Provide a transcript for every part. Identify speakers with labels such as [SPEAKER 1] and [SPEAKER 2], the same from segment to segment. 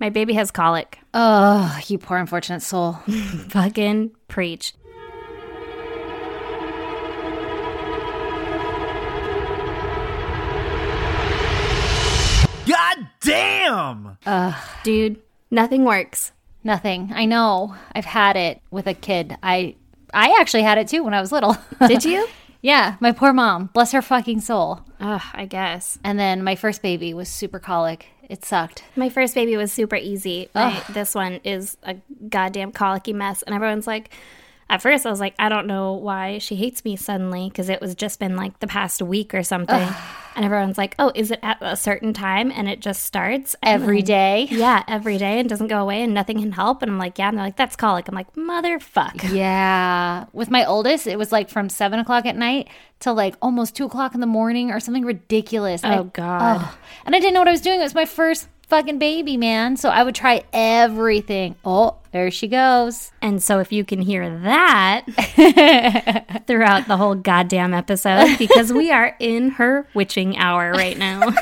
[SPEAKER 1] My baby has colic.
[SPEAKER 2] Oh, you poor unfortunate soul.
[SPEAKER 1] Fucking preach.
[SPEAKER 3] God damn!
[SPEAKER 1] Dude, nothing works.
[SPEAKER 2] Nothing. I know. I've had it with a kid. I I actually had it too when I was little.
[SPEAKER 1] Did you?
[SPEAKER 2] yeah, my poor mom. Bless her fucking soul.
[SPEAKER 1] Ugh, I guess.
[SPEAKER 2] And then my first baby was super colic. It sucked.
[SPEAKER 1] My first baby was super easy. My, this one is a goddamn colicky mess. And everyone's like, at first, I was like, I don't know why she hates me suddenly because it was just been like the past week or something. And everyone's like, oh, is it at a certain time? And it just starts
[SPEAKER 2] Every day.
[SPEAKER 1] Yeah, every day and doesn't go away and nothing can help. And I'm like, yeah. And they're like, that's colic. I'm like, motherfuck.
[SPEAKER 2] Yeah. With my oldest, it was like from seven o'clock at night till like almost two o'clock in the morning or something ridiculous. And I-
[SPEAKER 1] Oh, God.
[SPEAKER 2] Ugh. And I didn't know what I was doing. It was my first fucking baby, man. So I would try everything. Oh, there she goes.
[SPEAKER 1] And so if you can hear that throughout the whole goddamn episode, because we are in her witching hour right now.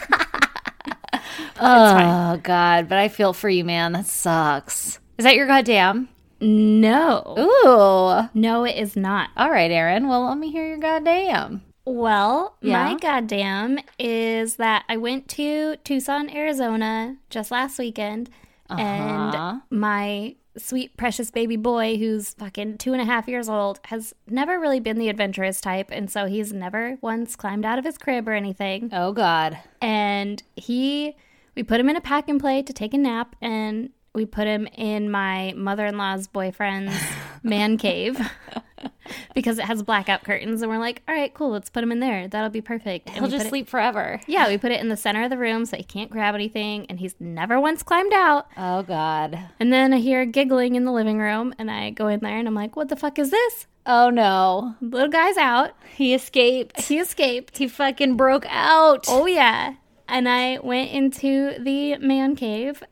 [SPEAKER 2] Oh, God. But I feel for you, man. That sucks. Is that your goddamn?
[SPEAKER 1] No.
[SPEAKER 2] Ooh. All
[SPEAKER 1] No, it is not.
[SPEAKER 2] right, Aaron. Well, let me hear your goddamn.
[SPEAKER 1] Well,
[SPEAKER 2] Yeah?
[SPEAKER 1] my goddamn is that I went to Tucson, Arizona just last weekend, and my sweet, precious baby boy, who's fucking two and a half years old, has never really been the adventurous type. And so he's never once climbed out of his crib or anything.
[SPEAKER 2] Oh, God.
[SPEAKER 1] And he, we put him in a pack and play to take a nap, and we put him in my mother in law's boyfriend's man cave because it has blackout curtains. And we're like, all right, cool, let's put him in there. That'll be perfect. And
[SPEAKER 2] He'll
[SPEAKER 1] we put
[SPEAKER 2] just
[SPEAKER 1] it-
[SPEAKER 2] sleep forever.
[SPEAKER 1] yeah, we put it in the center of the room so he can't grab anything, and he's never once climbed out.
[SPEAKER 2] Oh, God.
[SPEAKER 1] And then I hear giggling in the living room, and I go in there and I'm like, what the fuck is this?
[SPEAKER 2] Oh, no.
[SPEAKER 1] Little guy's out.
[SPEAKER 2] He escaped.
[SPEAKER 1] He escaped.
[SPEAKER 2] He fucking broke out.
[SPEAKER 1] Oh yeah. And I went into the man cave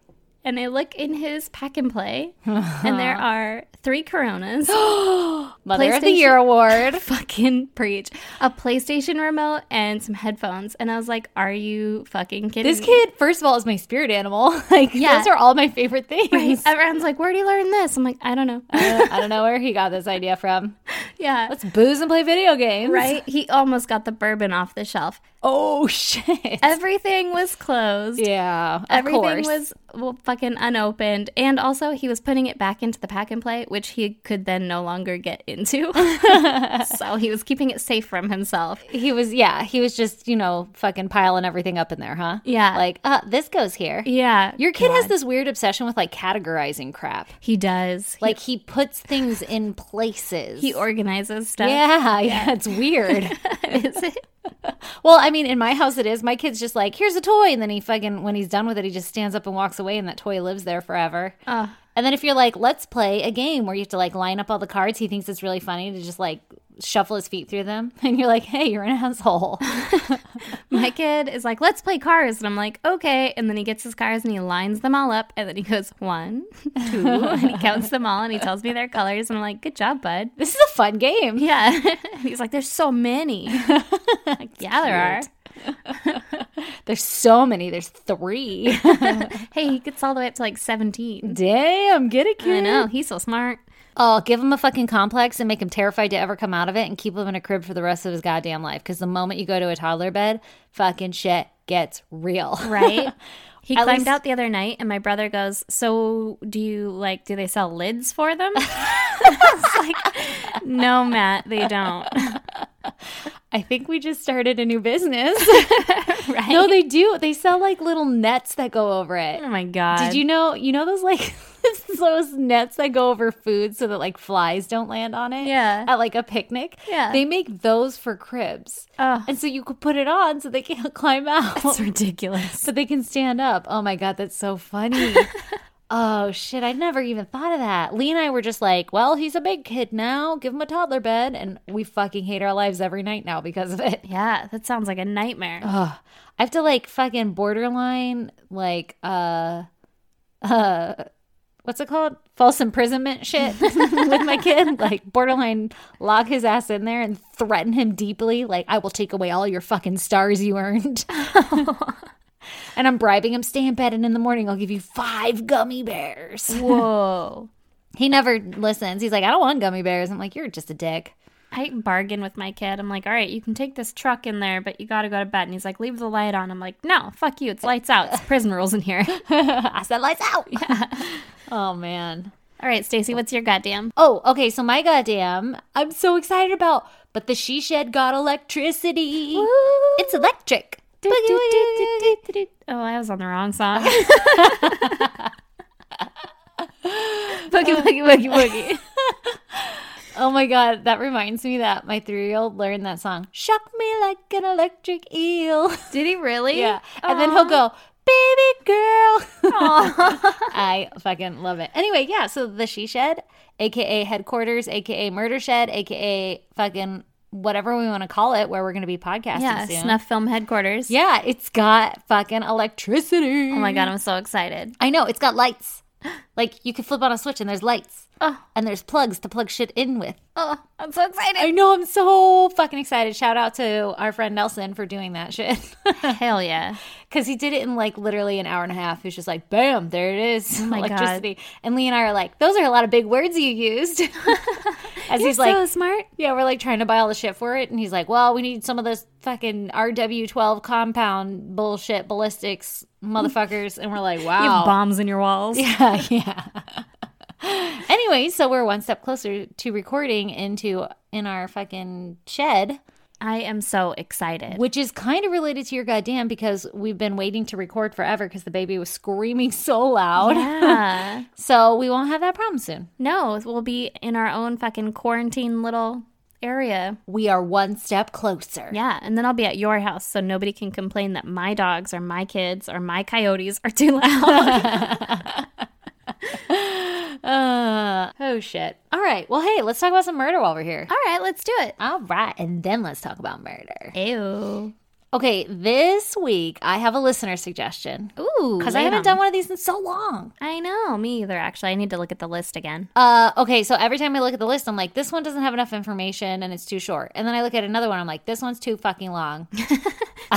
[SPEAKER 1] and I look in his pack and play and there are three coronas,
[SPEAKER 2] Mother of the
[SPEAKER 1] PlayStation.
[SPEAKER 2] Year award.
[SPEAKER 1] fucking preach, a PlayStation remote and some headphones. And I was like, Are you fucking kidding
[SPEAKER 2] This
[SPEAKER 1] me?
[SPEAKER 2] kid, first of all, is my spirit animal. Like,
[SPEAKER 1] Yeah.
[SPEAKER 2] those are all my favorite things.
[SPEAKER 1] Right. Everyone's like, Where'd he learn this? I'm like, I don't know.
[SPEAKER 2] Uh, I don't know where he got this idea from.
[SPEAKER 1] yeah.
[SPEAKER 2] Let's booze and play video games.
[SPEAKER 1] Right? He almost got the bourbon off the shelf.
[SPEAKER 2] Oh, shit.
[SPEAKER 1] Everything was closed.
[SPEAKER 2] Yeah. Of
[SPEAKER 1] Everything
[SPEAKER 2] course.
[SPEAKER 1] was well, fucking unopened. And also, he was putting it back into the pack and play, which he could then no longer get into. so he was keeping it safe from himself.
[SPEAKER 2] He was, yeah, he was just, you know, fucking piling everything up in there, huh?
[SPEAKER 1] Yeah.
[SPEAKER 2] Like, uh, this goes here.
[SPEAKER 1] Yeah.
[SPEAKER 2] Your kid has this weird obsession with like categorizing crap.
[SPEAKER 1] he does.
[SPEAKER 2] Like, he puts things in places.
[SPEAKER 1] He organizes stuff.
[SPEAKER 2] yeah, yeah, it's weird.
[SPEAKER 1] Is it?
[SPEAKER 2] Well, I mean, in my house, it is. My kid's just like, here's a toy. And then he fucking, when he's done with it, he just stands up and walks away, and that toy lives there forever.
[SPEAKER 1] Uh.
[SPEAKER 2] And then if you're like, let's play a game where you have to like line up all the cards, he thinks it's really funny to just like shuffle his feet through them. And you're like, hey, you're an asshole.
[SPEAKER 1] My kid is like, let's play cars. And I'm like, okay. And then he gets his cars and he lines them all up. And then he goes, one, two. and he counts them all and he tells me their colors. And I'm like, good job, bud.
[SPEAKER 2] this is a fun game.
[SPEAKER 1] Yeah. And he's like, there's so many. like, yeah, there are.
[SPEAKER 2] There's so many, there's three.
[SPEAKER 1] Hey, he gets all the way up to like 17.
[SPEAKER 2] Damn, get it,
[SPEAKER 1] I
[SPEAKER 2] kid.
[SPEAKER 1] know. He's so smart.
[SPEAKER 2] Oh, give him a fucking complex and make him terrified to ever come out of it and keep him in a crib for the rest of his goddamn life. Because the moment you go to a toddler bed, fucking shit gets real.
[SPEAKER 1] Right? He
[SPEAKER 2] At
[SPEAKER 1] climbed
[SPEAKER 2] least-
[SPEAKER 1] out the other night, and my brother goes, So do you like, do they sell lids for them? It's like, no, Matt, they don't.
[SPEAKER 2] I think we just started a new business.
[SPEAKER 1] Right?
[SPEAKER 2] no, they do. They sell like little nets that go over it.
[SPEAKER 1] oh my God.
[SPEAKER 2] Did you know? You know those like those nets that go over food so that like flies don't land on it.
[SPEAKER 1] Yeah.
[SPEAKER 2] At like a picnic.
[SPEAKER 1] Yeah.
[SPEAKER 2] They make those for cribs,
[SPEAKER 1] Oh.
[SPEAKER 2] and so you could put it on so they can't climb out,
[SPEAKER 1] It's ridiculous.
[SPEAKER 2] so they can stand up. Oh my god, that's so funny. Oh shit, I never even thought of that. Lee and I were just like, well, he's a big kid now, give him a toddler bed. And we fucking hate our lives every night now because of it.
[SPEAKER 1] Yeah, that sounds like a nightmare.
[SPEAKER 2] Ugh. I have to like fucking borderline like uh uh what's it called? False imprisonment shit with my kid. Like borderline lock his ass in there and threaten him deeply, like, I will take away all your fucking stars you earned. and I'm bribing him, stay in bed, and in the morning I'll give you five gummy bears.
[SPEAKER 1] Whoa.
[SPEAKER 2] He never listens. He's like, I don't want gummy bears. I'm like, you're just a dick.
[SPEAKER 1] I bargain with my kid. I'm like, all right, you can take this truck in there, but you got to go to bed. And he's like, leave the light on. I'm like, no, fuck you. It's lights out. It's prison rules in here.
[SPEAKER 2] I said lights out. Oh man.
[SPEAKER 1] All right, Stacy, what's your goddamn?
[SPEAKER 2] Oh, okay. So my goddamn, I'm so excited about. But the she shed got electricity. It's electric.
[SPEAKER 1] Do, do, do, do, do, do. Oh, I was on the wrong song. boogie, boogie, boogie, boogie.
[SPEAKER 2] Oh my god, that reminds me that my three-year-old learned that song. Shock me like an electric eel.
[SPEAKER 1] Did he really?
[SPEAKER 2] Yeah. And then he'll go, baby girl. I fucking love it. Anyway, yeah, so the she shed, aka headquarters, aka murder shed, aka fucking whatever we want to call it, where we're gonna be podcasting
[SPEAKER 1] Yeah,
[SPEAKER 2] soon.
[SPEAKER 1] Snuff Film Headquarters.
[SPEAKER 2] Yeah, it's got fucking electricity.
[SPEAKER 1] Oh my god, I'm so excited.
[SPEAKER 2] I know, it's got lights. Like you can flip on a switch and there's lights.
[SPEAKER 1] Oh,
[SPEAKER 2] And there's plugs to plug shit in with.
[SPEAKER 1] oh, I'm so excited.
[SPEAKER 2] I know. I'm so fucking excited. Shout out to our friend Nelson for doing that shit.
[SPEAKER 1] Hell yeah.
[SPEAKER 2] Because he did it in like literally an hour and a half. He was just like, bam, there it is.
[SPEAKER 1] my God.
[SPEAKER 2] Electricity. And Lee and I are like, those are a lot of big words you used. As
[SPEAKER 1] You're
[SPEAKER 2] he's like,
[SPEAKER 1] so smart.
[SPEAKER 2] yeah, we're like trying to buy all the shit for it. And he's like, well, we need some of those fucking RW12 compound bullshit ballistics motherfuckers. and we're like,
[SPEAKER 1] You have
[SPEAKER 2] wow.
[SPEAKER 1] bombs in your walls.
[SPEAKER 2] Yeah, yeah. anyway, so we're one step closer to recording into in our fucking shed,
[SPEAKER 1] I am so excited.
[SPEAKER 2] which is kind of related to your goddamn because we've been waiting to record forever because the baby was screaming so loud.
[SPEAKER 1] Yeah.
[SPEAKER 2] So we won't have that problem soon.
[SPEAKER 1] no, we'll be in our own fucking quarantine little area.
[SPEAKER 2] We are one step closer.
[SPEAKER 1] Yeah, and then I'll be at your house so nobody can complain that my dogs or my kids or my coyotes are too loud.
[SPEAKER 2] Uh, oh shit. All right. Well, hey, let's talk about some murder while we're here.
[SPEAKER 1] All right, let's do it.
[SPEAKER 2] All right, and then let's talk about murder.
[SPEAKER 1] Ew.
[SPEAKER 2] Okay, this week I have a listener suggestion
[SPEAKER 1] Ooh.
[SPEAKER 2] because I haven't done one of these in so long.
[SPEAKER 1] I know, me either, actually. I need to look at the list again.
[SPEAKER 2] Uh, okay, so every time I look at the list, I'm like, this one doesn't have enough information and it's too short. And then I look at another one, I'm like, this one's too fucking long.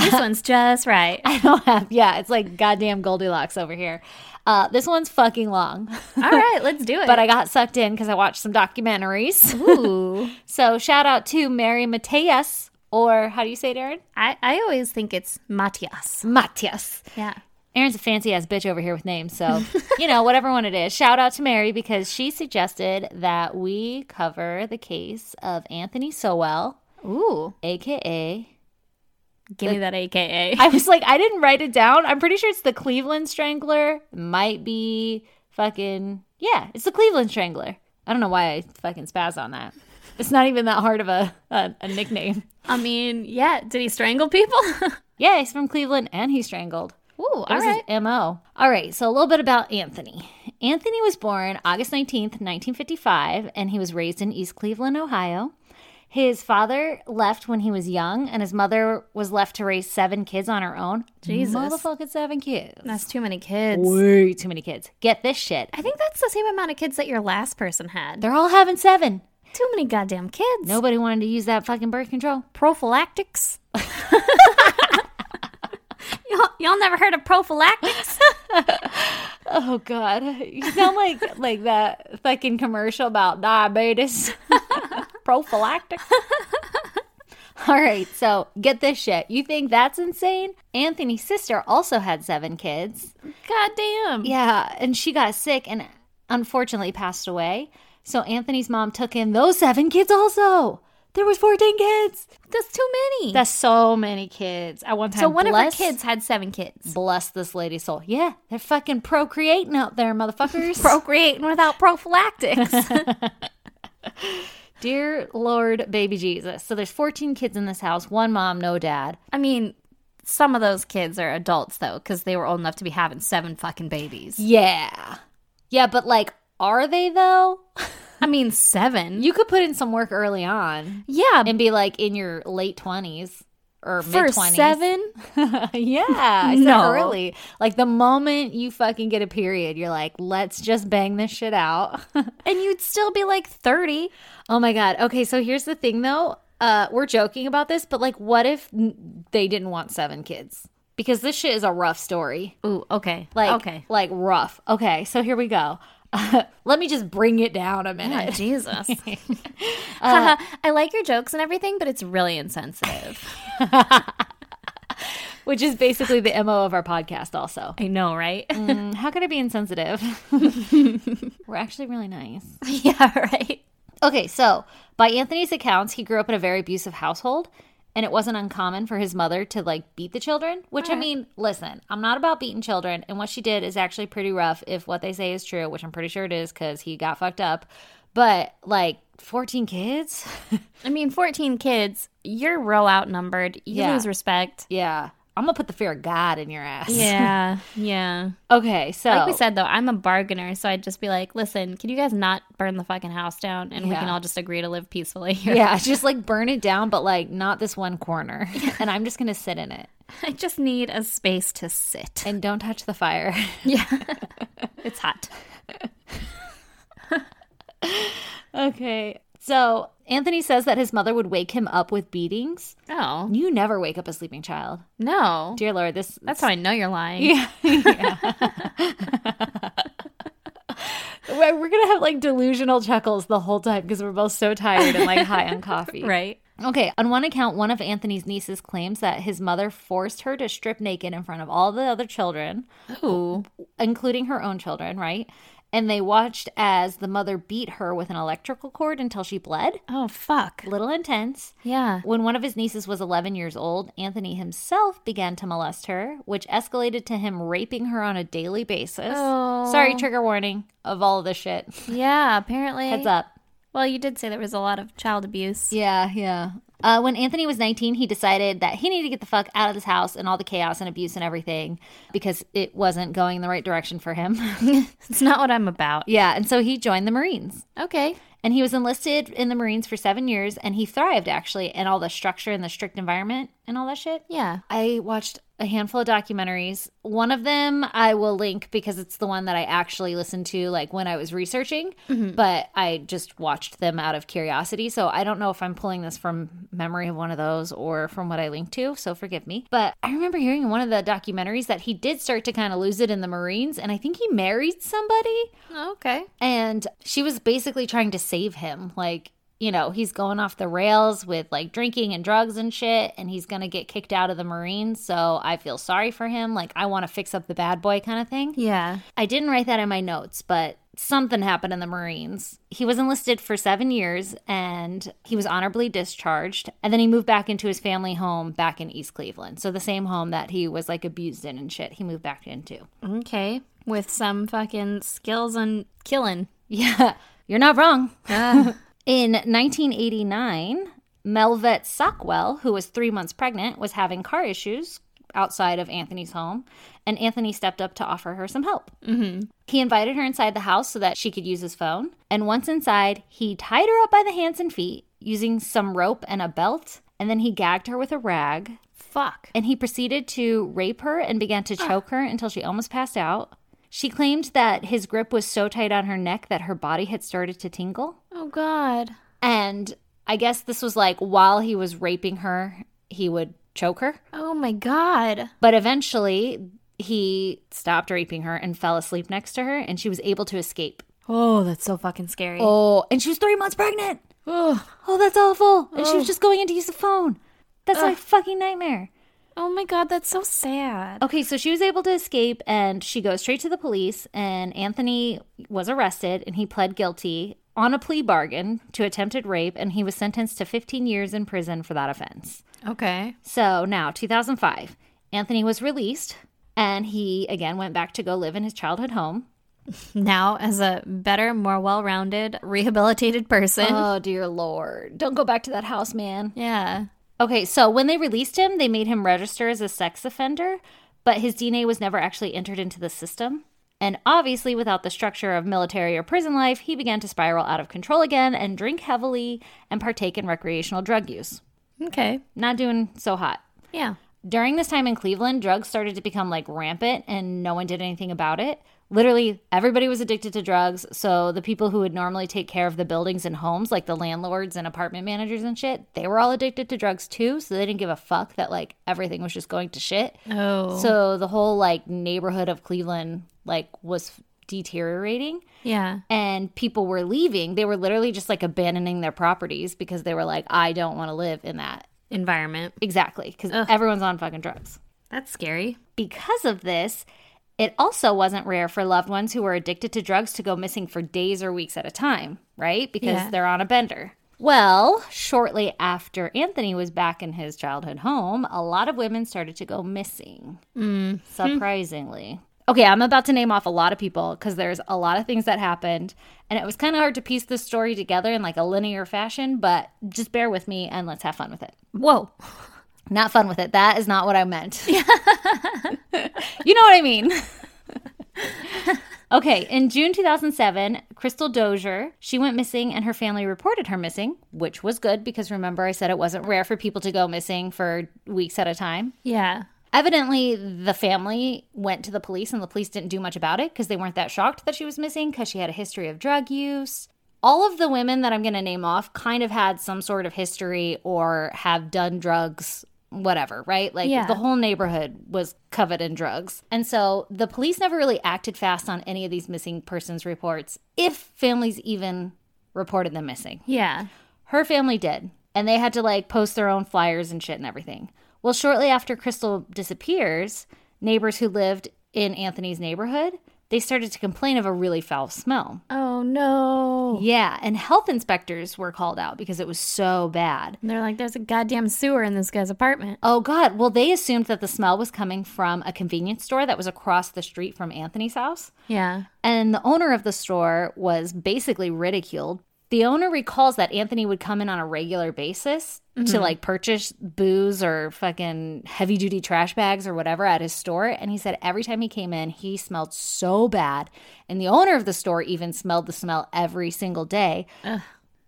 [SPEAKER 1] This one's just right.
[SPEAKER 2] I don't have, yeah, it's like goddamn Goldilocks over here. Uh, this one's fucking long,
[SPEAKER 1] All right, let's do it.
[SPEAKER 2] but I got sucked in because I watched some documentaries.
[SPEAKER 1] Ooh.
[SPEAKER 2] so shout out to Mary Mateus, or how do you say it, Aaron?
[SPEAKER 1] I, I always think it's Matias.
[SPEAKER 2] Mateus.
[SPEAKER 1] Yeah.
[SPEAKER 2] Aaron's a fancy ass bitch over here with names, so you know, whatever one it is. Shout out to Mary because she suggested that we cover the case of Anthony Sowell.
[SPEAKER 1] Ooh.
[SPEAKER 2] aka
[SPEAKER 1] Give me that AKA.
[SPEAKER 2] I was like I didn't write it down. I'm pretty sure it's the Cleveland Strangler. Might be fucking yeah, it's the Cleveland Strangler. I don't know why I fucking spaz on that. It's not even that hard of a a, a nickname.
[SPEAKER 1] I mean, yeah. Did he strangle people?
[SPEAKER 2] Yeah, he's from Cleveland and he strangled.
[SPEAKER 1] Ooh, all
[SPEAKER 2] That was
[SPEAKER 1] right.
[SPEAKER 2] his MO. All right, so a little bit about Anthony. Anthony was born August 19th, 1955, and he was raised in East Cleveland, Ohio. His father left when he was young, and his mother was left to raise seven kids on her own.
[SPEAKER 1] Jesus.
[SPEAKER 2] Motherfucking seven kids.
[SPEAKER 1] That's too many kids.
[SPEAKER 2] Way too many kids. Get this shit.
[SPEAKER 1] I think that's the same amount of kids that your last person had.
[SPEAKER 2] They're all having seven.
[SPEAKER 1] Too many goddamn kids.
[SPEAKER 2] Nobody wanted to use that fucking birth control.
[SPEAKER 1] Prophylactics. y'all, y'all never heard of prophylactics?
[SPEAKER 2] Oh God, you sound like like that fucking commercial about diabetes prophylactic. All right, so get this shit. You think that's insane? Anthony's sister also had seven kids.
[SPEAKER 1] Goddamn.
[SPEAKER 2] Yeah, and she got sick and unfortunately passed away. So Anthony's mom took in those seven kids also. There was 14 kids.
[SPEAKER 1] That's too many.
[SPEAKER 2] That's so many kids. At one time,
[SPEAKER 1] so one
[SPEAKER 2] bless,
[SPEAKER 1] of her kids had seven kids.
[SPEAKER 2] bless this lady's soul. Yeah, they're fucking procreating out there, motherfuckers.
[SPEAKER 1] Procreating without prophylactics.
[SPEAKER 2] Dear Lord, baby Jesus. So there's 14 kids in this house, one mom, no dad.
[SPEAKER 1] I mean, some of those kids are adults though, because they were old enough to be having seven fucking babies.
[SPEAKER 2] Yeah. Yeah, but like, are they though?
[SPEAKER 1] I mean, seven.
[SPEAKER 2] You could put in some work early on
[SPEAKER 1] yeah,
[SPEAKER 2] and be like in your late 20s or mid
[SPEAKER 1] for
[SPEAKER 2] 20s.
[SPEAKER 1] seven.
[SPEAKER 2] yeah, I said
[SPEAKER 1] No.
[SPEAKER 2] early. Like the moment you fucking get a period, you're like, let's just bang this shit out.
[SPEAKER 1] and you'd still be like 30
[SPEAKER 2] oh my God. Okay, so here's the thing though. Uh, we're joking about this, but like, what if n- they didn't want seven kids? because this shit is a rough story.
[SPEAKER 3] Ooh, okay.
[SPEAKER 2] Like,
[SPEAKER 3] okay.
[SPEAKER 2] like rough. Okay, so here we go. let me just bring it down a minute.
[SPEAKER 1] Oh, Jesus. Haha, I like your jokes and everything, but it's really insensitive.
[SPEAKER 2] which is basically the mo of our podcast also
[SPEAKER 3] I know, right?
[SPEAKER 2] Mm, how could i be insensitive we're actually really nice
[SPEAKER 1] yeah, right.
[SPEAKER 2] okay so by anthony's accounts he grew up in a very abusive household and it wasn't uncommon for his mother to like beat the children which
[SPEAKER 1] Uh-huh.
[SPEAKER 2] i mean listen i'm not about beating children and what she did is actually pretty rough if what they say is true which i'm pretty sure it is because he got fucked up but like 14 kids
[SPEAKER 1] I mean, 14 kids, you're real outnumbered. You
[SPEAKER 2] Yeah.
[SPEAKER 1] lose respect.
[SPEAKER 2] yeah i'm gonna put the fear of god in your ass
[SPEAKER 1] Yeah, yeah.
[SPEAKER 2] okay so
[SPEAKER 1] Like we said, though, I'm a bargainer, so I'd just be like, listen, can you guys not burn the fucking house down and we
[SPEAKER 2] Yeah.
[SPEAKER 1] can all just agree to live peacefully here?
[SPEAKER 2] Yeah, just like burn it down, but like not this one corner. And I'm just gonna sit in it
[SPEAKER 1] I just need a space to sit.
[SPEAKER 2] and don't touch the fire.
[SPEAKER 1] Yeah. it's hot.
[SPEAKER 2] Okay. So Anthony says that his mother would wake him up with beatings.
[SPEAKER 1] Oh,
[SPEAKER 2] You never wake up a sleeping child,
[SPEAKER 1] no.
[SPEAKER 2] dear Lord. This
[SPEAKER 1] That's how I know you're lying.
[SPEAKER 2] we're we're gonna have like delusional chuckles the whole time because we're both so tired and like high on coffee.
[SPEAKER 1] Right.
[SPEAKER 2] Okay. On one account, one of Anthony's nieces claims that his mother forced her to strip naked in front of all the other children.
[SPEAKER 1] Ooh.
[SPEAKER 2] including her own children, right? And they watched as the mother beat her with an electrical cord until she bled.
[SPEAKER 1] Oh, fuck.
[SPEAKER 2] Little intense.
[SPEAKER 1] Yeah.
[SPEAKER 2] When one of his nieces was 11 years old, Anthony himself began to molest her, which escalated to him raping her on a daily basis.
[SPEAKER 1] Oh.
[SPEAKER 2] Sorry, trigger warning of all of this shit.
[SPEAKER 1] Yeah, apparently.
[SPEAKER 2] Heads up.
[SPEAKER 1] Well, you did say there was a lot of child abuse.
[SPEAKER 2] Yeah, yeah. Uh, when Anthony was 19, he decided that he needed to get the fuck out of this house and all the chaos and abuse and everything because it wasn't going in the right direction for him.
[SPEAKER 1] It's not what I'm about.
[SPEAKER 2] yeah, and so he joined the Marines.
[SPEAKER 1] Okay.
[SPEAKER 2] And he was enlisted in the Marines for seven years and he thrived actually in all the structure and the strict environment and all that shit.
[SPEAKER 1] Yeah.
[SPEAKER 2] I watched a handful of documentaries. One of them I will link because it's the one that I actually listened to like when I was researching, but I just watched them out of curiosity. So I don't know if I'm pulling this from memory of one of those or from what I linked to, so forgive me. But I remember hearing in one of the documentaries that he did start to kind of lose it in the Marines and I think he married somebody
[SPEAKER 1] Oh, Okay.
[SPEAKER 2] and she was basically trying to save him like you know he's going off the rails with like drinking and drugs and shit and he's gonna get kicked out of the marines so i feel sorry for him like i want to fix up the bad boy kind of thing
[SPEAKER 1] Yeah.
[SPEAKER 2] i didn't write that in my notes but something happened in the marines he was enlisted for seven years and he was honorably discharged and then he moved back into his family home back in east cleveland so the same home that he was like abused in and shit he moved back into
[SPEAKER 1] Okay. With some fucking skills on killing.
[SPEAKER 2] Yeah, you're not wrong.
[SPEAKER 1] Ah.
[SPEAKER 2] In 1989, Melvet Sockwell, who was three months pregnant, was having car issues outside of Anthony's home, and Anthony stepped up to offer her some help. Mm-hmm. He invited her inside the house so that she could use his phone, and once inside, he tied her up by the hands and feet using some rope and a belt, and then he gagged her with a rag,
[SPEAKER 1] Fuck.
[SPEAKER 2] and he proceeded to rape her and began to choke her until she almost passed out. She claimed that his grip was so tight on her neck that her body had started to tingle.
[SPEAKER 1] Oh, God.
[SPEAKER 2] And I guess this was like while he was raping her, he would choke her.
[SPEAKER 1] Oh, my God.
[SPEAKER 2] But eventually, he stopped raping her and fell asleep next to her, and she was able to escape.
[SPEAKER 1] Oh, that's so fucking scary.
[SPEAKER 2] Oh, and she was three months pregnant.
[SPEAKER 1] Oh,
[SPEAKER 2] Oh, that's awful. And she was just going in to use the phone. That's like fucking nightmare.
[SPEAKER 1] oh my God. That's so sad.
[SPEAKER 2] Okay, so she was able to escape and she goes straight to the police and Anthony was arrested and he pled guilty on a plea bargain to attempted rape and he was sentenced to 15 years in prison for that offense.
[SPEAKER 1] Okay.
[SPEAKER 2] So now 2005, Anthony was released and he again went back to go live in his childhood home.
[SPEAKER 1] Now, as a better, more well rounded, rehabilitated person.
[SPEAKER 2] Oh dear lord. Don't go back to that house, man.
[SPEAKER 1] yeah.
[SPEAKER 2] Okay, so when they released him, they made him register as a sex offender, but his DNA was never actually entered into the system. And obviously, without the structure of military or prison life, he began to spiral out of control again and drink heavily and partake in recreational drug use.
[SPEAKER 1] Okay.
[SPEAKER 2] Not doing so hot.
[SPEAKER 1] Yeah.
[SPEAKER 2] During this time in Cleveland, drugs started to become like rampant and no one did anything about it. Literally, everybody was addicted to drugs. So the people who would normally take care of the buildings and homes, like the landlords and apartment managers and shit, they were all addicted to drugs too. So they didn't give a fuck that like everything was just going to shit.
[SPEAKER 1] Oh.
[SPEAKER 2] So the whole like neighborhood of Cleveland like was deteriorating
[SPEAKER 1] yeah.
[SPEAKER 2] and people were leaving. They were literally just like abandoning their properties because they were like, I don't want to live in that.
[SPEAKER 1] Environment.
[SPEAKER 2] Exactly. Because everyone's on fucking drugs.
[SPEAKER 1] That's scary.
[SPEAKER 2] Because of this, it also wasn't rare for loved ones who were addicted to drugs to go missing for days or weeks at a time, right? Because
[SPEAKER 1] Yeah.
[SPEAKER 2] they're on a bender. Well, shortly after Anthony was back in his childhood home, a lot of women started to go missing. Surprisingly. Okay, I'm about to name off a lot of people because there's a lot of things that happened. And it was kind of hard to piece this story together in like a linear fashion, but just bear with me and let's have fun with it
[SPEAKER 1] Whoa.
[SPEAKER 2] not fun with it. That is not what I meant. you know what I mean. okay, in June 2007, Crystal Dozier, she went missing and her family reported her missing, which was good because remember I said it wasn't rare for people to go missing for weeks at a time.
[SPEAKER 1] Yeah.
[SPEAKER 2] Evidently, the family went to the police and the police didn't do much about it because they weren't that shocked that she was missing because she had a history of drug use. All of the women that I'm going to name off kind of had some sort of history or have done drugs, whatever, right? Like
[SPEAKER 1] Yeah.
[SPEAKER 2] the whole neighborhood was covered in drugs. And so the police never really acted fast on any of these missing persons reports, if families even reported them missing.
[SPEAKER 1] Yeah.
[SPEAKER 2] Her family did, and they had to like post their own flyers and shit and everything. Well, shortly after Crystal disappears, neighbors who lived in Anthony's neighborhood, they started to complain of a really foul smell.
[SPEAKER 1] Oh no.
[SPEAKER 2] Yeah, and health inspectors were called out because it was so bad.
[SPEAKER 1] And They're like, there's a goddamn sewer in this guy's apartment.
[SPEAKER 2] Oh god, well they assumed that the smell was coming from a convenience store that was across the street from Anthony's house.
[SPEAKER 1] Yeah.
[SPEAKER 2] And the owner of the store was basically ridiculed. The owner recalls that Anthony would come in on a regular basis to like purchase booze or fucking heavy duty trash bags or whatever at his store. And he said every time he came in, he smelled so bad. And the owner of the store even smelled the smell every single day.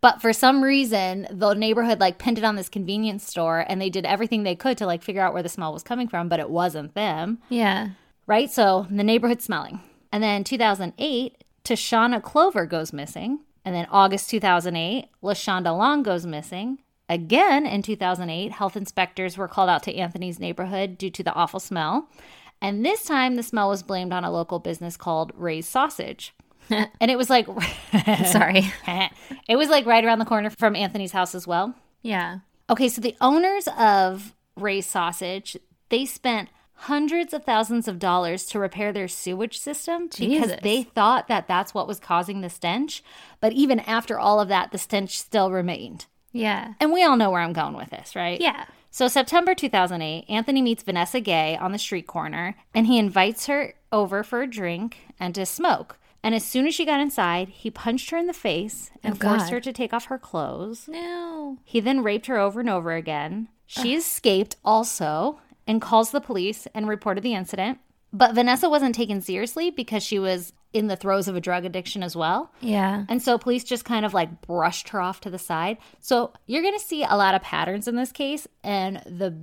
[SPEAKER 2] But for some reason, the neighborhood like pinned it on this convenience store and they did everything they could to like figure out where the smell was coming from, but it wasn't them
[SPEAKER 1] Yeah.
[SPEAKER 2] right? So the neighborhood smelling. And then 2008, Tashana Clover goes missing. And then August 2008, LaShonda Long goes missing. Again in 2008, health inspectors were called out to Anthony's neighborhood due to the awful smell. And this time, the smell was blamed on a local business called Ray's Sausage. and it was like,
[SPEAKER 1] Sorry.
[SPEAKER 2] it was like right around the corner from Anthony's house as well.
[SPEAKER 1] Yeah.
[SPEAKER 2] Okay, so the owners of Ray's Sausage, they spent hundreds of thousands of dollars to repair their sewage system
[SPEAKER 1] Jesus.
[SPEAKER 2] because they thought that that's what was causing the stench. But even after all of that, the stench still remained.
[SPEAKER 1] Yeah.
[SPEAKER 2] And we all know where I'm going with this, right?
[SPEAKER 1] Yeah.
[SPEAKER 2] So, September 2008, Anthony meets Vanessa Gay on the street corner and he invites her over for a drink and to smoke. And as soon as she got inside, he punched her in the face and
[SPEAKER 1] Oh,
[SPEAKER 2] forced
[SPEAKER 1] God.
[SPEAKER 2] her to take off her clothes.
[SPEAKER 1] No.
[SPEAKER 2] He then raped her over and over again. She escaped also and calls the police and reported the incident. But Vanessa wasn't taken seriously because she was in the throes of a drug addiction as well.
[SPEAKER 1] Yeah.
[SPEAKER 2] And so police just kind of like brushed her off to the side. So you're going to see a lot of patterns in this case. And the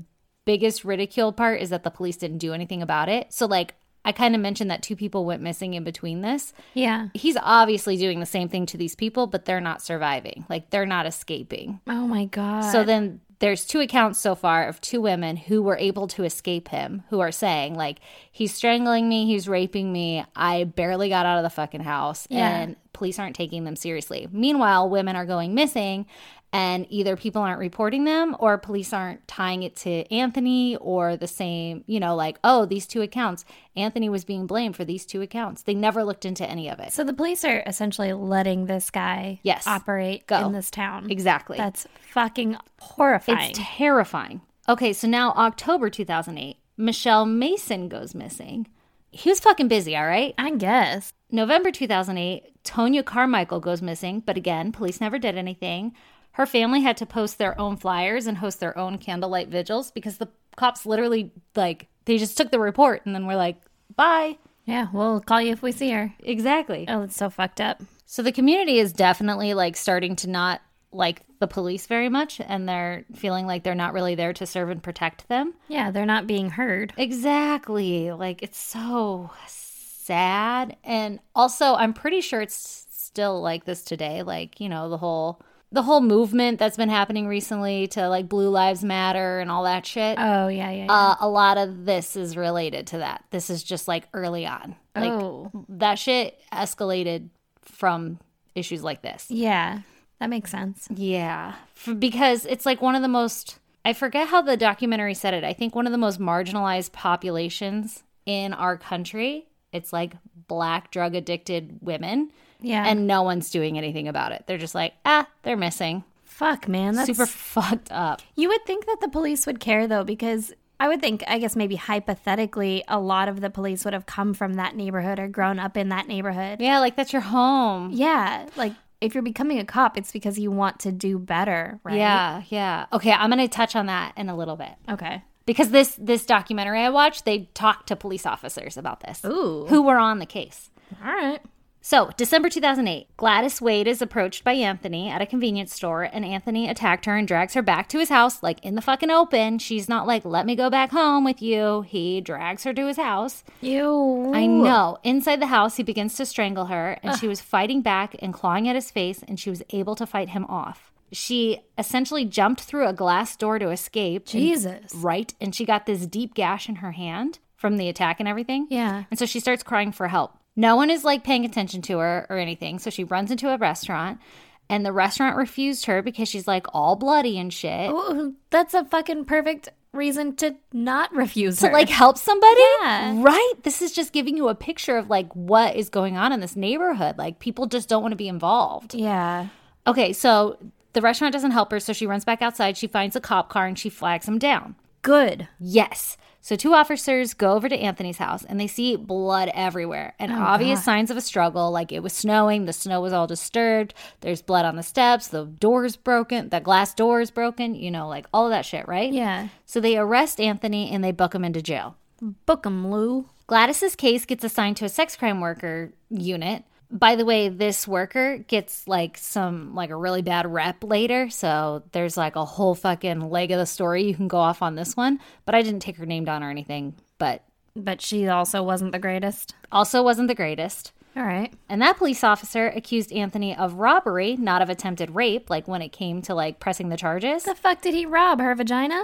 [SPEAKER 2] biggest ridicule part is that the police didn't do anything about it. So, like, I kind of mentioned that two people went missing in between this
[SPEAKER 1] Yeah.
[SPEAKER 2] he's obviously doing the same thing to these people, but they're not surviving. Like they're not escaping.
[SPEAKER 1] Oh my god.
[SPEAKER 2] So then there's two accounts so far of two women who were able to escape him who are saying like he's strangling me, he's raping me. I barely got out of the fucking house
[SPEAKER 1] Yeah.
[SPEAKER 2] and police aren't taking them seriously. Meanwhile, women are going missing and either people aren't reporting them or police aren't tying it to Anthony or the same, you know, like oh, these two accounts. Anthony was being blamed for these two accounts. They never looked into any of it.
[SPEAKER 1] So the police are essentially letting this guy
[SPEAKER 2] Yes.
[SPEAKER 1] operate
[SPEAKER 2] Go.
[SPEAKER 1] in this town.
[SPEAKER 2] Exactly.
[SPEAKER 1] That's fucking horrifying.
[SPEAKER 2] It's terrifying. Okay, so now October 2008, Michelle Mason goes missing. He was fucking busy, all right?
[SPEAKER 1] I guess.
[SPEAKER 2] November 2008, Tonya Carmichael goes missing, but again, police never did anything. Her family had to post their own flyers and host their own candlelight vigils because the cops literally, like, they just took the report and then were like, bye.
[SPEAKER 1] Yeah, we'll call you if we see her.
[SPEAKER 2] Exactly.
[SPEAKER 1] Oh, it's so fucked up.
[SPEAKER 2] So the community is definitely like starting to not like the police very much and they're feeling like they're not really there to serve and protect them.
[SPEAKER 1] Yeah, they're not being heard.
[SPEAKER 2] Exactly. Like it's so sad. And also, I'm pretty sure it's still like this today. Like, you know, the whole the whole movement that's been happening recently to like blue lives matter and all that shit.
[SPEAKER 1] Oh, yeah, yeah. yeah.
[SPEAKER 2] Uh, a lot of this is related to that. This is just like early on. Uh, Like
[SPEAKER 1] oh,
[SPEAKER 2] that shit escalated from issues like this.
[SPEAKER 1] yeah. That makes sense.
[SPEAKER 2] Yeah, F- because it's like one of the most I forget how the documentary said it. I think one of the most marginalized populations in our country. It's like black drug addicted women
[SPEAKER 1] Yeah.
[SPEAKER 2] and no one's doing anything about it. They're just like, "Ah, they're missing."
[SPEAKER 1] fuck, man, that's
[SPEAKER 2] Super fucked up.
[SPEAKER 1] You would think that the police would care though, because I would think, I guess maybe hypothetically, a lot of the police would have come from that neighborhood or grown up in that neighborhood.
[SPEAKER 2] Yeah, like that's your home.
[SPEAKER 1] Yeah. Like if you're becoming a cop, it's because you want to do better, right?
[SPEAKER 2] Yeah, yeah. Okay, I'm going to touch on that in a little bit.
[SPEAKER 1] Okay.
[SPEAKER 2] Because this this documentary I watched, they talked to police officers about this.
[SPEAKER 1] Ooh.
[SPEAKER 2] Who were on the case.
[SPEAKER 1] All right.
[SPEAKER 2] So, December 2008, Gladys Wade is approached by Anthony at a convenience store, and Anthony attacked her and drags her back to his house, like in the fucking open. She's not like, let me go back home with you. He drags her to his house.
[SPEAKER 1] You.
[SPEAKER 2] I know. Inside the house, he begins to strangle her, and she was fighting back and clawing at his face, and she was able to fight him off. She essentially jumped through a glass door to escape. and-
[SPEAKER 1] Jesus.
[SPEAKER 2] right. And she got this deep gash in her hand from the attack and everything.
[SPEAKER 1] Yeah.
[SPEAKER 2] And so she starts crying for help. No one is like paying attention to her or anything. So she runs into a restaurant and the restaurant refused her because she's like all bloody and shit.
[SPEAKER 1] Ooh, that's a fucking perfect reason to not refuse her.
[SPEAKER 2] Like help somebody?
[SPEAKER 1] Yeah.
[SPEAKER 2] Right? This is just giving you a picture of like what is going on in this neighborhood. Like people just don't want to be involved.
[SPEAKER 1] yeah.
[SPEAKER 2] Okay, so the restaurant doesn't help her, so she runs back outside. She finds a cop car and she flags him down.
[SPEAKER 1] Good.
[SPEAKER 2] Yes. So two officers go over to Anthony's house and they see blood everywhere and obvious signs of a struggle. Like it was snowing, the snow was all disturbed. There's blood on the steps, the door's broken, the glass door is broken, you know, like all of that shit, right?
[SPEAKER 1] Yeah.
[SPEAKER 2] So they arrest Anthony and they book him into jail.
[SPEAKER 1] Book 'em, Lou.
[SPEAKER 2] Gladys's case gets assigned to a sex crime worker unit. By the way, this worker gets like some like a really bad rep later, so there's like a whole fucking leg of the story you can go off on this one, but I didn't take her name down or anything, but
[SPEAKER 1] But she also wasn't the greatest.
[SPEAKER 2] also wasn't the greatest.
[SPEAKER 1] All right.
[SPEAKER 2] And that police officer accused Anthony of robbery, not of attempted rape, like when it came to like pressing the charges.
[SPEAKER 1] The fuck did he rob her vagina?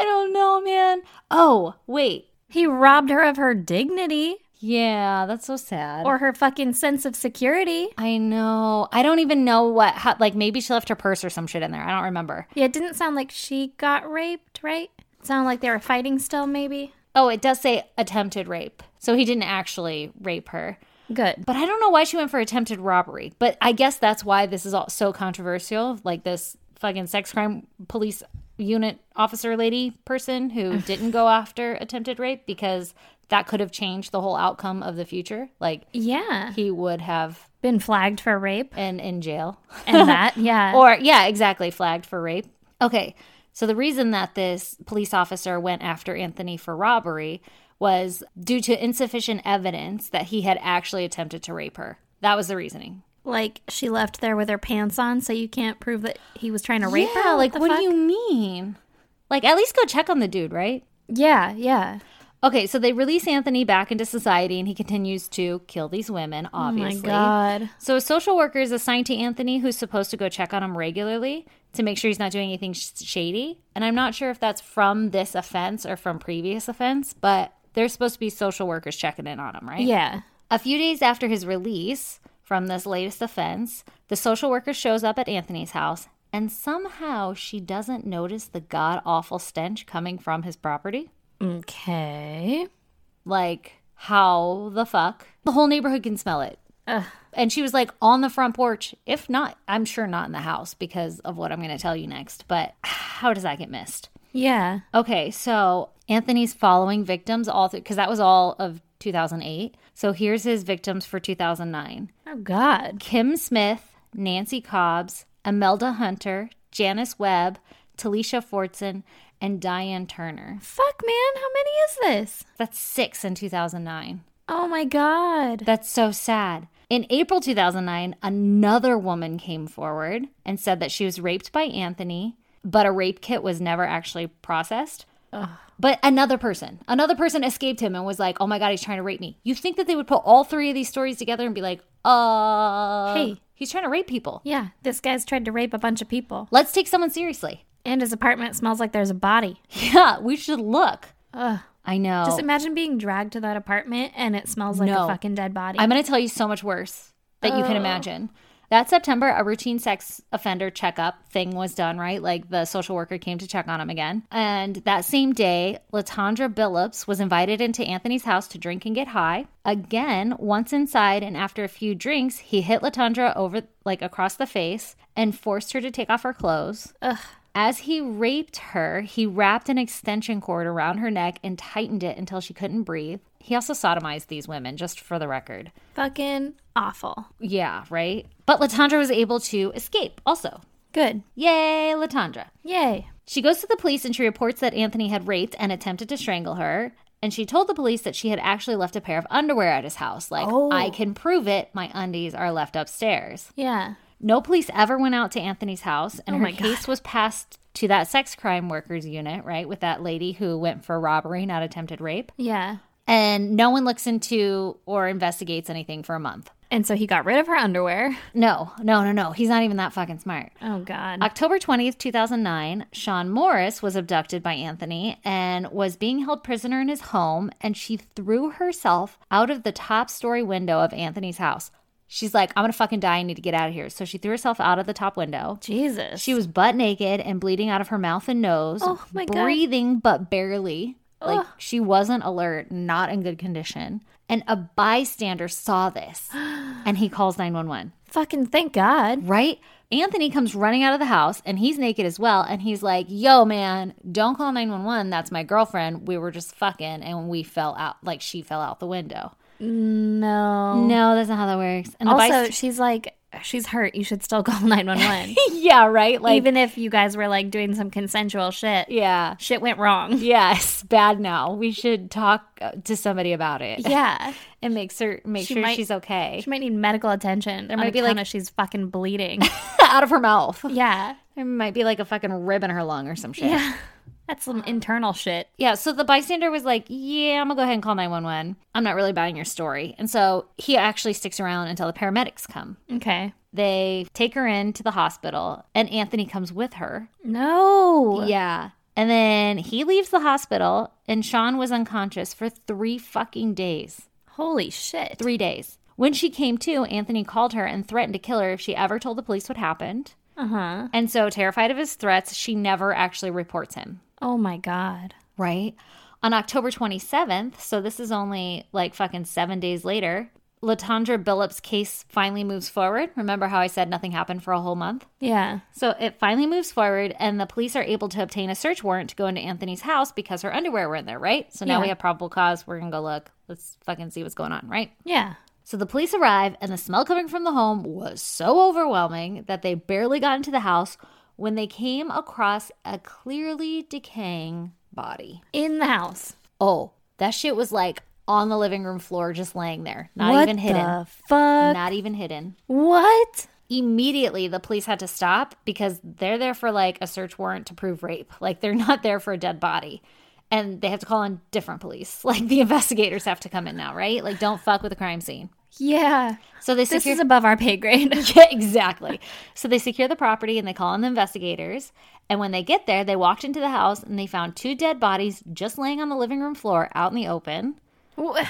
[SPEAKER 2] I don't know, man. Oh, wait.
[SPEAKER 1] he robbed her of her dignity.
[SPEAKER 2] Yeah, that's so sad.
[SPEAKER 1] or her fucking sense of security.
[SPEAKER 2] I know. I don't even know what. How, like maybe she left her purse or some shit in there. I don't remember.
[SPEAKER 1] Yeah, it didn't sound like she got raped, right? It sounded like they were fighting still, maybe.
[SPEAKER 2] Oh, it does say attempted rape. So he didn't actually rape her.
[SPEAKER 1] Good.
[SPEAKER 2] But I don't know why she went for attempted robbery. But I guess that's why this is all so controversial. Like this fucking sex crime police unit officer lady person who didn't go after attempted rape because that could have changed the whole outcome of the future. Like
[SPEAKER 1] Yeah.
[SPEAKER 2] he would have
[SPEAKER 1] Been flagged for rape
[SPEAKER 2] been in jail.
[SPEAKER 1] and that, yeah.
[SPEAKER 2] or yeah, exactly, flagged for rape. Okay. So the reason that this police officer went after Anthony for robbery was due to insufficient evidence that he had actually attempted to rape her. That was the reasoning.
[SPEAKER 1] like she left there with her pants on, so you can't prove that he was trying to rape her.
[SPEAKER 2] like
[SPEAKER 1] the
[SPEAKER 2] what
[SPEAKER 1] fuck?
[SPEAKER 2] do you mean? Like at least go check on the dude, right?
[SPEAKER 1] Yeah, yeah.
[SPEAKER 2] Okay, so they release Anthony back into society and he continues to kill these women, obviously.
[SPEAKER 1] Oh My God.
[SPEAKER 2] So a social worker is assigned to Anthony, who's supposed to go check on him regularly to make sure he's not doing anything sh- shady. And I'm not sure if that's from this offense or from previous offense, but there's supposed to be social workers checking in on him, right?
[SPEAKER 1] Yeah.
[SPEAKER 2] A few days after his release from this latest offense, the social worker shows up at Anthony's house, and somehow she doesn't notice the god awful stench coming from his property.
[SPEAKER 1] Okay.
[SPEAKER 2] Like, how the fuck? The whole neighborhood can smell it. And she was like on the front porch, if not, I'm sure not in the house because of what I'm going to tell you next. But how does that get missed?
[SPEAKER 1] Yeah.
[SPEAKER 2] Okay, so Anthony's following victims all through, because that was all of 2008. So here's his victims for 2009
[SPEAKER 1] Oh, God.
[SPEAKER 2] Kim Smith, Nancy Cobbs, Imelda Hunter, Janice Webb, Talisha Fortson, and Diane Turner.
[SPEAKER 1] Fuck, man. How many is this?
[SPEAKER 2] That's six in 2009.
[SPEAKER 1] Oh, my God.
[SPEAKER 2] That's so sad. In April 2009, another woman came forward and said that she was raped by Anthony, but a rape kit was never actually processed. But another person, another person escaped him and was like, "Oh my god, he's trying to rape me." You think that they would put all three of these stories together and be like, "Uh,
[SPEAKER 1] Hey.
[SPEAKER 2] he's trying to rape people.
[SPEAKER 1] Yeah, this guy's tried to rape a bunch of people.
[SPEAKER 2] Let's take someone seriously."
[SPEAKER 1] And his apartment smells like there's a body.
[SPEAKER 2] Yeah, we should look.
[SPEAKER 1] Ugh.
[SPEAKER 2] I know.
[SPEAKER 1] Just imagine being dragged to that apartment and it smells like
[SPEAKER 2] No.
[SPEAKER 1] a fucking dead body.
[SPEAKER 2] I'm going to tell you so much worse that you can imagine. That September, a routine sex offender checkup thing was done, right? Like the social worker came to check on him again. And that same day, Latondra Billups was invited into Anthony's house to drink and get high. Again, once inside and after a few drinks, he hit Latondra over, like across the face and forced her to take off her clothes. As he raped her, he wrapped an extension cord around her neck and tightened it until she couldn't breathe. He also sodomized these women, just for the record.
[SPEAKER 1] fucking awful.
[SPEAKER 2] Yeah, right? But Latondra was able to escape also.
[SPEAKER 1] Good.
[SPEAKER 2] Yay, Latondra.
[SPEAKER 1] Yay.
[SPEAKER 2] She goes to the police and she reports that Anthony had raped and attempted to strangle her. And she told the police that she had actually left a pair of underwear at his house. Like,
[SPEAKER 1] Oh.
[SPEAKER 2] I can prove it. My undies are left upstairs.
[SPEAKER 1] Yeah.
[SPEAKER 2] No police ever went out to Anthony's house, and her
[SPEAKER 1] Oh my God.
[SPEAKER 2] case was passed to that sex crime workers unit, right? With that lady who went for robbery, not attempted rape.
[SPEAKER 1] Yeah.
[SPEAKER 2] And no one looks into or investigates anything for a month.
[SPEAKER 1] And so he got rid of her underwear.
[SPEAKER 2] No, no, no, no. He's not even that fucking smart.
[SPEAKER 1] Oh God.
[SPEAKER 2] October 20th, 2009, Sean Morris was abducted by Anthony and was being held prisoner in his home, and she threw herself out of the top story window of Anthony's house. She's like, I'm gonna fucking die. I need to get out of here. So she threw herself out of the top window.
[SPEAKER 1] Jesus.
[SPEAKER 2] She was butt naked and bleeding out of her mouth and nose.
[SPEAKER 1] Oh, my God.
[SPEAKER 2] breathing but barely. Like she wasn't alert, not in good condition. And a bystander saw this and he calls 911.
[SPEAKER 1] fucking thank God.
[SPEAKER 2] Right? Anthony comes running out of the house and he's naked as well and he's like, "Yo man, don't call 911. That's my girlfriend. We were just fucking and we fell out like she fell out the window."
[SPEAKER 1] Mm, No.
[SPEAKER 2] No, that's not how that works. And the
[SPEAKER 1] Also,
[SPEAKER 2] byst-
[SPEAKER 1] she's like, she's hurt. You should still call nine one one,
[SPEAKER 2] yeah, right? Like
[SPEAKER 1] even if you guys were like doing some consensual shit.
[SPEAKER 2] yeah.
[SPEAKER 1] Shit went wrong.
[SPEAKER 2] Yes, bad now. We should talk uh, to somebody about it.
[SPEAKER 1] Yeah,
[SPEAKER 2] and makes her make
[SPEAKER 1] She
[SPEAKER 2] sure
[SPEAKER 1] might-
[SPEAKER 2] she's okay
[SPEAKER 1] she might need medical attention. There
[SPEAKER 2] might be, like-
[SPEAKER 1] she's fucking bleeding.
[SPEAKER 2] out of her mouth.
[SPEAKER 1] yeah,
[SPEAKER 2] There might be like a fucking rib in her lung or some shit. Yeah.
[SPEAKER 1] yeah, that's some internal shit.
[SPEAKER 2] So the bystander was like, "Yeah, I'm gonna go ahead and call 911. I'm not really buying your story." And so he actually sticks around until the paramedics come.
[SPEAKER 1] Okay.
[SPEAKER 2] They take her into the hospital, and Anthony comes with her.
[SPEAKER 1] No.
[SPEAKER 2] Yeah. And then he leaves the hospital, and Sean was unconscious for three fucking days.
[SPEAKER 1] Holy shit.
[SPEAKER 2] three days. When she came to, Anthony called her and threatened to kill her if she ever told the police what happened.
[SPEAKER 1] Uh huh.
[SPEAKER 2] And so, terrified of his threats, she never actually reports him.
[SPEAKER 1] Oh my god.
[SPEAKER 2] Right. On October 27th, so this is only like fucking seven days later, Latondra Billups' case finally moves forward. Remember how I said nothing happened for a whole month?
[SPEAKER 1] Yeah.
[SPEAKER 2] So it finally moves forward, and the police are able to obtain a search warrant to go into Anthony's house because her underwear were in there, right? So now
[SPEAKER 1] Yeah.
[SPEAKER 2] we have probable cause. We're going to go look. Let's fucking see what's going on, right?
[SPEAKER 1] Yeah.
[SPEAKER 2] So the police arrive, and the smell coming from the home was so overwhelming that they barely got into the house when they came across a clearly decaying body.
[SPEAKER 1] In the house.
[SPEAKER 2] Oh, that shit was like on the living room floor, just laying there, not
[SPEAKER 1] what
[SPEAKER 2] even hidden.
[SPEAKER 1] the fuck?
[SPEAKER 2] Not even hidden.
[SPEAKER 1] What?
[SPEAKER 2] Immediately, the police had to stop because they're there for like a search warrant to prove rape. Like, they're not there for a dead body. And they have to call in different police. Like, the investigators have to come in now, right? Like, don't fuck with the crime scene.
[SPEAKER 1] Yeah.
[SPEAKER 2] So they
[SPEAKER 1] This
[SPEAKER 2] secure-
[SPEAKER 1] is above our pay grade.
[SPEAKER 2] Yeah, exactly. So they secure the property and they call in the investigators. And when they get there, they walked into the house and they found two dead bodies just laying on the living room floor out in the open.
[SPEAKER 1] Wh-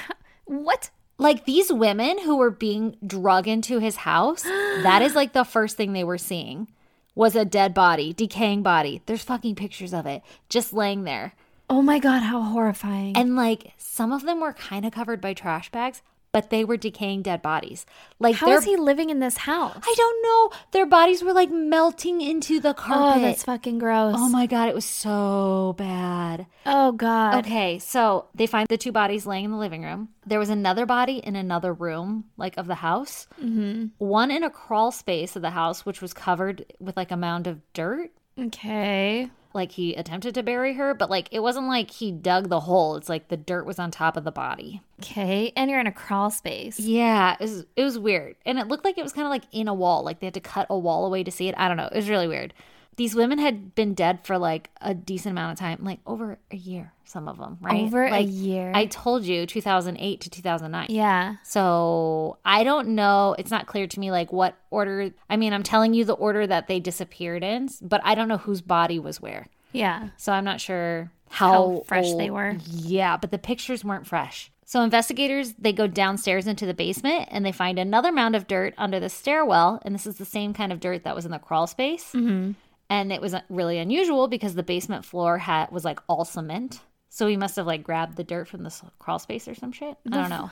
[SPEAKER 1] what?
[SPEAKER 2] Like these women who were being drug into his house, that is like the first thing they were seeing was a dead body, decaying body. There's fucking pictures of it just laying there.
[SPEAKER 1] Oh my god, how horrifying.
[SPEAKER 2] And like some of them were kind of covered by trash bags, but they were decaying dead bodies. Like
[SPEAKER 1] How
[SPEAKER 2] their-
[SPEAKER 1] is he living in this house?
[SPEAKER 2] I don't know. Their bodies were like melting into the
[SPEAKER 1] Oh,
[SPEAKER 2] carpet.
[SPEAKER 1] that's fucking gross.
[SPEAKER 2] Oh my god, it was so bad.
[SPEAKER 1] Oh god.
[SPEAKER 2] Okay, so they find the two bodies laying in the living room. There was another body in another room, like of the house. Mm-hmm. One in a crawl space of the house, which was covered with like a mound of dirt.
[SPEAKER 1] Okay.
[SPEAKER 2] like he attempted to bury her, but like it wasn't like he dug the hole. It's like the dirt was on top of the body.
[SPEAKER 1] Okay. And you're in a crawl space.
[SPEAKER 2] Yeah, it was, it was weird. And it looked like it was kind of like in a wall, like they had to cut a wall away to see it. I don't know. It was really weird. These women had been dead for like a decent amount of time, like over a year, some of them, right?
[SPEAKER 1] Over a
[SPEAKER 2] Like,
[SPEAKER 1] year.
[SPEAKER 2] I told you 2008 to 2009.
[SPEAKER 1] yeah.
[SPEAKER 2] So I don't know. It's not clear to me like what order. I mean, I'm telling you the order that they disappeared in, but I don't know whose body was where.
[SPEAKER 1] Yeah.
[SPEAKER 2] So I'm not sure how,
[SPEAKER 1] How fresh they
[SPEAKER 2] old-
[SPEAKER 1] were.
[SPEAKER 2] Yeah, but the pictures weren't fresh. So investigators they go downstairs into the basement and they find another mound of dirt under the stairwell, and this is the same kind of dirt that was in the crawl space.
[SPEAKER 1] Mm-hmm.
[SPEAKER 2] And it was uh, really unusual because the basement floor had was like all cement. So he must have like grabbed the dirt from the s- crawl space or some shit. I don't know.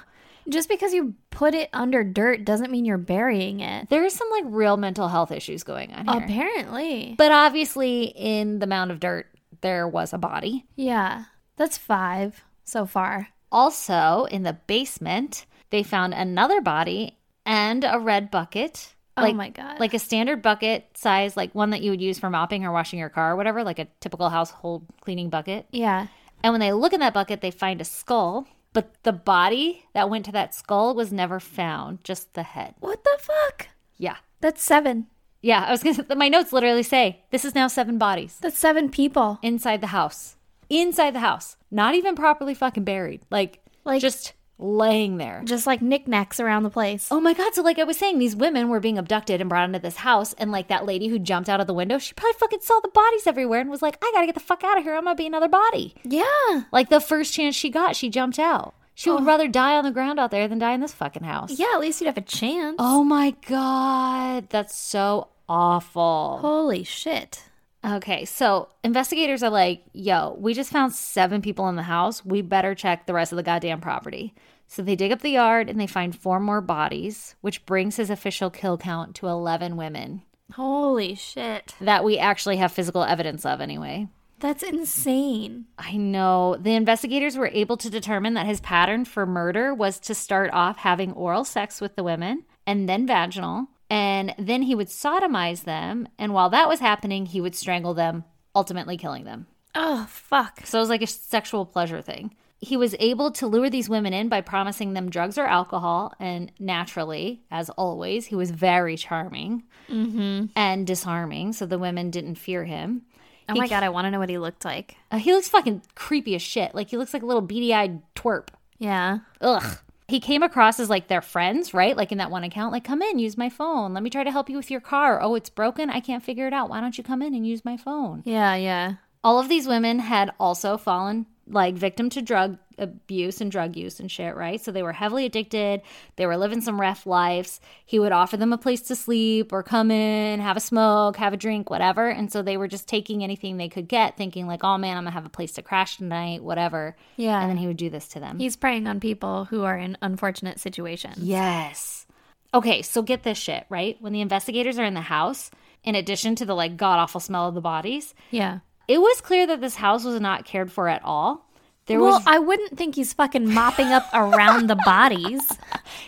[SPEAKER 1] Just because you put it under dirt doesn't mean you're burying it.
[SPEAKER 2] There is some like real mental health issues going on here.
[SPEAKER 1] Apparently.
[SPEAKER 2] But obviously, in the mound of dirt, there was a body.
[SPEAKER 1] yeah. That's five so far.
[SPEAKER 2] Also, in the basement, they found another body and a red bucket. Like,
[SPEAKER 1] oh my God.
[SPEAKER 2] Like a standard bucket size, like one that you would use for mopping or washing your car or whatever, like a typical household cleaning bucket.
[SPEAKER 1] yeah.
[SPEAKER 2] And when they look in that bucket, they find a skull, but the body that went to that skull was never found, just the head.
[SPEAKER 1] What the fuck?
[SPEAKER 2] Yeah.
[SPEAKER 1] That's seven.
[SPEAKER 2] Yeah. I was going to, my notes literally say this is now seven bodies
[SPEAKER 1] That's seven people.
[SPEAKER 2] inside the house. Inside the house. Not even properly fucking buried. Like,
[SPEAKER 1] Like-
[SPEAKER 2] just laying there.
[SPEAKER 1] Just like knickknacks around the place.
[SPEAKER 2] Oh my God. So, like I was saying, these women were being abducted and brought into this house. And, like, that lady who jumped out of the window, she probably fucking saw the bodies everywhere and was like, I gotta get the fuck out of here. I'm gonna be another body.
[SPEAKER 1] Yeah.
[SPEAKER 2] Like, the first chance she got, she jumped out. She would rather die on the ground out there than die in this fucking house.
[SPEAKER 1] Yeah. At least you'd have a chance.
[SPEAKER 2] Oh my God. That's so awful.
[SPEAKER 1] Holy shit.
[SPEAKER 2] Okay, so investigators are like, yo, we just found seven people in the house. We better check the rest of the goddamn property. So they dig up the yard and they find four more bodies, which brings his official kill count to 11 women
[SPEAKER 1] Holy shit.
[SPEAKER 2] that we actually have physical evidence of anyway.
[SPEAKER 1] That's insane.
[SPEAKER 2] I know. The investigators were able to determine that his pattern for murder was to start off having oral sex with the women and then vaginal, and then he would sodomize them. And while that was happening, he would strangle them, ultimately killing them.
[SPEAKER 1] Oh, fuck.
[SPEAKER 2] So it was like a sexual pleasure thing. He was able to lure these women in by promising them drugs or alcohol. And naturally, as always, he was very charming and disarming. So the women didn't fear him.
[SPEAKER 1] Oh my God. I want to know what he looked like.
[SPEAKER 2] Uh, he looks fucking creepy as shit. Like he looks like a little beady eyed twerp.
[SPEAKER 1] Yeah.
[SPEAKER 2] Ugh. He came across as like their friends, right? Like in that one account, like, come in, use my phone. Let me try to help you with your car. Oh, it's broken. I can't figure it out. Why don't you come in and use my phone?
[SPEAKER 1] Yeah. Yeah.
[SPEAKER 2] all of these women had also fallen like victim to drug abuse and drug use and shit, right? So they were heavily addicted. They were living some rough lives. He would offer them a place to sleep or come in, have a smoke, have a drink, whatever. And so they were just taking anything they could get, thinking like, "Oh man, I'm gonna have a place to crash tonight, whatever."
[SPEAKER 1] Yeah.
[SPEAKER 2] And then he would do this to them.
[SPEAKER 1] He's preying on people who are in unfortunate situations.
[SPEAKER 2] Yes. Okay, so get this shit, right? When the investigators are in the house, in addition to the like god awful smell of the bodies,
[SPEAKER 1] Yeah.
[SPEAKER 2] it was clear that this house was not cared for at all. There
[SPEAKER 1] Well,
[SPEAKER 2] was
[SPEAKER 1] I wouldn't think he's fucking mopping up around the bodies.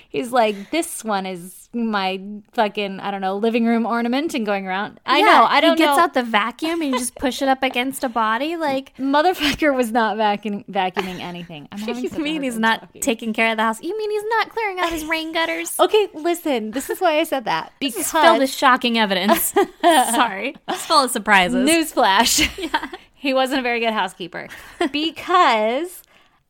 [SPEAKER 2] he's like this one is my fucking I don't know living room ornament and going around. I
[SPEAKER 1] Yeah,
[SPEAKER 2] know I don't
[SPEAKER 1] He gets
[SPEAKER 2] know.
[SPEAKER 1] out the vacuum and you just push it up against a body. Like,
[SPEAKER 2] Motherfucker was not vacuum, vacuuming anything. I'm having
[SPEAKER 1] you
[SPEAKER 2] such a
[SPEAKER 1] mean
[SPEAKER 2] hard
[SPEAKER 1] he's
[SPEAKER 2] time
[SPEAKER 1] not
[SPEAKER 2] talking.
[SPEAKER 1] taking care of the house? You mean he's not clearing out his rain gutters?
[SPEAKER 2] Okay, listen. This is why I said that because
[SPEAKER 1] Oh, Filled with shocking evidence. Sorry. It's full of surprises.
[SPEAKER 2] Newsflash. he wasn't a very good housekeeper because,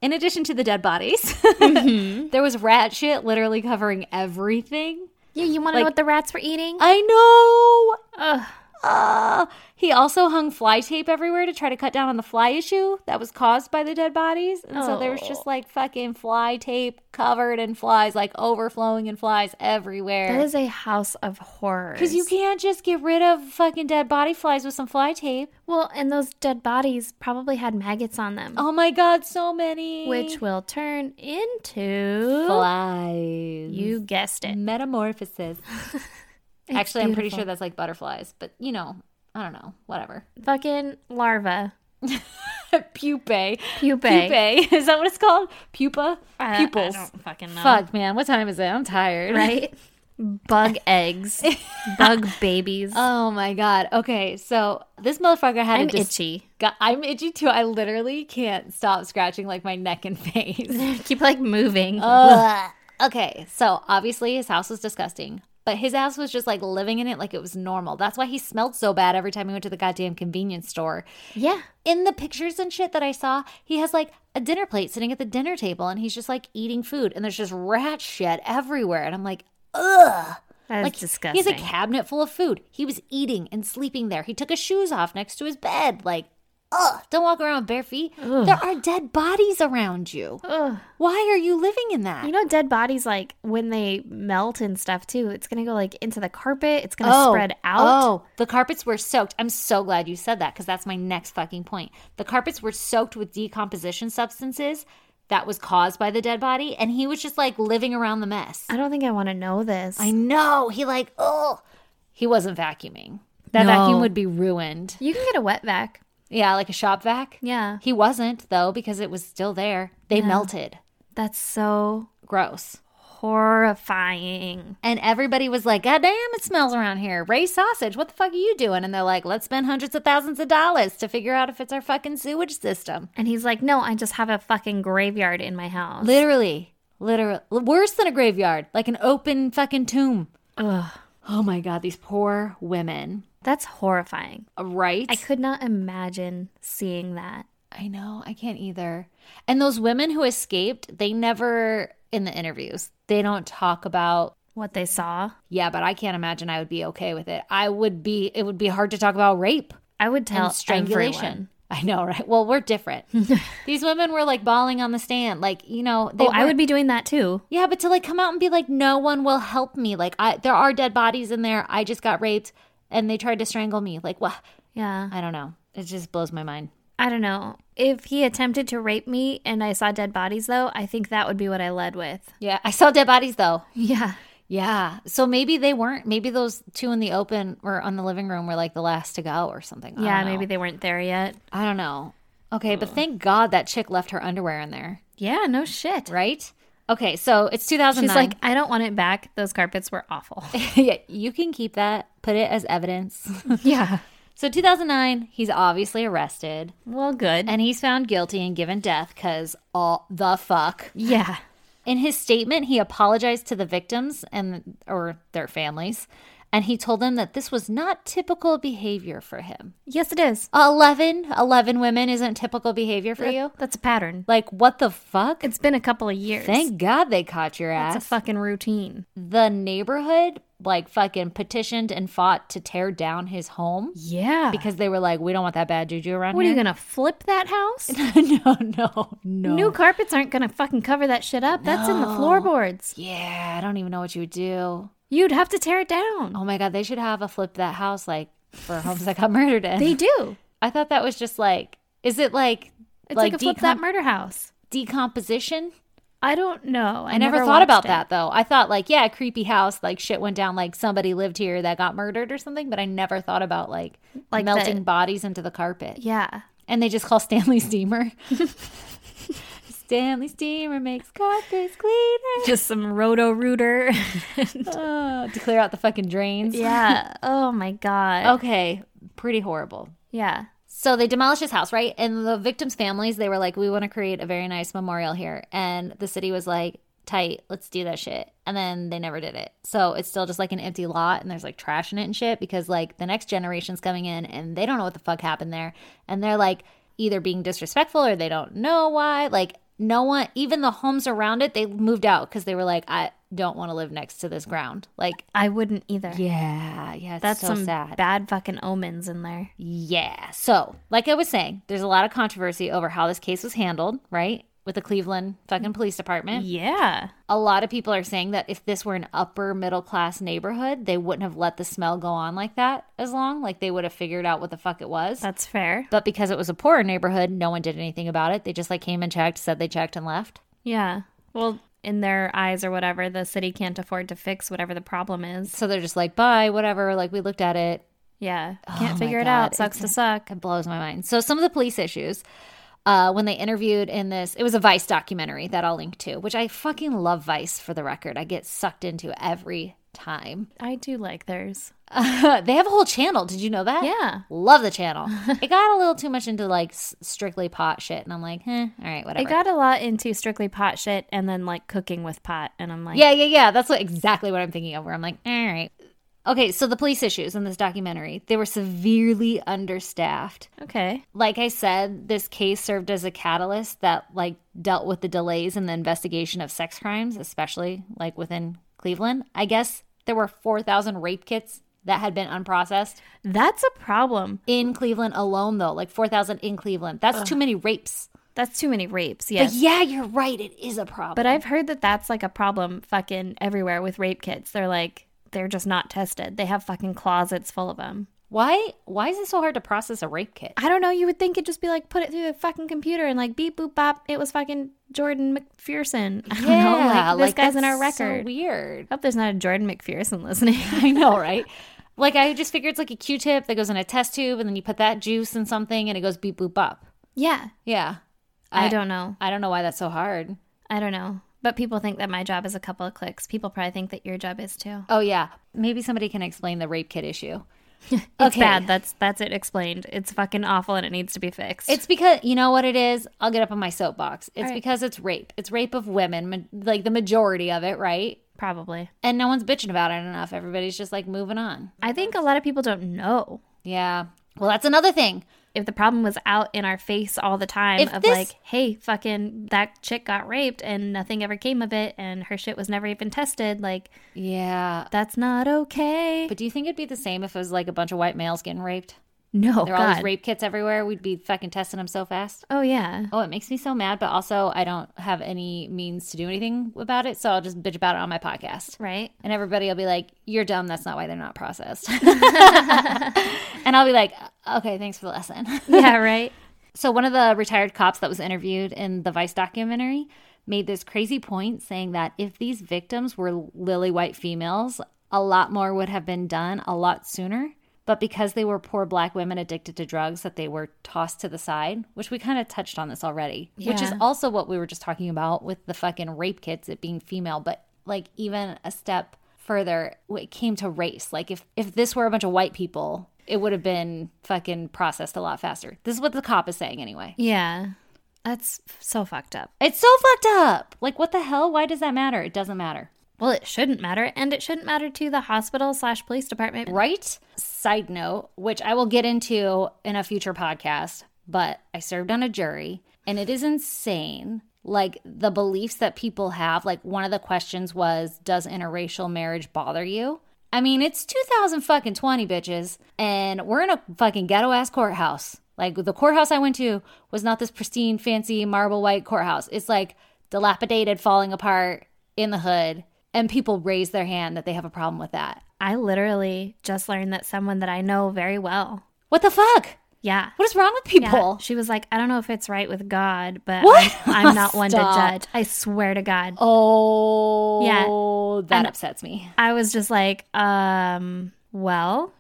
[SPEAKER 2] in addition to the dead bodies, there was rat shit literally covering everything.
[SPEAKER 1] Yeah, you want to know what the rats were eating?
[SPEAKER 2] I know.
[SPEAKER 1] Ugh.
[SPEAKER 2] Uh, he also hung fly tape everywhere to try to cut down on the fly issue that was caused by the dead bodies. And so there was just
[SPEAKER 1] Oh.
[SPEAKER 2] like fucking fly tape covered in flies, like overflowing in flies
[SPEAKER 1] That
[SPEAKER 2] everywhere.
[SPEAKER 1] is a house of horrors.
[SPEAKER 2] Because you can't just get rid of fucking dead body flies with some fly tape.
[SPEAKER 1] well, and those dead bodies probably had maggots on them,
[SPEAKER 2] Oh my god, so many.
[SPEAKER 1] which will turn into
[SPEAKER 2] flies.
[SPEAKER 1] you guessed it.
[SPEAKER 2] Metamorphosis. Actually, I'm pretty
[SPEAKER 1] beautiful.
[SPEAKER 2] sure that's like butterflies, but you know, I don't know, whatever.
[SPEAKER 1] Fucking larva,
[SPEAKER 2] Pupae.
[SPEAKER 1] pupae,
[SPEAKER 2] Pupae. Is that what it's called?
[SPEAKER 1] Uh,
[SPEAKER 2] Pupa?
[SPEAKER 1] I
[SPEAKER 2] Pupils.
[SPEAKER 1] don't fucking know.
[SPEAKER 2] Fuck, man. What time is it? I'm tired.
[SPEAKER 1] Right? bug eggs, bug babies.
[SPEAKER 2] Oh my god. Okay, so this motherfucker had
[SPEAKER 1] I'm
[SPEAKER 2] a dis-
[SPEAKER 1] itchy.
[SPEAKER 2] God, I'm itchy too. I literally can't stop scratching like my neck and face.
[SPEAKER 1] Keep like moving.
[SPEAKER 2] Ugh. okay, so obviously his house was disgusting, but his ass was just like living in it like it was normal. That's why he smelled so bad every time he went to the goddamn convenience store.
[SPEAKER 1] yeah.
[SPEAKER 2] In the pictures and shit that I saw, he has like a dinner plate sitting at the dinner table and he's just like eating food and there's just rat shit everywhere. And I'm like, ugh.
[SPEAKER 1] That's
[SPEAKER 2] like
[SPEAKER 1] disgusting.
[SPEAKER 2] He has a cabinet full of food. He was eating and sleeping there. He took his shoes off next to his bed. Like, ugh, don't walk around with bare feet. There are dead bodies around you.
[SPEAKER 1] Ugh.
[SPEAKER 2] Why are you living in that?
[SPEAKER 1] You know, dead bodies, like when they melt and stuff too, it's going to go like into the carpet. It's going to spread out.
[SPEAKER 2] Oh, the carpets were soaked. I'm so glad you said that because that's my next fucking point. The carpets were soaked with decomposition substances that was caused by the dead body, and he was just like living around the mess.
[SPEAKER 1] I don't think I want to know this.
[SPEAKER 2] I know. He like, oh, he wasn't vacuuming.
[SPEAKER 1] No.
[SPEAKER 2] That vacuum would be ruined.
[SPEAKER 1] you can get a wet vac.
[SPEAKER 2] Yeah, like a shop vac.
[SPEAKER 1] Yeah.
[SPEAKER 2] He wasn't though because it was still there. They melted.
[SPEAKER 1] That's so
[SPEAKER 2] Gross.
[SPEAKER 1] horrifying.
[SPEAKER 2] And everybody was like, God damn, it smells around here. Ray sausage, what the fuck are you doing? And they're like, let's spend hundreds of thousands of dollars to figure out if it's our fucking sewage system.
[SPEAKER 1] And he's like, no, I just have a fucking graveyard in my house.
[SPEAKER 2] Literally, literally, worse than a graveyard, like an open fucking tomb.
[SPEAKER 1] Ugh.
[SPEAKER 2] Oh my God, these poor women.
[SPEAKER 1] That's horrifying.
[SPEAKER 2] Right?
[SPEAKER 1] I could not imagine seeing that.
[SPEAKER 2] I know, I can't either. And those women who escaped, they never, in the interviews, they don't talk about
[SPEAKER 1] What they saw.
[SPEAKER 2] Yeah, but I can't imagine I would be okay with it. I would be, it would be hard to talk about rape
[SPEAKER 1] I would
[SPEAKER 2] and
[SPEAKER 1] tell
[SPEAKER 2] strangulation.
[SPEAKER 1] everyone.
[SPEAKER 2] I know, right? Well, we're different. These women were like bawling on the stand. Like, you know, they
[SPEAKER 1] Oh, I
[SPEAKER 2] weren't-
[SPEAKER 1] would be doing that too.
[SPEAKER 2] Yeah, but to like come out and be like, no one will help me. Like, I, there are dead bodies in there. I just got raped and they tried to strangle me. Like, what?
[SPEAKER 1] Yeah.
[SPEAKER 2] I don't know. It just blows my mind.
[SPEAKER 1] I don't know. If he attempted to rape me and I saw dead bodies though, I think that would be what I led with.
[SPEAKER 2] Yeah. I saw dead bodies though.
[SPEAKER 1] Yeah.
[SPEAKER 2] Yeah. So maybe they weren't, maybe those two in the open or on the living room were like the last to go or something. I
[SPEAKER 1] Yeah,
[SPEAKER 2] don't know.
[SPEAKER 1] maybe they weren't there yet.
[SPEAKER 2] I don't know. Okay, but thank God that chick left her underwear in there,
[SPEAKER 1] Yeah, no shit.
[SPEAKER 2] right? Okay, so it's
[SPEAKER 1] She's
[SPEAKER 2] 2009.
[SPEAKER 1] like, I don't want it back. Those carpets were awful.
[SPEAKER 2] yeah, you can keep that, put it as evidence.
[SPEAKER 1] yeah.
[SPEAKER 2] so 2009, he's obviously arrested
[SPEAKER 1] Well, good.
[SPEAKER 2] and he's found guilty and given death cuz all the fuck.
[SPEAKER 1] yeah.
[SPEAKER 2] In his statement, he apologized to the victims and or their families, and he told them that this was not typical behavior for him.
[SPEAKER 1] Yes, it is.
[SPEAKER 2] 11 11 women isn't typical behavior for you?
[SPEAKER 1] That's a pattern.
[SPEAKER 2] Like what the fuck?
[SPEAKER 1] It's been a couple of years.
[SPEAKER 2] Thank God they caught your ass.
[SPEAKER 1] It's a fucking routine.
[SPEAKER 2] the neighborhood like fucking petitioned and fought to tear down his home
[SPEAKER 1] Yeah.
[SPEAKER 2] because they were like, we don't want that bad juju around
[SPEAKER 1] what are you
[SPEAKER 2] here.
[SPEAKER 1] gonna flip that house?
[SPEAKER 2] no, no, no.
[SPEAKER 1] New carpets aren't gonna fucking cover that shit up. That's in the floorboards.
[SPEAKER 2] yeah, I don't even know what you would do.
[SPEAKER 1] You'd have to tear it down.
[SPEAKER 2] Oh my god, they should have a flip that house like for homes that got murdered in.
[SPEAKER 1] They do.
[SPEAKER 2] I thought that was just like, is it like
[SPEAKER 1] It's like, a flip
[SPEAKER 2] decom-
[SPEAKER 1] that murder house.
[SPEAKER 2] decomposition?
[SPEAKER 1] I don't know. I,
[SPEAKER 2] I never, thought about
[SPEAKER 1] watched it.
[SPEAKER 2] that though. I thought like, yeah, creepy house, like shit went down, like somebody lived here that got murdered or something. But I never thought about like,
[SPEAKER 1] Like
[SPEAKER 2] melting
[SPEAKER 1] the-
[SPEAKER 2] bodies into the carpet.
[SPEAKER 1] Yeah.
[SPEAKER 2] And they just call Stanley Steamer. Stanley Steamer makes carpets cleaner.
[SPEAKER 1] Just some roto rooter.
[SPEAKER 2] Oh, to clear out the fucking drains.
[SPEAKER 1] yeah. Oh my god.
[SPEAKER 2] Okay. Pretty horrible.
[SPEAKER 1] Yeah.
[SPEAKER 2] So they demolished his house, right? And the victims' families, they were like, we want to create a very nice memorial here. And the city was like, tight, let's do that shit. And then they never did it. So it's still just like an empty lot and there's like trash in it and shit because like the next generation's coming in and they don't know what the fuck happened there. And they're like either being disrespectful or they don't know why. Like, no one, even the homes around it, they moved out because they were like, I don't want to live next to this ground. Like,
[SPEAKER 1] I wouldn't either.
[SPEAKER 2] yeah, yeah, it's
[SPEAKER 1] That's
[SPEAKER 2] so
[SPEAKER 1] some
[SPEAKER 2] sad.
[SPEAKER 1] bad fucking omens in there.
[SPEAKER 2] Yeah. So, like I was saying, there's a lot of controversy over how this case was handled, right? With the Cleveland fucking police department.
[SPEAKER 1] Yeah.
[SPEAKER 2] A lot of people are saying that if this were an upper middle class neighborhood, they wouldn't have let the smell go on like that as long. Like they would have figured out what the fuck it was.
[SPEAKER 1] That's fair.
[SPEAKER 2] But because it was a poorer neighborhood, no one did anything about it. They just like came and checked, said they checked and left.
[SPEAKER 1] Yeah. Well, in their eyes or whatever, the city can't afford to fix whatever the problem is.
[SPEAKER 2] So they're just like, bye, whatever. Like we looked at it.
[SPEAKER 1] Yeah. Can't
[SPEAKER 2] Oh my
[SPEAKER 1] figure it
[SPEAKER 2] God.
[SPEAKER 1] out. Sucks to suck.
[SPEAKER 2] It blows my mind. So some of the police issues uh, when they interviewed in this, it was a Vice documentary that I'll link to, which I fucking love Vice for the record. I get sucked into every time.
[SPEAKER 1] I do like theirs.
[SPEAKER 2] they have a whole channel. Did you know that?
[SPEAKER 1] Yeah.
[SPEAKER 2] Love the channel. it got a little too much into like s- strictly pot shit, and I'm like, eh, all right,
[SPEAKER 1] I
[SPEAKER 2] whatever.
[SPEAKER 1] got a lot into strictly pot shit and then like cooking with pot. And I'm like,
[SPEAKER 2] yeah, yeah, yeah. That's what exactly what I'm thinking of. Where I'm like, all right. Okay, so the police issues in this documentary, they were severely understaffed.
[SPEAKER 1] okay.
[SPEAKER 2] like I said, this case served as a catalyst that like dealt with the delays in the investigation of sex crimes, especially like within Cleveland. I guess there were 4,000 rape kits that had been unprocessed
[SPEAKER 1] That's a problem.
[SPEAKER 2] in Cleveland alone though, like 4,000 in Cleveland. That's too many rapes.
[SPEAKER 1] That's too many rapes.
[SPEAKER 2] But
[SPEAKER 1] Yes.
[SPEAKER 2] yeah, you're right, it is a problem.
[SPEAKER 1] But I've heard that that's like a problem fucking everywhere with rape kits. They're like, they're just not tested. They have fucking closets full of them.
[SPEAKER 2] why why is it so hard to process a rape kit?
[SPEAKER 1] I don't know. You would think it'd just be like, put it through the fucking computer and like beep boop bop. It was fucking Jordan McPherson. I don't know. Like, this guy's in
[SPEAKER 2] that's
[SPEAKER 1] our record.
[SPEAKER 2] So weird.
[SPEAKER 1] I hope there's not a Jordan McPherson listening.
[SPEAKER 2] I know, right? Like I just figured it's like a Q-tip that goes in a test tube, and then you put that juice in something, and it goes beep boop up.
[SPEAKER 1] yeah.
[SPEAKER 2] Yeah,
[SPEAKER 1] I, don't know.
[SPEAKER 2] I don't know why that's so hard.
[SPEAKER 1] I don't know. But people think that my job is a couple of clicks. People probably think that your job is too.
[SPEAKER 2] Oh yeah, maybe somebody can explain the rape kit issue.
[SPEAKER 1] It's
[SPEAKER 2] Okay.
[SPEAKER 1] bad. That's that's it explained. It's fucking awful and it needs to be fixed.
[SPEAKER 2] It's because you know what it is. I'll get up on my soapbox. It's
[SPEAKER 1] right.
[SPEAKER 2] because it's rape. It's rape of women, ma- like the majority of it, right?
[SPEAKER 1] probably.
[SPEAKER 2] And no one's bitching about it enough. Everybody's just like moving on.
[SPEAKER 1] I think a lot of people don't know.
[SPEAKER 2] Yeah. Well, that's another thing.
[SPEAKER 1] If the problem was out in our face all the time
[SPEAKER 2] If
[SPEAKER 1] of
[SPEAKER 2] this-
[SPEAKER 1] like, hey, fucking that chick got raped and nothing ever came of it and her shit was never even tested, like
[SPEAKER 2] Yeah.
[SPEAKER 1] that's not okay.
[SPEAKER 2] But do you think it'd be the same if it was like a bunch of white males getting raped?
[SPEAKER 1] no,
[SPEAKER 2] There are all these
[SPEAKER 1] God.
[SPEAKER 2] rape kits everywhere. We'd be fucking testing them so fast.
[SPEAKER 1] oh yeah.
[SPEAKER 2] Oh, it makes me so mad, but also I don't have any means to do anything about it, so I'll just bitch about it on my podcast.
[SPEAKER 1] Right?
[SPEAKER 2] And everybody will be like, You're dumb. That's not why they're not processed. and I'll be like, Okay, thanks for the lesson.
[SPEAKER 1] Yeah, right.
[SPEAKER 2] so, one of the retired cops that was interviewed in the Vice documentary made this crazy point saying that if these victims were lily white females, a lot more would have been done a lot sooner. But because they were poor black women addicted to drugs, that they were tossed to the side, which we kind of touched on this already, which is
[SPEAKER 1] Yeah.
[SPEAKER 2] also what we were just talking about with the fucking rape kits it being female but like even a step further when it came to race like if if this were a bunch of white people it would have been fucking processed a lot faster this is what the cop is saying anyway
[SPEAKER 1] Yeah. That's f- so fucked up.
[SPEAKER 2] it's so fucked up like what the hell why does that matter it doesn't matter
[SPEAKER 1] Well, it shouldn't matter, and it shouldn't matter to the hospital slash police department.
[SPEAKER 2] right side note which i will get into in a future podcast but i served on a jury and it is insane like the beliefs that people have like one of the questions was does interracial marriage bother you i mean it's 2000 fucking 20 bitches and we're in a fucking ghetto ass courthouse like the courthouse i went to was not this pristine fancy marble white courthouse it's like dilapidated falling apart in the hood and people raise their hand that they have a problem with that
[SPEAKER 1] I literally just learned that someone that I know very well.
[SPEAKER 2] what the fuck?
[SPEAKER 1] Yeah.
[SPEAKER 2] What is wrong with
[SPEAKER 1] Yeah.
[SPEAKER 2] people?
[SPEAKER 1] She was like, I don't know if it's right with God, but
[SPEAKER 2] What?
[SPEAKER 1] I'm, I'm not one to
[SPEAKER 2] Stop.
[SPEAKER 1] judge. I swear to God.
[SPEAKER 2] Oh, that
[SPEAKER 1] And-
[SPEAKER 2] upsets me.
[SPEAKER 1] I was just like, um, well,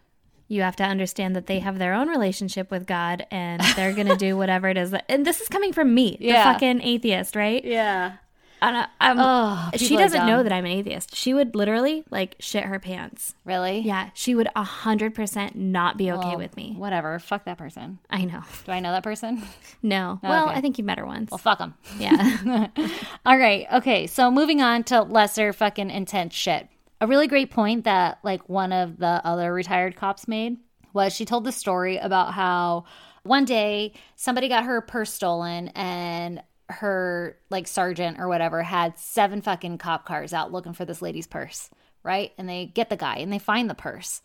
[SPEAKER 1] you have to understand that they have their own relationship with God and they're going to do whatever it is. That, and this is coming from me,
[SPEAKER 2] Yeah.
[SPEAKER 1] the fucking atheist, right?
[SPEAKER 2] Yeah.
[SPEAKER 1] And I, I'm,
[SPEAKER 2] Oh,
[SPEAKER 1] she
[SPEAKER 2] people are
[SPEAKER 1] doesn't know
[SPEAKER 2] dumb.
[SPEAKER 1] that I'm an atheist. She would literally like shit her pants.
[SPEAKER 2] Really?
[SPEAKER 1] Yeah, she would 100% not be okay
[SPEAKER 2] Well,
[SPEAKER 1] with me.
[SPEAKER 2] Whatever. Fuck that person.
[SPEAKER 1] I know.
[SPEAKER 2] Do I know that person?
[SPEAKER 1] No. well,
[SPEAKER 2] okay.
[SPEAKER 1] I think you met her once.
[SPEAKER 2] Well, fuck them.
[SPEAKER 1] yeah.
[SPEAKER 2] All right. Okay. So moving on to lesser fucking intense shit. A really great point that like one of the other retired cops made was she told the story about how one day somebody got her purse stolen and her like sergeant or whatever had seven fucking cop cars out looking for this lady's purse, right? And they get the guy and they find the purse.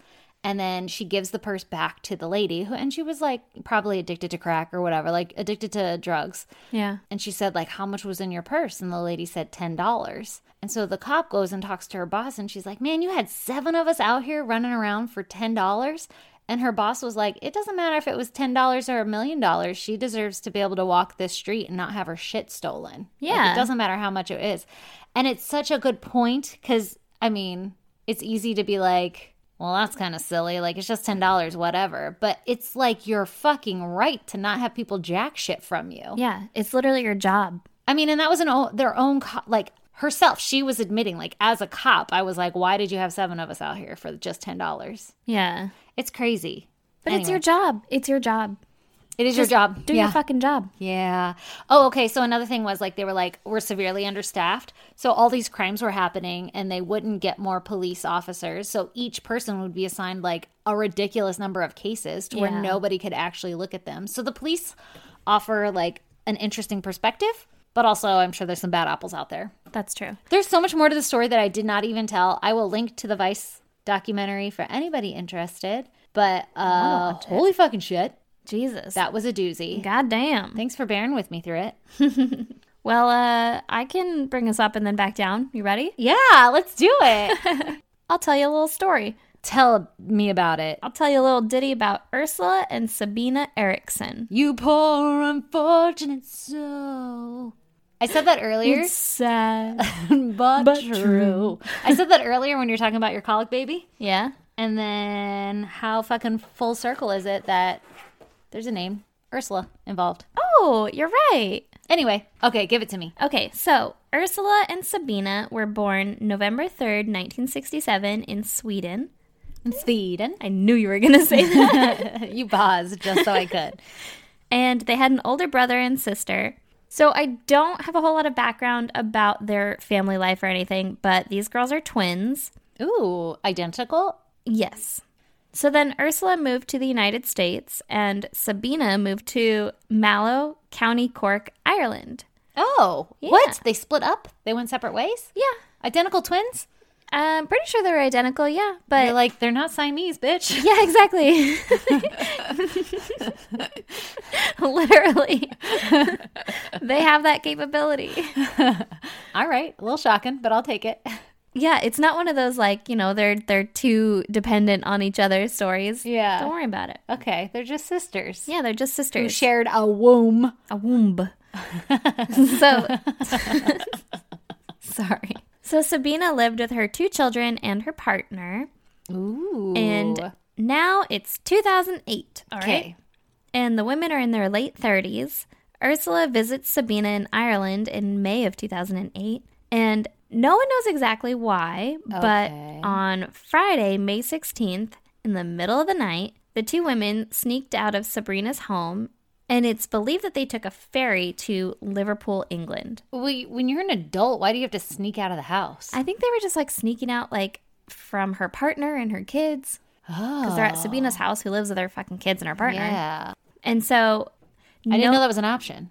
[SPEAKER 2] And then she gives the purse back to the lady who and she was like probably addicted to crack or whatever, like addicted to drugs.
[SPEAKER 1] Yeah.
[SPEAKER 2] And she said, like, how much was in your purse? And the lady said, $10. And so the cop goes and talks to her boss and she's like, man, you had seven of us out here running around for $10. And her boss was like, it doesn't matter if it was $10 or a million dollars. She deserves to be able to walk this street and not have her shit stolen. Like,
[SPEAKER 1] Yeah.
[SPEAKER 2] it doesn't matter how much it is. And it's such a good point because, I mean, it's easy to be like, well, that's kind of silly. Like, it's just $10, whatever. But it's like, you're fucking right to not have people jack shit from you.
[SPEAKER 1] Yeah. It's literally your job.
[SPEAKER 2] I mean, and that was an o- their own co- like herself. She was admitting, like, as a cop, I was like, why did you have seven of us out here for just $10?
[SPEAKER 1] Yeah.
[SPEAKER 2] It's crazy.
[SPEAKER 1] But it's
[SPEAKER 2] Anyway.
[SPEAKER 1] your job. It's your job.
[SPEAKER 2] It is your job.
[SPEAKER 1] Do
[SPEAKER 2] yeah.
[SPEAKER 1] your fucking job.
[SPEAKER 2] Yeah. Oh, okay. So another thing was like they were like, we're severely understaffed. So all these crimes were happening and they wouldn't get more police officers. So each person would be assigned like a ridiculous number of cases to
[SPEAKER 1] Yeah.
[SPEAKER 2] where nobody could actually look at them. So the police offer like an interesting perspective, but also I'm sure there's some bad apples out there.
[SPEAKER 1] That's true.
[SPEAKER 2] There's so much more to the story that I did not even tell. I will link to the Vice documentary for anybody interested. But uh holy fucking shit.
[SPEAKER 1] Jesus.
[SPEAKER 2] That was a doozy.
[SPEAKER 1] God damn.
[SPEAKER 2] Thanks for bearing with me through it.
[SPEAKER 1] Well, uh, I can bring us up and then back down. You ready?
[SPEAKER 2] Yeah, let's do it.
[SPEAKER 1] I'll tell you a little story.
[SPEAKER 2] Tell me about it.
[SPEAKER 1] I'll tell you a little ditty about Ursula and Sabina Erickson.
[SPEAKER 2] You poor unfortunate soul. I said that earlier,
[SPEAKER 1] sad.
[SPEAKER 2] but,
[SPEAKER 1] but
[SPEAKER 2] true.
[SPEAKER 1] true.
[SPEAKER 2] I said that earlier when you're talking about your colic baby.
[SPEAKER 1] yeah.
[SPEAKER 2] And then how fucking full circle is it that there's a name, Ursula, involved?
[SPEAKER 1] Oh, you're right.
[SPEAKER 2] Anyway, okay, give it to me.
[SPEAKER 1] Okay, so Ursula and Sabina were born November 3rd, 1967, in Sweden.
[SPEAKER 2] In Sweden.
[SPEAKER 1] I knew you were going to say that.
[SPEAKER 2] you paused just so I could.
[SPEAKER 1] and they had an older brother and sister. So I don't have a whole lot of background about their family life or anything, but these girls are twins.
[SPEAKER 2] Ooh, identical?
[SPEAKER 1] Yes. So then Ursula moved to the United States and Sabina moved to Mallow, County Cork, Ireland.
[SPEAKER 2] Oh, what? They split up? They went separate ways?
[SPEAKER 1] Yeah.
[SPEAKER 2] Identical twins?
[SPEAKER 1] I'm pretty sure they're identical, yeah, but
[SPEAKER 2] They're like, they're not Siamese, bitch.
[SPEAKER 1] Yeah, exactly. Literally. they have that capability.
[SPEAKER 2] All right, a little shocking, but I'll take it.
[SPEAKER 1] Yeah, it's not one of those like, you know, they're they're too dependent on each other stories.
[SPEAKER 2] Yeah.
[SPEAKER 1] Don't worry about it.
[SPEAKER 2] Okay, they're just sisters
[SPEAKER 1] Yeah, they're just
[SPEAKER 2] who
[SPEAKER 1] sisters.
[SPEAKER 2] shared a womb.
[SPEAKER 1] a womb. so Sorry. So Sabina lived with her two children and her partner
[SPEAKER 2] Ooh,
[SPEAKER 1] and now it's 2008, all right?
[SPEAKER 2] okay,
[SPEAKER 1] and the women are in their late 30s. Ursula visits Sabina in Ireland in May of 2008, and no one knows exactly why, but
[SPEAKER 2] Okay.
[SPEAKER 1] on Friday, May 16th, in the middle of the night, the two women sneaked out of Sabrina's home, and it's believed that they took a ferry to Liverpool, England.
[SPEAKER 2] we, when you're an adult, why do you have to sneak out of the house?
[SPEAKER 1] I think they were just like sneaking out, like from her partner and her kids, because
[SPEAKER 2] oh,
[SPEAKER 1] they're at Sabina's house, who lives with her fucking kids and her partner.
[SPEAKER 2] yeah,
[SPEAKER 1] And so,
[SPEAKER 2] I didn't
[SPEAKER 1] no-
[SPEAKER 2] know that was an option.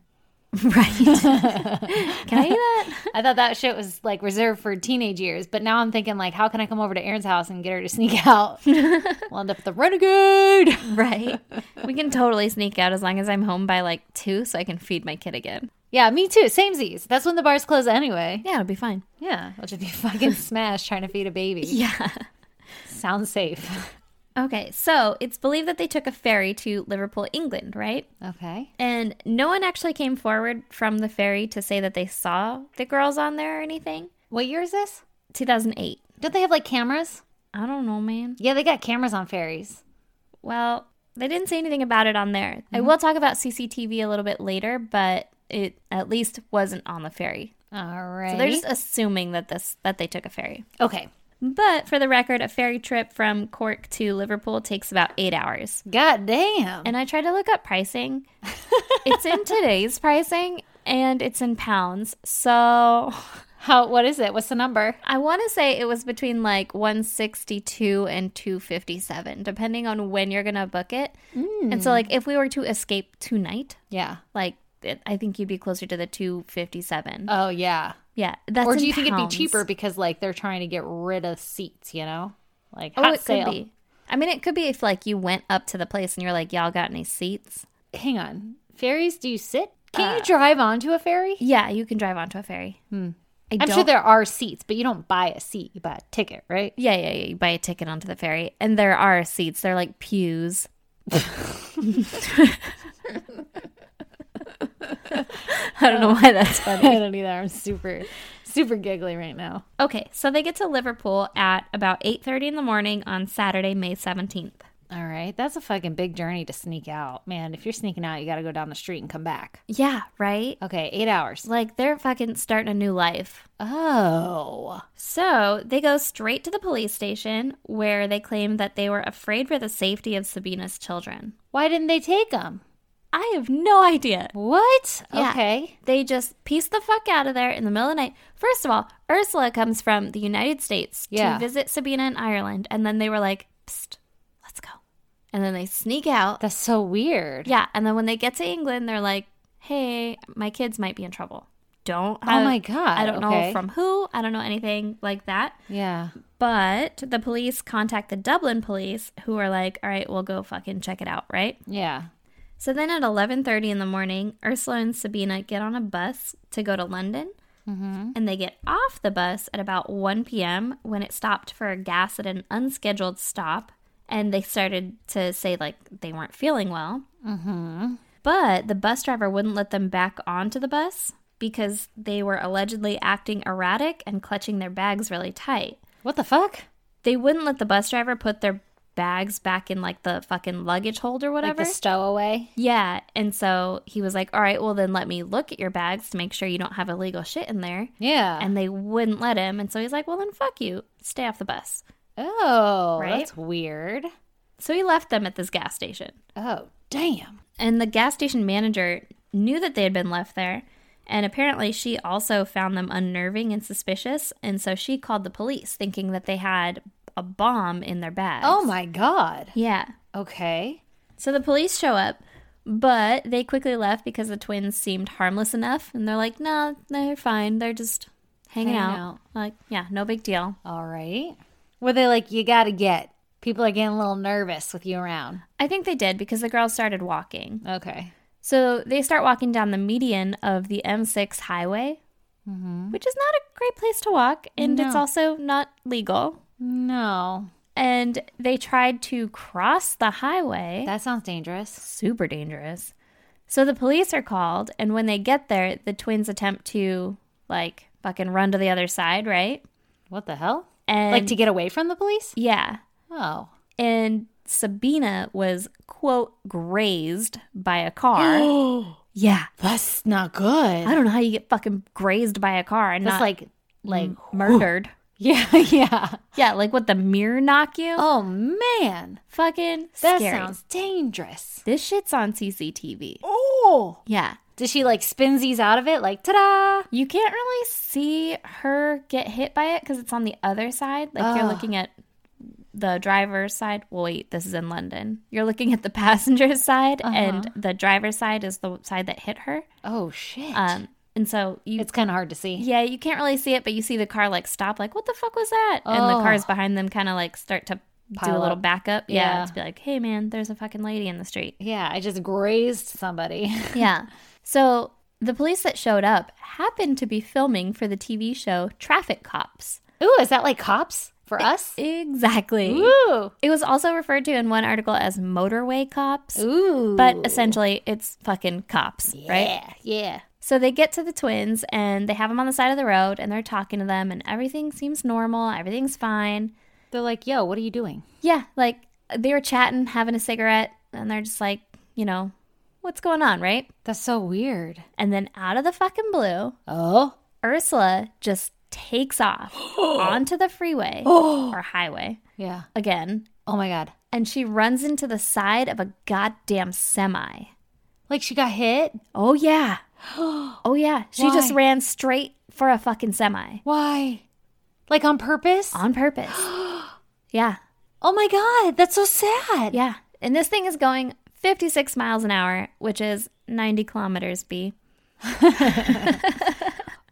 [SPEAKER 1] right? Can I do that?
[SPEAKER 2] I thought that shit was like reserved for teenage years, but now I'm thinking like, how can I come over to Aaron's house and get her to sneak out? we'll end up with the renegade.
[SPEAKER 1] Right. we can totally sneak out as long as I'm home by like two so I can feed my kid again.
[SPEAKER 2] Yeah, me too. Samesies. That's when the bars close anyway.
[SPEAKER 1] Yeah, it'll be fine.
[SPEAKER 2] Yeah, I'll just be fucking smashed trying to feed a baby.
[SPEAKER 1] Yeah.
[SPEAKER 2] Sounds safe.
[SPEAKER 1] Okay, so it's believed that they took a ferry to Liverpool, England, right?
[SPEAKER 2] Okay.
[SPEAKER 1] And no one actually came forward from the ferry to say that they saw the girls on there or anything.
[SPEAKER 2] What year is this?
[SPEAKER 1] 2008.
[SPEAKER 2] Don't they have like cameras?
[SPEAKER 1] I don't know, man.
[SPEAKER 2] Yeah, they got cameras on ferries.
[SPEAKER 1] Well, they didn't say anything about it on there. I will talk about CCTV a little bit later, but it at least wasn't on the ferry.
[SPEAKER 2] All right.
[SPEAKER 1] So they're just assuming that this that they took a ferry.
[SPEAKER 2] okay.
[SPEAKER 1] But for the record, a ferry trip from Cork to Liverpool takes about eight hours.
[SPEAKER 2] God damn.
[SPEAKER 1] And I tried to look up pricing. it's in today's pricing and it's in pounds. So
[SPEAKER 2] How? What is it? What's the number?
[SPEAKER 1] I want to say it was between like 162 and 257, depending on when you're going to book it.
[SPEAKER 2] Hmm.
[SPEAKER 1] And so, like, if we were to escape tonight,
[SPEAKER 2] Yeah.
[SPEAKER 1] like, it, I think you'd be closer to the 257.
[SPEAKER 2] Oh yeah.
[SPEAKER 1] yeah. That's
[SPEAKER 2] Or do
[SPEAKER 1] in
[SPEAKER 2] you think it'd
[SPEAKER 1] pounds.
[SPEAKER 2] be cheaper because like they're trying to get rid of seats? You know, like
[SPEAKER 1] Oh,
[SPEAKER 2] hot
[SPEAKER 1] it
[SPEAKER 2] sale.
[SPEAKER 1] could be. I mean, it could be if like you went up to the place and you're like, y'all got any seats?
[SPEAKER 2] Hang on. Ferries? Do you sit? Can you drive onto a ferry?
[SPEAKER 1] Yeah, you can drive onto a ferry. I
[SPEAKER 2] Hmm. I'm
[SPEAKER 1] don't,
[SPEAKER 2] sure there are seats, but you don't buy a seat. You buy a ticket, right?
[SPEAKER 1] Yeah, yeah, yeah. You buy a ticket onto the ferry, and there are seats. They're like pews. I don't know why that's
[SPEAKER 2] I don't either. I'm super, super giggly right now.
[SPEAKER 1] okay. So they get to Liverpool at about eight thirty in the morning on Saturday, May seventeenth.
[SPEAKER 2] All right. That's a fucking big journey to sneak out. Man, if you're sneaking out, you got to go down the street and come back.
[SPEAKER 1] Yeah, right?
[SPEAKER 2] Okay, eight hours.
[SPEAKER 1] Like they're fucking starting a new life.
[SPEAKER 2] Oh.
[SPEAKER 1] So they go straight to the police station where they claim that they were afraid for the safety of Sabina's children.
[SPEAKER 2] Why didn't they take them?
[SPEAKER 1] I have no idea.
[SPEAKER 2] What?
[SPEAKER 1] Yeah.
[SPEAKER 2] Okay.
[SPEAKER 1] They just piece the fuck out of there in the middle of the night. First of all, Ursula comes from the United States
[SPEAKER 2] Yeah.
[SPEAKER 1] to visit Sabina in Ireland. And then they were like, psst, let's go. And then they sneak out.
[SPEAKER 2] That's so weird.
[SPEAKER 1] Yeah, and then when they get to England, they're like, "Hey, my kids might be in trouble. Don't."
[SPEAKER 2] Oh
[SPEAKER 1] have-
[SPEAKER 2] my God,
[SPEAKER 1] I don't
[SPEAKER 2] okay.
[SPEAKER 1] know from who. I don't know anything like that.
[SPEAKER 2] Yeah.
[SPEAKER 1] But the police contact the Dublin police, who are like, "All right, we'll go fucking check it out, right?"
[SPEAKER 2] Yeah.
[SPEAKER 1] So then at eleven thirty in the morning, Ursula and Sabina get on a bus to go to London.
[SPEAKER 2] Mm-hmm.
[SPEAKER 1] And they get off the bus at about 1 p.m. when it stopped for a gas at an unscheduled stop. And they started to say, like, they weren't feeling well.
[SPEAKER 2] Mm-hmm.
[SPEAKER 1] But the bus driver wouldn't let them back onto the bus because they were allegedly acting erratic and clutching their bags really tight.
[SPEAKER 2] What the fuck?
[SPEAKER 1] They wouldn't let the bus driver put their bags back in like the fucking luggage hold or
[SPEAKER 2] Like
[SPEAKER 1] whatever.
[SPEAKER 2] the stowaway?
[SPEAKER 1] yeah, and so he was like, "All right, well then let me look at your bags to make sure you don't have illegal shit in there."
[SPEAKER 2] Yeah.
[SPEAKER 1] And they wouldn't let him, and so he's like, "Well then fuck you. Stay off the bus."
[SPEAKER 2] oh,
[SPEAKER 1] Right?
[SPEAKER 2] that's weird.
[SPEAKER 1] So he left them at this gas station.
[SPEAKER 2] Oh, damn.
[SPEAKER 1] And the gas station manager knew that they had been left there. And apparently, she also found them unnerving and suspicious. And so she called the police, thinking that they had a bomb in their bags.
[SPEAKER 2] Oh my God.
[SPEAKER 1] Yeah.
[SPEAKER 2] Okay.
[SPEAKER 1] So the police show up, but they quickly left because the twins seemed harmless enough. And they're like, no, they're fine. They're just hanging,
[SPEAKER 2] Hanging
[SPEAKER 1] out.
[SPEAKER 2] out.
[SPEAKER 1] Like, yeah, no big deal.
[SPEAKER 2] All right. Were they like, you got to get? People are getting a little nervous with you around.
[SPEAKER 1] I think they did because the girls started walking.
[SPEAKER 2] Okay.
[SPEAKER 1] So they start walking down the median of the M6 highway, which is not a great place to walk, and it's
[SPEAKER 2] Mm-hmm. No.
[SPEAKER 1] also not legal.
[SPEAKER 2] No.
[SPEAKER 1] And they tried to cross the highway.
[SPEAKER 2] That sounds dangerous.
[SPEAKER 1] super dangerous. So the police are called, and when they get there, the twins attempt to like fucking run to the other side, right?
[SPEAKER 2] What the hell?
[SPEAKER 1] And
[SPEAKER 2] like to get away from the police?
[SPEAKER 1] yeah,
[SPEAKER 2] Oh.
[SPEAKER 1] and Sabina was quote grazed by a car. yeah,
[SPEAKER 2] That's not good.
[SPEAKER 1] I don't know how you get fucking grazed by a car and
[SPEAKER 2] That's
[SPEAKER 1] not
[SPEAKER 2] like, like,
[SPEAKER 1] murdered.
[SPEAKER 2] yeah, yeah.
[SPEAKER 1] Yeah, like what the mirror knock you?
[SPEAKER 2] Oh, man.
[SPEAKER 1] Fucking
[SPEAKER 2] That
[SPEAKER 1] scary.
[SPEAKER 2] sounds dangerous.
[SPEAKER 1] This shit's on CCTV.
[SPEAKER 2] Oh.
[SPEAKER 1] Yeah.
[SPEAKER 2] Does she like spinsies out of it? Like, ta da!
[SPEAKER 1] You can't really see her get hit by it because it's on the other side. Like you're
[SPEAKER 2] Ugh.
[SPEAKER 1] looking at the driver's side. Well, wait, this is in London. You're looking at the passenger's side,
[SPEAKER 2] Uh-huh.
[SPEAKER 1] and the driver's side is the side that hit her.
[SPEAKER 2] Oh, shit.
[SPEAKER 1] Um, and so you,
[SPEAKER 2] it's kind of hard to see.
[SPEAKER 1] yeah, you can't really see it, but you see the car like stop, like what the fuck was that? And the
[SPEAKER 2] Oh.
[SPEAKER 1] cars behind them kind of like start to do
[SPEAKER 2] Pile
[SPEAKER 1] a little
[SPEAKER 2] up.
[SPEAKER 1] backup. Yeah,
[SPEAKER 2] Yeah.
[SPEAKER 1] to be like, hey man, there's a fucking lady in the street.
[SPEAKER 2] Yeah, I just grazed somebody.
[SPEAKER 1] Yeah. So the police that showed up happened to be filming for the TV show Traffic Cops.
[SPEAKER 2] Ooh, is that like cops for us?
[SPEAKER 1] Exactly.
[SPEAKER 2] Ooh.
[SPEAKER 1] It was also referred to in one article as motorway cops,
[SPEAKER 2] Ooh.
[SPEAKER 1] but essentially it's fucking cops, right?
[SPEAKER 2] Yeah, yeah.
[SPEAKER 1] So they get to the twins and they have them on the side of the road and they're talking to them and everything seems normal, everything's fine.
[SPEAKER 2] They're like, yo, what are you doing?
[SPEAKER 1] Yeah, like they were chatting, having a cigarette, and they're just like, you know, what's going on, right?
[SPEAKER 2] That's so weird.
[SPEAKER 1] And then out of the fucking blue,
[SPEAKER 2] Oh.
[SPEAKER 1] Ursula just takes off onto the freeway or highway
[SPEAKER 2] Yeah.
[SPEAKER 1] again,
[SPEAKER 2] Oh my God.
[SPEAKER 1] and she runs into the side of a goddamn semi.
[SPEAKER 2] Like she got hit?
[SPEAKER 1] Oh, yeah. Oh, yeah. She just
[SPEAKER 2] Why?
[SPEAKER 1] ran straight for a fucking semi
[SPEAKER 2] Why? Like on purpose?
[SPEAKER 1] on purpose. yeah.
[SPEAKER 2] Oh my God. That's so sad.
[SPEAKER 1] Yeah. And this thing is going 56 miles an hour, which is 90 kilometers, B.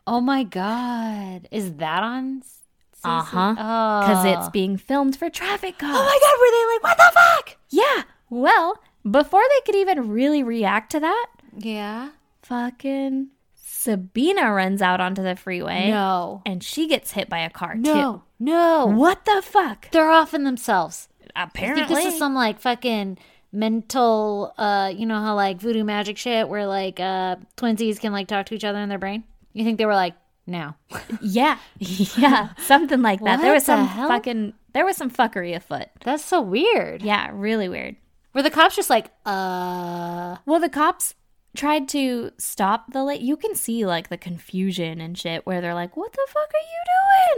[SPEAKER 2] Oh my God. Is that on? s- CC?
[SPEAKER 1] Uh huh.
[SPEAKER 2] Oh.
[SPEAKER 1] Because it's being filmed for traffic cops.
[SPEAKER 2] Oh my God. Were they like, what the fuck?
[SPEAKER 1] yeah. Well, before they could even really react to that,
[SPEAKER 2] Yeah.
[SPEAKER 1] fucking Sabina runs out onto the freeway
[SPEAKER 2] No.
[SPEAKER 1] and she gets hit by a car
[SPEAKER 2] No. No.
[SPEAKER 1] too. What the fuck?
[SPEAKER 2] They're offing themselves. I think
[SPEAKER 1] Apparently.
[SPEAKER 2] this is some like fucking mental uh you know how like voodoo magic shit where like uh twinsies can like talk to each other in their brain you think they were like no
[SPEAKER 1] yeah. Yeah. Something like that. there
[SPEAKER 2] What
[SPEAKER 1] was some
[SPEAKER 2] the hell?
[SPEAKER 1] fucking There was some fuckery afoot.
[SPEAKER 2] That's so weird.
[SPEAKER 1] Yeah, really weird.
[SPEAKER 2] Were the cops just like, uh,
[SPEAKER 1] Well, the cops tried to stop the late. You can see like the confusion and shit where they're like, "What the fuck are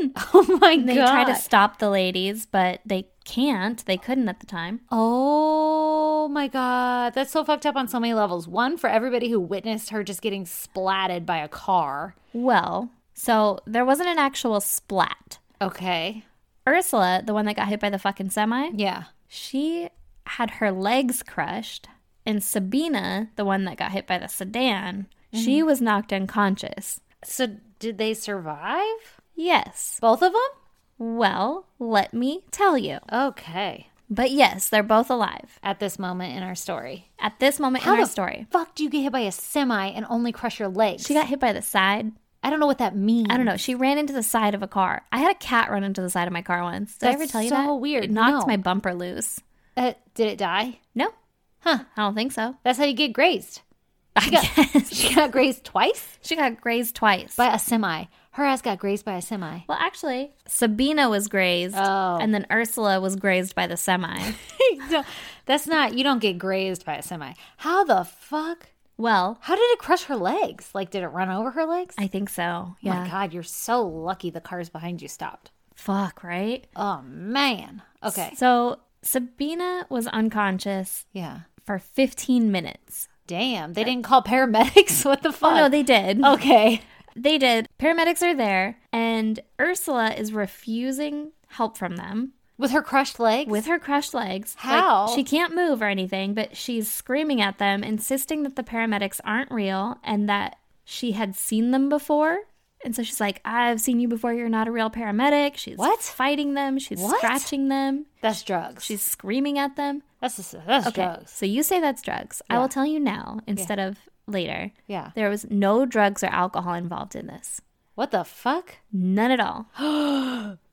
[SPEAKER 1] you doing?"
[SPEAKER 2] oh my
[SPEAKER 1] And they
[SPEAKER 2] god?
[SPEAKER 1] try to stop the ladies, but they can't. They couldn't at the time.
[SPEAKER 2] oh my god, that's so fucked up on so many levels. One for everybody who witnessed her just getting splatted by a car.
[SPEAKER 1] Well, so there wasn't an actual splat.
[SPEAKER 2] Okay,
[SPEAKER 1] Ursula, the one that got hit by the fucking semi,
[SPEAKER 2] yeah.
[SPEAKER 1] she had her legs crushed, and Sabina, the one that got hit by the sedan, she
[SPEAKER 2] Mm-hmm.
[SPEAKER 1] was knocked unconscious.
[SPEAKER 2] So did they survive?
[SPEAKER 1] Yes.
[SPEAKER 2] Both of them?
[SPEAKER 1] Well, let me tell you.
[SPEAKER 2] Okay.
[SPEAKER 1] But yes, they're both alive
[SPEAKER 2] At this moment in our story,
[SPEAKER 1] at this moment in our story.
[SPEAKER 2] fuck do you get hit by a semi and only crush your legs?
[SPEAKER 1] She got hit by the side.
[SPEAKER 2] I don't know what that means.
[SPEAKER 1] I don't know. She ran into the side of a car. I had a cat run into the side of my car once. Did I
[SPEAKER 2] That's
[SPEAKER 1] ever tell you
[SPEAKER 2] so
[SPEAKER 1] that?
[SPEAKER 2] weird.
[SPEAKER 1] It knocked
[SPEAKER 2] No.
[SPEAKER 1] my bumper loose.
[SPEAKER 2] Uh, did it die?
[SPEAKER 1] No,
[SPEAKER 2] Huh.
[SPEAKER 1] I don't think so.
[SPEAKER 2] That's how you get grazed.
[SPEAKER 1] I guess
[SPEAKER 2] She got grazed twice
[SPEAKER 1] she got grazed twice.
[SPEAKER 2] by a semi. Her ass got grazed by a semi.
[SPEAKER 1] well, actually, Sabina was grazed,
[SPEAKER 2] Oh.
[SPEAKER 1] and then Ursula was grazed by the semi.
[SPEAKER 2] No, that's not. You don't get grazed by a semi. How the fuck?
[SPEAKER 1] well,
[SPEAKER 2] How did it crush her legs? Like, did it run over her legs?
[SPEAKER 1] I think so.
[SPEAKER 2] Oh
[SPEAKER 1] Yeah.
[SPEAKER 2] My God, you're so lucky the cars behind you stopped.
[SPEAKER 1] Fuck, right?
[SPEAKER 2] Oh man. Okay.
[SPEAKER 1] So Sabina was unconscious
[SPEAKER 2] Yeah.
[SPEAKER 1] for 15 minutes.
[SPEAKER 2] Damn. They didn't call paramedics. What the fuck?
[SPEAKER 1] Oh, no, they did.
[SPEAKER 2] okay.
[SPEAKER 1] They did. Paramedics are there, and Ursula is refusing help from them.
[SPEAKER 2] With her crushed legs.
[SPEAKER 1] with her crushed legs. Like,
[SPEAKER 2] How?
[SPEAKER 1] she can't move or anything, but she's screaming at them, insisting that the paramedics aren't real and that she had seen them before. And so she's like, I've seen you before. You're not a real paramedic. She's
[SPEAKER 2] What?
[SPEAKER 1] fighting them. She's
[SPEAKER 2] What?
[SPEAKER 1] scratching them.
[SPEAKER 2] That's drugs.
[SPEAKER 1] She's screaming at them.
[SPEAKER 2] that's just, that's drugs.
[SPEAKER 1] So you say that's drugs. I will tell you now instead of later.
[SPEAKER 2] Yeah.
[SPEAKER 1] There was no drugs or alcohol involved in this.
[SPEAKER 2] What the fuck?
[SPEAKER 1] None at all.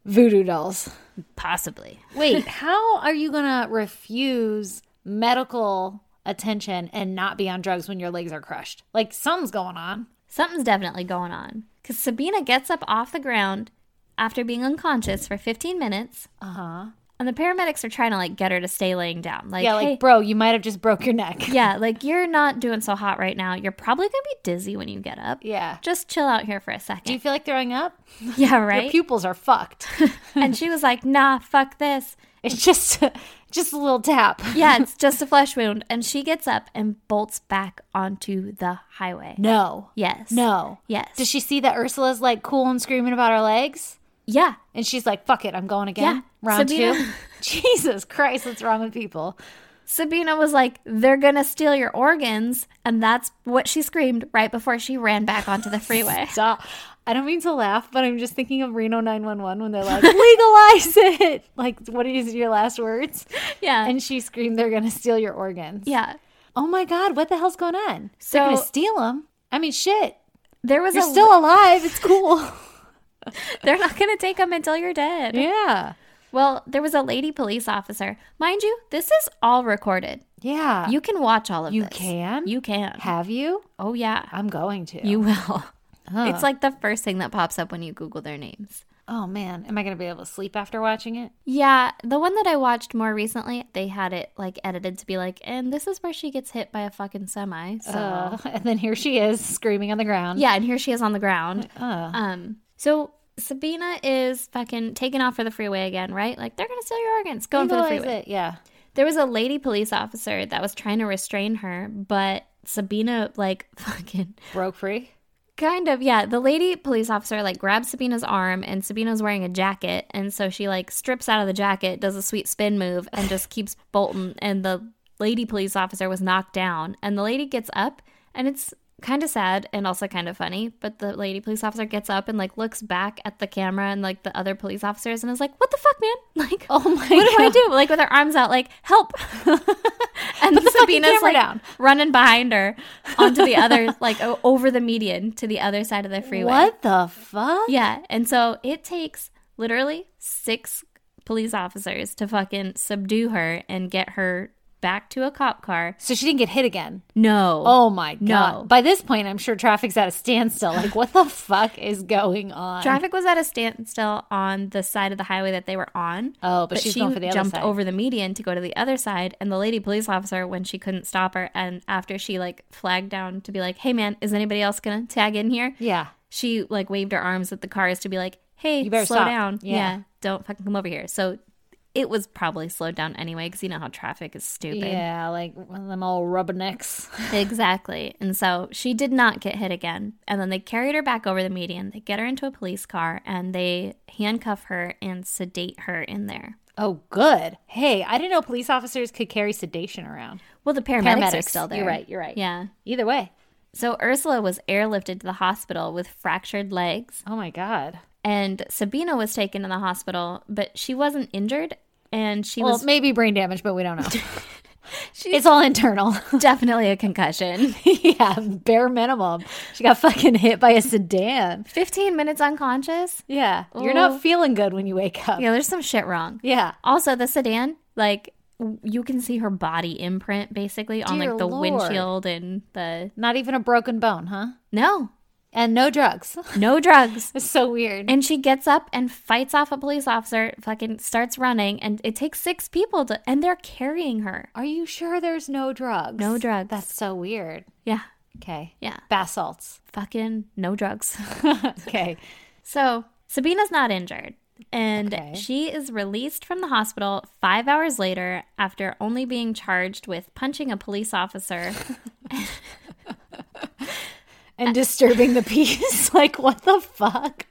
[SPEAKER 2] Voodoo dolls.
[SPEAKER 1] Possibly.
[SPEAKER 2] Wait, how are you gonna refuse medical attention and not be on drugs when your legs are crushed? Like something's going on.
[SPEAKER 1] Something's definitely going on. Because Sabina gets up off the ground after being unconscious for 15 minutes,
[SPEAKER 2] Uh huh.
[SPEAKER 1] and the paramedics are trying to like get her to stay laying down. Like,
[SPEAKER 2] Yeah, like
[SPEAKER 1] "Hey,
[SPEAKER 2] bro, you might have just broke your neck.
[SPEAKER 1] yeah, like you're not doing so hot right now. You're probably gonna be dizzy when you get up.
[SPEAKER 2] Yeah.
[SPEAKER 1] Just chill out here for a second.
[SPEAKER 2] Do you feel like throwing up?
[SPEAKER 1] yeah,
[SPEAKER 2] Your
[SPEAKER 1] right.
[SPEAKER 2] pupils are fucked.
[SPEAKER 1] and she was like, "Nah, fuck this.
[SPEAKER 2] it's just just a little tap.
[SPEAKER 1] Yeah, it's just a flesh wound." And she gets up and bolts back onto the highway.
[SPEAKER 2] No.
[SPEAKER 1] Yes.
[SPEAKER 2] No.
[SPEAKER 1] Yes.
[SPEAKER 2] Does she see that Ursula's like cool and screaming about her legs?
[SPEAKER 1] yeah.
[SPEAKER 2] And she's like, fuck it, I'm going again.
[SPEAKER 1] Yeah.
[SPEAKER 2] Round two.
[SPEAKER 1] Sabina-
[SPEAKER 2] Jesus Christ, what's wrong with people?
[SPEAKER 1] Sabina was like, they're gonna steal your organs. And that's what she screamed right before she ran back onto the freeway.
[SPEAKER 2] Stop. I don't mean to laugh, but I'm just thinking of Reno 911 when they're like, legalize it. Like, what is your last words?
[SPEAKER 1] yeah.
[SPEAKER 2] And she screamed, they're going to steal your organs.
[SPEAKER 1] Uh, yeah.
[SPEAKER 2] Oh my God, what the hell's going on? they're
[SPEAKER 1] So-
[SPEAKER 2] going to steal them. I mean, shit.
[SPEAKER 1] There was
[SPEAKER 2] You're
[SPEAKER 1] a
[SPEAKER 2] still alive. It's cool.
[SPEAKER 1] they're not gonna take them until you're dead.
[SPEAKER 2] yeah.
[SPEAKER 1] Well, there was a lady police officer. Mind you, this is all recorded.
[SPEAKER 2] Yeah.
[SPEAKER 1] You can watch all of
[SPEAKER 2] You
[SPEAKER 1] this.
[SPEAKER 2] can?
[SPEAKER 1] You can.
[SPEAKER 2] have you?
[SPEAKER 1] oh yeah.
[SPEAKER 2] I'm going to.
[SPEAKER 1] You will.
[SPEAKER 2] Huh.
[SPEAKER 1] It's like the first thing that pops up when you Google their names.
[SPEAKER 2] oh man, am I going to be able to sleep after watching it?
[SPEAKER 1] Yeah, the one that I watched more recently, they had it like edited to be like, and this is where she gets hit by a fucking semi. So
[SPEAKER 2] Uh, and then here she is screaming on the ground.
[SPEAKER 1] Yeah, and here she is on the ground.
[SPEAKER 2] Uh,
[SPEAKER 1] Um, so Sabina is fucking taking off for the freeway again, right? Like they're gonna steal your organs, going for the
[SPEAKER 2] legalize
[SPEAKER 1] freeway.
[SPEAKER 2] it. Yeah.
[SPEAKER 1] There was a lady police officer that was trying to restrain her, but Sabina like fucking
[SPEAKER 2] Broke free.
[SPEAKER 1] kind of yeah. The lady police officer like grabs Sabina's arm, and Sabina's wearing a jacket, and so she like strips out of the jacket, does a sweet spin move, and just keeps bolting. And the lady police officer was knocked down, and the lady gets up, and it's kind of sad and also kind of funny but the lady police officer gets up and like looks back at the camera and like the other police officers and is like what the fuck man like
[SPEAKER 2] Oh my
[SPEAKER 1] what do I
[SPEAKER 2] God.
[SPEAKER 1] do? Like with her arms out, like help. and Sabina's
[SPEAKER 2] camera
[SPEAKER 1] like
[SPEAKER 2] down.
[SPEAKER 1] running behind her onto the other, like o- over the median to the other side of the freeway.
[SPEAKER 2] What the fuck?
[SPEAKER 1] Yeah, and so it takes literally six police officers to fucking subdue her and get her back to a cop car.
[SPEAKER 2] So she didn't get hit again.
[SPEAKER 1] No.
[SPEAKER 2] Oh my god.
[SPEAKER 1] No.
[SPEAKER 2] By this point, I'm sure traffic's at a standstill. Like, what the fuck is going on?
[SPEAKER 1] Traffic was at a standstill on the side of the highway that they were on.
[SPEAKER 2] Oh, but she's
[SPEAKER 1] she
[SPEAKER 2] going for the other
[SPEAKER 1] jumped
[SPEAKER 2] side.
[SPEAKER 1] over the median to go to the other side, and the lady police officer, when she couldn't stop her, and after she like flagged down to be like, "Hey, man, is anybody else gonna tag in here?"
[SPEAKER 2] yeah.
[SPEAKER 1] She like waved her arms at the cars to be like, "Hey,
[SPEAKER 2] better
[SPEAKER 1] slow
[SPEAKER 2] stop."
[SPEAKER 1] down.
[SPEAKER 2] Yeah.
[SPEAKER 1] Yeah. don't fucking come over here." So it was probably slowed down anyway because you know how traffic is stupid.
[SPEAKER 2] Yeah, like one of them all rubbernecks.
[SPEAKER 1] Exactly. And so she did not get hit again. And then they carried her back over the median. They get her into a police car and they handcuff her and sedate her in there.
[SPEAKER 2] Oh, good. Hey, I didn't know police officers could carry sedation around.
[SPEAKER 1] Well, the paramedics,
[SPEAKER 2] Paramedics
[SPEAKER 1] are still there.
[SPEAKER 2] You're right. You're right.
[SPEAKER 1] Yeah.
[SPEAKER 2] Either way.
[SPEAKER 1] So Ursula was airlifted to the hospital with fractured legs,
[SPEAKER 2] Oh my god.
[SPEAKER 1] and Sabina was taken to the hospital, but she wasn't injured, and she
[SPEAKER 2] Well,
[SPEAKER 1] was
[SPEAKER 2] maybe brain damage, but we don't know. it's all internal.
[SPEAKER 1] definitely a concussion.
[SPEAKER 2] yeah, bare minimum. She got fucking hit by a sedan.
[SPEAKER 1] Fifteen minutes unconscious.
[SPEAKER 2] Yeah. You're
[SPEAKER 1] Ooh.
[SPEAKER 2] not feeling good when you wake up. Yeah.
[SPEAKER 1] Oh. Yeah, there's some shit wrong. Also, the sedan, like w- you can see her body imprint basically on
[SPEAKER 2] Dear
[SPEAKER 1] like the
[SPEAKER 2] Lord.
[SPEAKER 1] windshield and the
[SPEAKER 2] Not even a broken bone, huh?
[SPEAKER 1] no,
[SPEAKER 2] And no drugs.
[SPEAKER 1] no drugs.
[SPEAKER 2] it's so weird.
[SPEAKER 1] And she gets up and fights off a police officer, fucking starts running, and it takes six people to, and they're carrying her.
[SPEAKER 2] Are you sure there's no drugs?
[SPEAKER 1] No drugs.
[SPEAKER 2] That's so weird.
[SPEAKER 1] Yeah,
[SPEAKER 2] Okay.
[SPEAKER 1] yeah,
[SPEAKER 2] Basalts.
[SPEAKER 1] fucking no drugs.
[SPEAKER 2] okay.
[SPEAKER 1] so Sabina's not injured, and
[SPEAKER 2] Okay.
[SPEAKER 1] she is released from the hospital five hours later after only being charged with punching a police officer.
[SPEAKER 2] And disturbing the peace. like, what the fuck?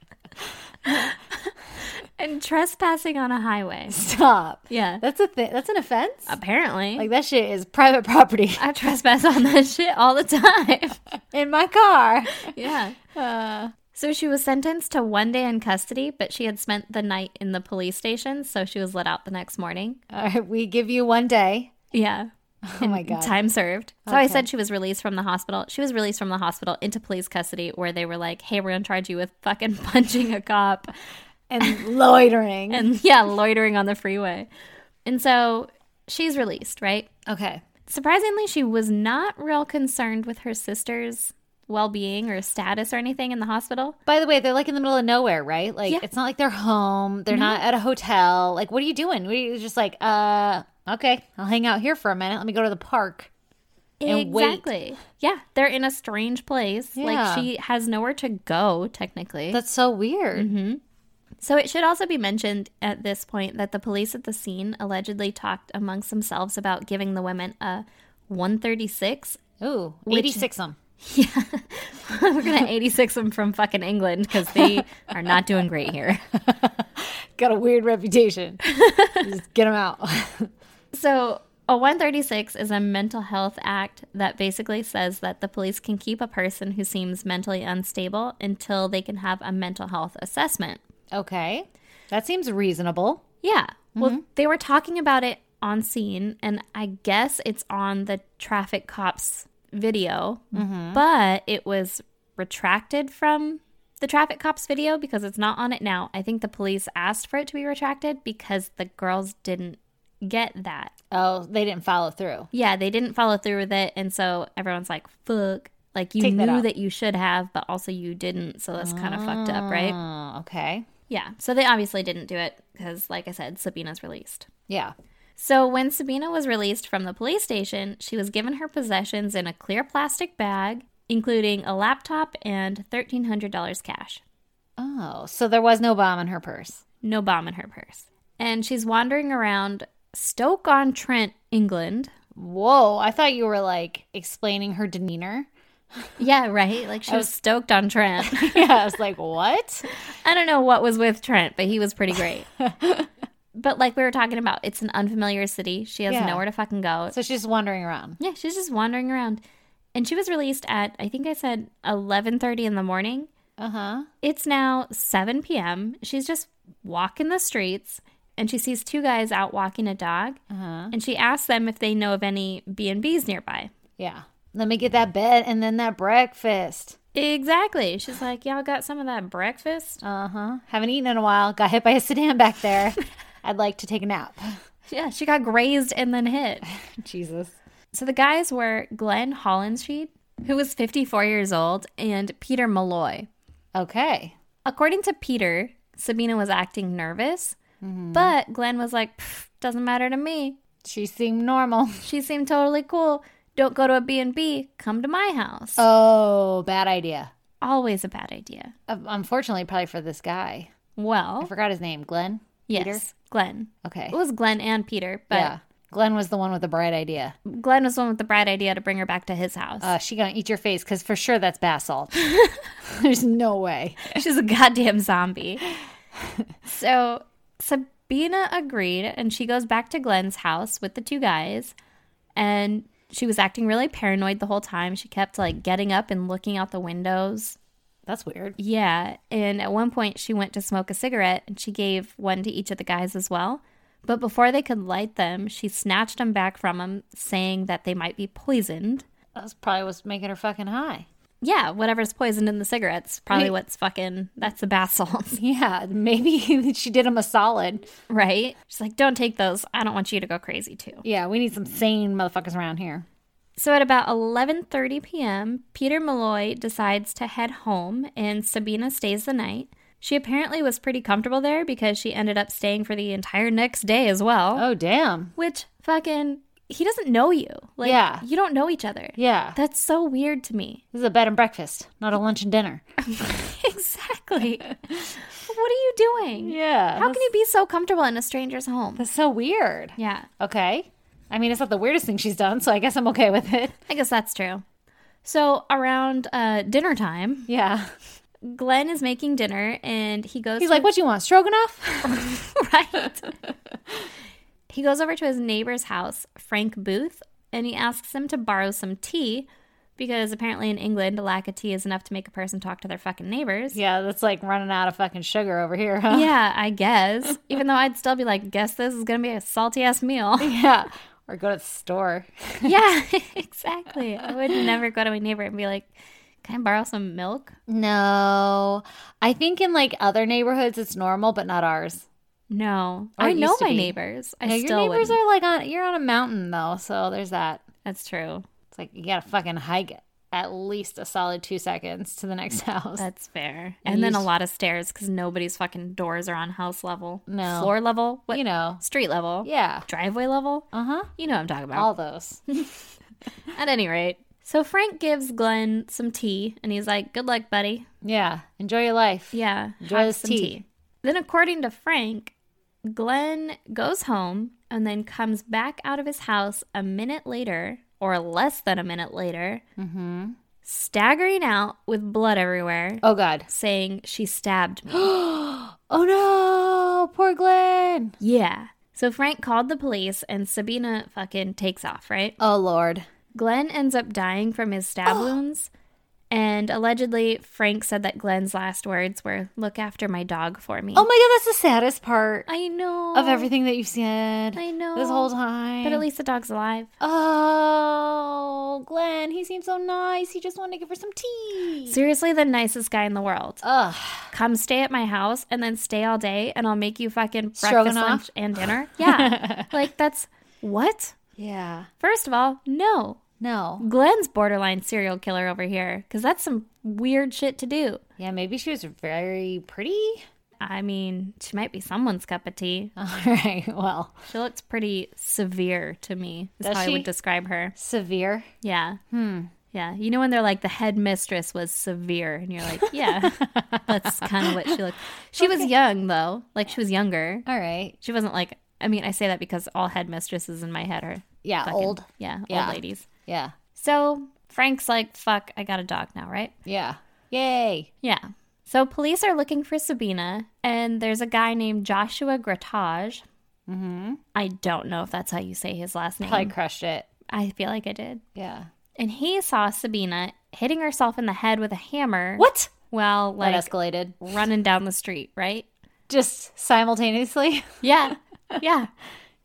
[SPEAKER 1] and trespassing on a highway.
[SPEAKER 2] Stop.
[SPEAKER 1] Yeah.
[SPEAKER 2] That's a thing. That's an offense.
[SPEAKER 1] Apparently.
[SPEAKER 2] Like, that shit is private property
[SPEAKER 1] I trespass on that shit all the time.
[SPEAKER 2] in my car.
[SPEAKER 1] yeah.
[SPEAKER 2] Uh,
[SPEAKER 1] So she was sentenced to one day in custody, but she had spent the night in the police station, so she was let out the next morning.
[SPEAKER 2] all right. We give you one day.
[SPEAKER 1] Yeah.
[SPEAKER 2] Oh my God.
[SPEAKER 1] Time served. So I
[SPEAKER 2] Okay.
[SPEAKER 1] said she was released from the hospital. She was released from the hospital into police custody where they were like, hey, we're going to charge you with fucking punching a cop.
[SPEAKER 2] and loitering.
[SPEAKER 1] And yeah, loitering on the freeway. And so she's released, right?
[SPEAKER 2] okay.
[SPEAKER 1] Surprisingly, she was not real concerned with her sister's well being or status or anything in the hospital.
[SPEAKER 2] By the way, they're like in the middle of nowhere, right? Like
[SPEAKER 1] Yeah.
[SPEAKER 2] it's not like they're home. They're not at a hotel. Like, what are you doing? What are you just like, uh, okay, I'll hang out here for a minute. Let me go to the park. And wait.
[SPEAKER 1] exactly. Yeah, they're in a strange place.
[SPEAKER 2] Yeah.
[SPEAKER 1] Like she has nowhere to go, technically.
[SPEAKER 2] That's so weird.
[SPEAKER 1] so it should also be mentioned at this point that the police at the scene allegedly talked amongst themselves about giving the women a 136.
[SPEAKER 2] Ooh,
[SPEAKER 1] Which-
[SPEAKER 2] 86 them.
[SPEAKER 1] Yeah. We're going to 86 them from fucking England because they are not doing great here.
[SPEAKER 2] Got a weird reputation. just get them out.
[SPEAKER 1] So, a 136 is a mental health act that basically says that the police can keep a person who seems mentally unstable until they can have a mental health assessment.
[SPEAKER 2] okay. That seems reasonable.
[SPEAKER 1] Yeah.
[SPEAKER 2] Mm-hmm.
[SPEAKER 1] Well, they were talking about it on scene, and I guess it's on the traffic cops video,
[SPEAKER 2] Mm-hmm.
[SPEAKER 1] but it was retracted from the traffic cops video because it's not on it now. I think the police asked for it to be retracted because the girls didn't get that.
[SPEAKER 2] Oh, they didn't follow through.
[SPEAKER 1] Yeah, they didn't follow through with it, and so everyone's like, "Fuck!" Like you
[SPEAKER 2] Take that
[SPEAKER 1] knew
[SPEAKER 2] out.
[SPEAKER 1] that, you should have, but also you didn't, so that's kind of fucked up, right?
[SPEAKER 2] Oh, okay.
[SPEAKER 1] Yeah. So they obviously didn't do it because, like I said, Sabina's released.
[SPEAKER 2] Yeah.
[SPEAKER 1] So when Sabina was released from the police station, she was given her possessions in a clear plastic bag, including a laptop and thirteen hundred dollars cash.
[SPEAKER 2] Oh, so there was no bomb in her purse.
[SPEAKER 1] No bomb in her purse, and she's wandering around Stoke on Trent, England.
[SPEAKER 2] Whoa, I thought you were like explaining her demeanor.
[SPEAKER 1] Yeah, right. Like she was Oh, stoked on Trent.
[SPEAKER 2] yeah, I was like, what?
[SPEAKER 1] I don't know what was with Trent, but he was pretty great. but like we were talking about, it's an unfamiliar city. She has
[SPEAKER 2] Yeah.
[SPEAKER 1] nowhere to fucking go.
[SPEAKER 2] So she's wandering around.
[SPEAKER 1] yeah, she's just wandering around. And she was released at I think I said 11:30 in the morning.
[SPEAKER 2] Uh huh.
[SPEAKER 1] It's now 7 p.m. She's just walking the streets and she sees two guys out walking a dog
[SPEAKER 2] Uh huh.
[SPEAKER 1] and she asks them if they know of any B&Bs nearby.
[SPEAKER 2] Yeah. Let me get that bed and then that breakfast.
[SPEAKER 1] Exactly. She's like, "Y'all got some of that
[SPEAKER 2] Oh.
[SPEAKER 1] breakfast?"
[SPEAKER 2] Uh-huh. Uh huh. Haven't eaten in a while. Got hit by a sedan back there. I'd like to take a nap.
[SPEAKER 1] Yeah, she got grazed and then hit.
[SPEAKER 2] Jesus.
[SPEAKER 1] So the guys were Glenn Hollensheed, who was 54 years old, and Peter Malloy.
[SPEAKER 2] Okay.
[SPEAKER 1] According to Peter, Sabina was acting nervous, but Glenn was like, "Pff, doesn't matter to me.
[SPEAKER 2] She seemed normal.
[SPEAKER 1] She seemed totally cool. Don't go to a B&B. Come to my house.
[SPEAKER 2] Oh, bad idea.
[SPEAKER 1] Always a bad idea.
[SPEAKER 2] Uh, Unfortunately, probably for this guy. I
[SPEAKER 1] Well,
[SPEAKER 2] forgot his name. Glenn?
[SPEAKER 1] yes,
[SPEAKER 2] Peter?
[SPEAKER 1] Glenn.
[SPEAKER 2] Okay.
[SPEAKER 1] It was Glenn and Peter, but
[SPEAKER 2] yeah. Glenn was the one with the bright idea.
[SPEAKER 1] Glenn was the one with the bright idea to bring her back to his house.
[SPEAKER 2] Uh, she gonna eat your face because for sure that's basalt. There's no way.
[SPEAKER 1] She's a goddamn zombie. so Sabina agreed, and she goes back to Glenn's house with the two guys. And she was acting really paranoid the whole time. She kept like getting up and looking out the windows.
[SPEAKER 2] That's weird.
[SPEAKER 1] Yeah. And at one point, she went to smoke a cigarette and she gave one to each of the guys as well. But before they could light them, she snatched them back from them, saying that they might be poisoned.
[SPEAKER 2] That's probably what's making her fucking high.
[SPEAKER 1] Yeah, whatever's poisoned in the cigarettes, probably
[SPEAKER 2] Right.
[SPEAKER 1] what's fucking, that's the bath salts.
[SPEAKER 2] Yeah, maybe she did him a solid.
[SPEAKER 1] Right? She's like, don't take those. I don't want you to go crazy too.
[SPEAKER 2] Yeah, we need some sane motherfuckers around here.
[SPEAKER 1] So at about 11:30 p.m., Peter Malloy decides to head home and Sabina stays the night. She apparently was pretty comfortable there because she ended up staying for the entire next day as well,
[SPEAKER 2] Oh damn.
[SPEAKER 1] which fucking he doesn't know you. Like
[SPEAKER 2] Yeah.
[SPEAKER 1] you don't know each other.
[SPEAKER 2] Yeah,
[SPEAKER 1] That's so weird to me.
[SPEAKER 2] this is a bed and breakfast, not a lunch and dinner.
[SPEAKER 1] exactly. what are you doing?
[SPEAKER 2] Yeah,
[SPEAKER 1] How can you be so comfortable in a stranger's home?
[SPEAKER 2] That's so weird.
[SPEAKER 1] Yeah.
[SPEAKER 2] Okay, I mean it's not the weirdest thing she's done, so I guess I'm okay with it.
[SPEAKER 1] I guess that's true. So around uh, dinner time,
[SPEAKER 2] Yeah,
[SPEAKER 1] Glenn is making dinner and he goes.
[SPEAKER 2] he's
[SPEAKER 1] to-
[SPEAKER 2] like, "What you want, stroganoff?"
[SPEAKER 1] right. he goes over to his neighbor's house, Frank Booth, and he asks him to borrow some tea because apparently in England, a lack of tea is enough to make a person talk to their fucking neighbors.
[SPEAKER 2] yeah, that's like running out of fucking sugar over here, huh?
[SPEAKER 1] Yeah, I guess. Even though I'd still be like, guess this is going to be a salty ass meal.
[SPEAKER 2] yeah, or go to the store.
[SPEAKER 1] yeah, exactly. I would never go to my neighbor and be like, can I borrow some milk?
[SPEAKER 2] No, I think in like other neighborhoods it's normal, but not ours.
[SPEAKER 1] No.
[SPEAKER 2] Or
[SPEAKER 1] I
[SPEAKER 2] it
[SPEAKER 1] know
[SPEAKER 2] used to
[SPEAKER 1] my
[SPEAKER 2] be.
[SPEAKER 1] neighbors. I
[SPEAKER 2] Yeah, your
[SPEAKER 1] still
[SPEAKER 2] neighbors
[SPEAKER 1] wouldn't.
[SPEAKER 2] are like on. You're on a mountain though, so there's that.
[SPEAKER 1] That's true.
[SPEAKER 2] It's like you gotta fucking hike at least a solid two seconds to the next house.
[SPEAKER 1] That's fair.
[SPEAKER 2] And
[SPEAKER 1] And, then a
[SPEAKER 2] you-
[SPEAKER 1] lot of stairs because nobody's fucking doors are on house level.
[SPEAKER 2] No.
[SPEAKER 1] Floor level? What?
[SPEAKER 2] you know,
[SPEAKER 1] Street level?
[SPEAKER 2] yeah,
[SPEAKER 1] Driveway level?
[SPEAKER 2] uh huh,
[SPEAKER 1] You know what I'm talking about.
[SPEAKER 2] all those.
[SPEAKER 1] At any rate. So Frank gives Glenn some tea and he's like, good luck, buddy.
[SPEAKER 2] yeah, enjoy your life.
[SPEAKER 1] Yeah.
[SPEAKER 2] Enjoy
[SPEAKER 1] have
[SPEAKER 2] this
[SPEAKER 1] some
[SPEAKER 2] tea.
[SPEAKER 1] Then, according to Frank, Glenn goes home and then comes back out of his house a minute later or less than a minute later, staggering out with blood everywhere.
[SPEAKER 2] Mm-hmm. Oh god.
[SPEAKER 1] saying she stabbed me.
[SPEAKER 2] Oh no, poor Glenn.
[SPEAKER 1] yeah. So Frank called the police and Sabina fucking takes off, right?
[SPEAKER 2] Oh lord.
[SPEAKER 1] Glenn ends up dying from his stab wounds. And allegedly, Frank said that Glenn's last words were, Look after my dog for me.
[SPEAKER 2] Oh my god, that's the saddest part
[SPEAKER 1] I know.
[SPEAKER 2] of everything that you've said.
[SPEAKER 1] Oh. I know.
[SPEAKER 2] This whole time.
[SPEAKER 1] But at least the dog's alive.
[SPEAKER 2] Oh, Glenn, he seems so nice. He just wanted to give her some tea.
[SPEAKER 1] Seriously, the nicest guy in the world.
[SPEAKER 2] Ugh.
[SPEAKER 1] Come stay at my house and then stay all day, and I'll make you fucking breakfast,
[SPEAKER 2] Stroganoff?
[SPEAKER 1] lunch, and dinner. Yeah. like, that's what?
[SPEAKER 2] Yeah.
[SPEAKER 1] First of all, no.
[SPEAKER 2] No.
[SPEAKER 1] Glenn's borderline serial killer over here because that's some weird shit to do.
[SPEAKER 2] Yeah, maybe she was very pretty.
[SPEAKER 1] I mean, she might be someone's cup of tea.
[SPEAKER 2] All right. Well,
[SPEAKER 1] She looks pretty severe to me, is
[SPEAKER 2] Does
[SPEAKER 1] how I
[SPEAKER 2] she?
[SPEAKER 1] would describe her.
[SPEAKER 2] severe.
[SPEAKER 1] Yeah. Hmm. Yeah. You know, when they're like, the headmistress was severe, and you're like, yeah, that's kind of what she looked. She was young, though. Like, she was younger.
[SPEAKER 2] All right.
[SPEAKER 1] She wasn't like, I mean, I say that because all headmistresses in my head are
[SPEAKER 2] Yeah.
[SPEAKER 1] fucking-
[SPEAKER 2] Old.
[SPEAKER 1] Yeah,
[SPEAKER 2] Yeah.
[SPEAKER 1] old ladies.
[SPEAKER 2] Yeah.
[SPEAKER 1] So Frank's like, fuck, I got a dog now, right?
[SPEAKER 2] Yeah. Yay.
[SPEAKER 1] Yeah. So police are looking for Sabina, and there's a guy named Joshua Gratage. Mm-hmm. I don't know if that's how you say his last name.
[SPEAKER 2] Probably crushed it.
[SPEAKER 1] I feel like I did.
[SPEAKER 2] Yeah.
[SPEAKER 1] And he saw Sabina hitting herself in the head with a hammer.
[SPEAKER 2] What?
[SPEAKER 1] While
[SPEAKER 2] That
[SPEAKER 1] like
[SPEAKER 2] escalated.
[SPEAKER 1] running down the street, right?
[SPEAKER 2] Just simultaneously.
[SPEAKER 1] Yeah. Yeah.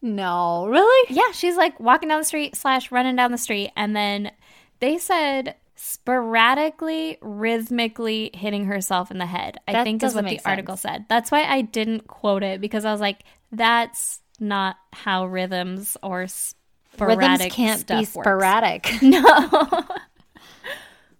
[SPEAKER 2] no. Really?
[SPEAKER 1] Yeah. She's like walking down the street slash running down the street, and then they said sporadically, rhythmically hitting herself in the head. I
[SPEAKER 2] That
[SPEAKER 1] think is
[SPEAKER 2] doesn't
[SPEAKER 1] what the
[SPEAKER 2] make sense.
[SPEAKER 1] article said. That's why I didn't quote it because I was like, that's not how rhythms or sporadic
[SPEAKER 2] Rhythms can't
[SPEAKER 1] stuff
[SPEAKER 2] be
[SPEAKER 1] works.
[SPEAKER 2] sporadic.
[SPEAKER 1] No.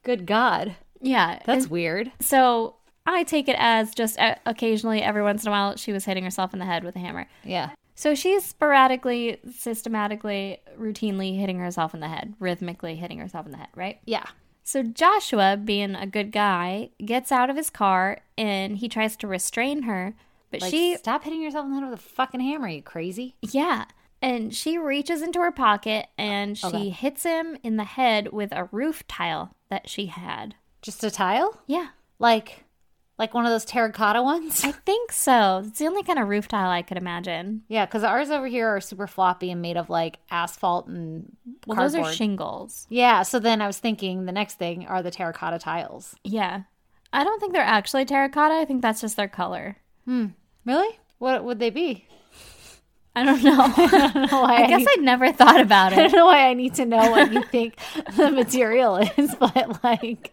[SPEAKER 2] Good God.
[SPEAKER 1] yeah.
[SPEAKER 2] That's weird.
[SPEAKER 1] so I take it as just uh, occasionally, every once in a while, she was hitting herself in the head with a hammer.
[SPEAKER 2] Yeah.
[SPEAKER 1] So she's sporadically, systematically, routinely hitting herself in the head, rhythmically hitting herself in the head, right?
[SPEAKER 2] Yeah.
[SPEAKER 1] So Joshua, being a good guy, gets out of his car and he tries to restrain her, but
[SPEAKER 2] Like,
[SPEAKER 1] she
[SPEAKER 2] stop hitting yourself in the head with a fucking hammer, you crazy.
[SPEAKER 1] Yeah. And she reaches into her pocket and she
[SPEAKER 2] Oh, Okay.
[SPEAKER 1] hits him in the head with a roof tile that she had.
[SPEAKER 2] Just a tile?
[SPEAKER 1] Yeah.
[SPEAKER 2] Like like one of those terracotta ones?
[SPEAKER 1] I think so. It's the only kind of roof tile I could imagine.
[SPEAKER 2] yeah, because ours over here are super floppy and made of like asphalt and
[SPEAKER 1] Well,
[SPEAKER 2] cardboard.
[SPEAKER 1] those are shingles.
[SPEAKER 2] yeah, so then I was thinking the next thing are the terracotta tiles.
[SPEAKER 1] Yeah. I don't think they're actually terracotta. I think that's just their color.
[SPEAKER 2] Really? What would they be?
[SPEAKER 1] I don't know.
[SPEAKER 2] Why
[SPEAKER 1] I guess
[SPEAKER 2] need-
[SPEAKER 1] I'd never thought about
[SPEAKER 2] I
[SPEAKER 1] it.
[SPEAKER 2] don't know why I need to know what you think the material is, but like,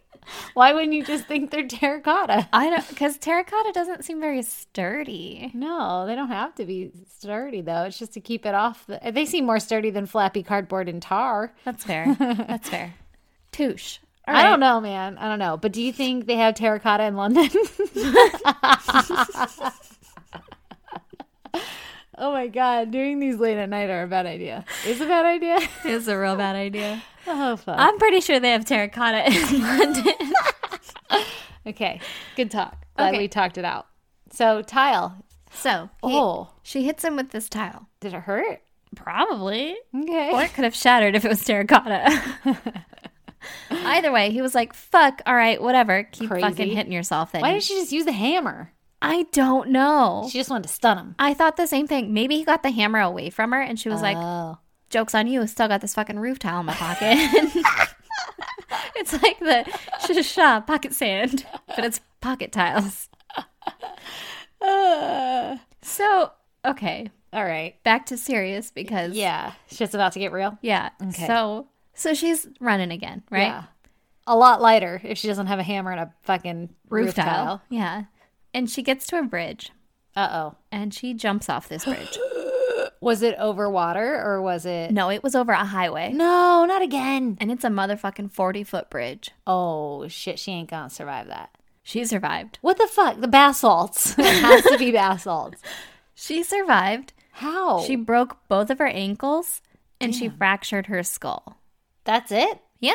[SPEAKER 2] why wouldn't you just think they're terracotta?
[SPEAKER 1] I don't because terracotta doesn't seem very sturdy.
[SPEAKER 2] No, they don't have to be sturdy though. It's just to keep it off. The, they seem more sturdy than flappy cardboard and tar.
[SPEAKER 1] That's fair. That's fair. Touche. All
[SPEAKER 2] I
[SPEAKER 1] right.
[SPEAKER 2] don't know, man. I don't know. But do you think they have terracotta in London? oh my god, doing these late at night are a bad idea. Is a bad idea.
[SPEAKER 1] It's a real bad idea.
[SPEAKER 2] Oh fuck.
[SPEAKER 1] I'm pretty sure they have terracotta in London.
[SPEAKER 2] okay, good talk. Glad
[SPEAKER 1] Okay.
[SPEAKER 2] we talked it out. So tile.
[SPEAKER 1] So he-
[SPEAKER 2] Oh,
[SPEAKER 1] she hits him with this tile.
[SPEAKER 2] did it hurt?
[SPEAKER 1] Probably.
[SPEAKER 2] Okay.
[SPEAKER 1] Or it could have shattered if it was terracotta. Either way, he was like, fuck, all right, whatever. Keep
[SPEAKER 2] Crazy.
[SPEAKER 1] fucking hitting yourself then.
[SPEAKER 2] Why didn't she just use the hammer?
[SPEAKER 1] I don't know.
[SPEAKER 2] She just wanted to stun him.
[SPEAKER 1] I thought the same thing. Maybe he got the hammer away from her and she was like,
[SPEAKER 2] oh.
[SPEAKER 1] joke's on you. Still got this fucking roof tile in my pocket. it's like the sha sha pocket sand, but it's pocket tiles. So, okay,
[SPEAKER 2] all right.
[SPEAKER 1] back to serious because
[SPEAKER 2] Yeah. Shit's about to get real.
[SPEAKER 1] Yeah.
[SPEAKER 2] Okay.
[SPEAKER 1] So so she's running again, right?
[SPEAKER 2] Yeah. A lot lighter if she doesn't have a hammer and a fucking
[SPEAKER 1] Roof, tile. Yeah. And she gets to a bridge
[SPEAKER 2] Uh
[SPEAKER 1] and she jumps off this bridge.
[SPEAKER 2] oh. Was it over water or was it?
[SPEAKER 1] no, it was over a highway.
[SPEAKER 2] No, not again.
[SPEAKER 1] And it's a motherfucking 40 foot bridge.
[SPEAKER 2] Oh shit, she ain't gonna survive that.
[SPEAKER 1] She survived.
[SPEAKER 2] What the fuck? The basalts. it has to be basalts.
[SPEAKER 1] She survived.
[SPEAKER 2] How?
[SPEAKER 1] She broke both of her ankles and she fractured her skull.
[SPEAKER 2] That's it.
[SPEAKER 1] Yeah.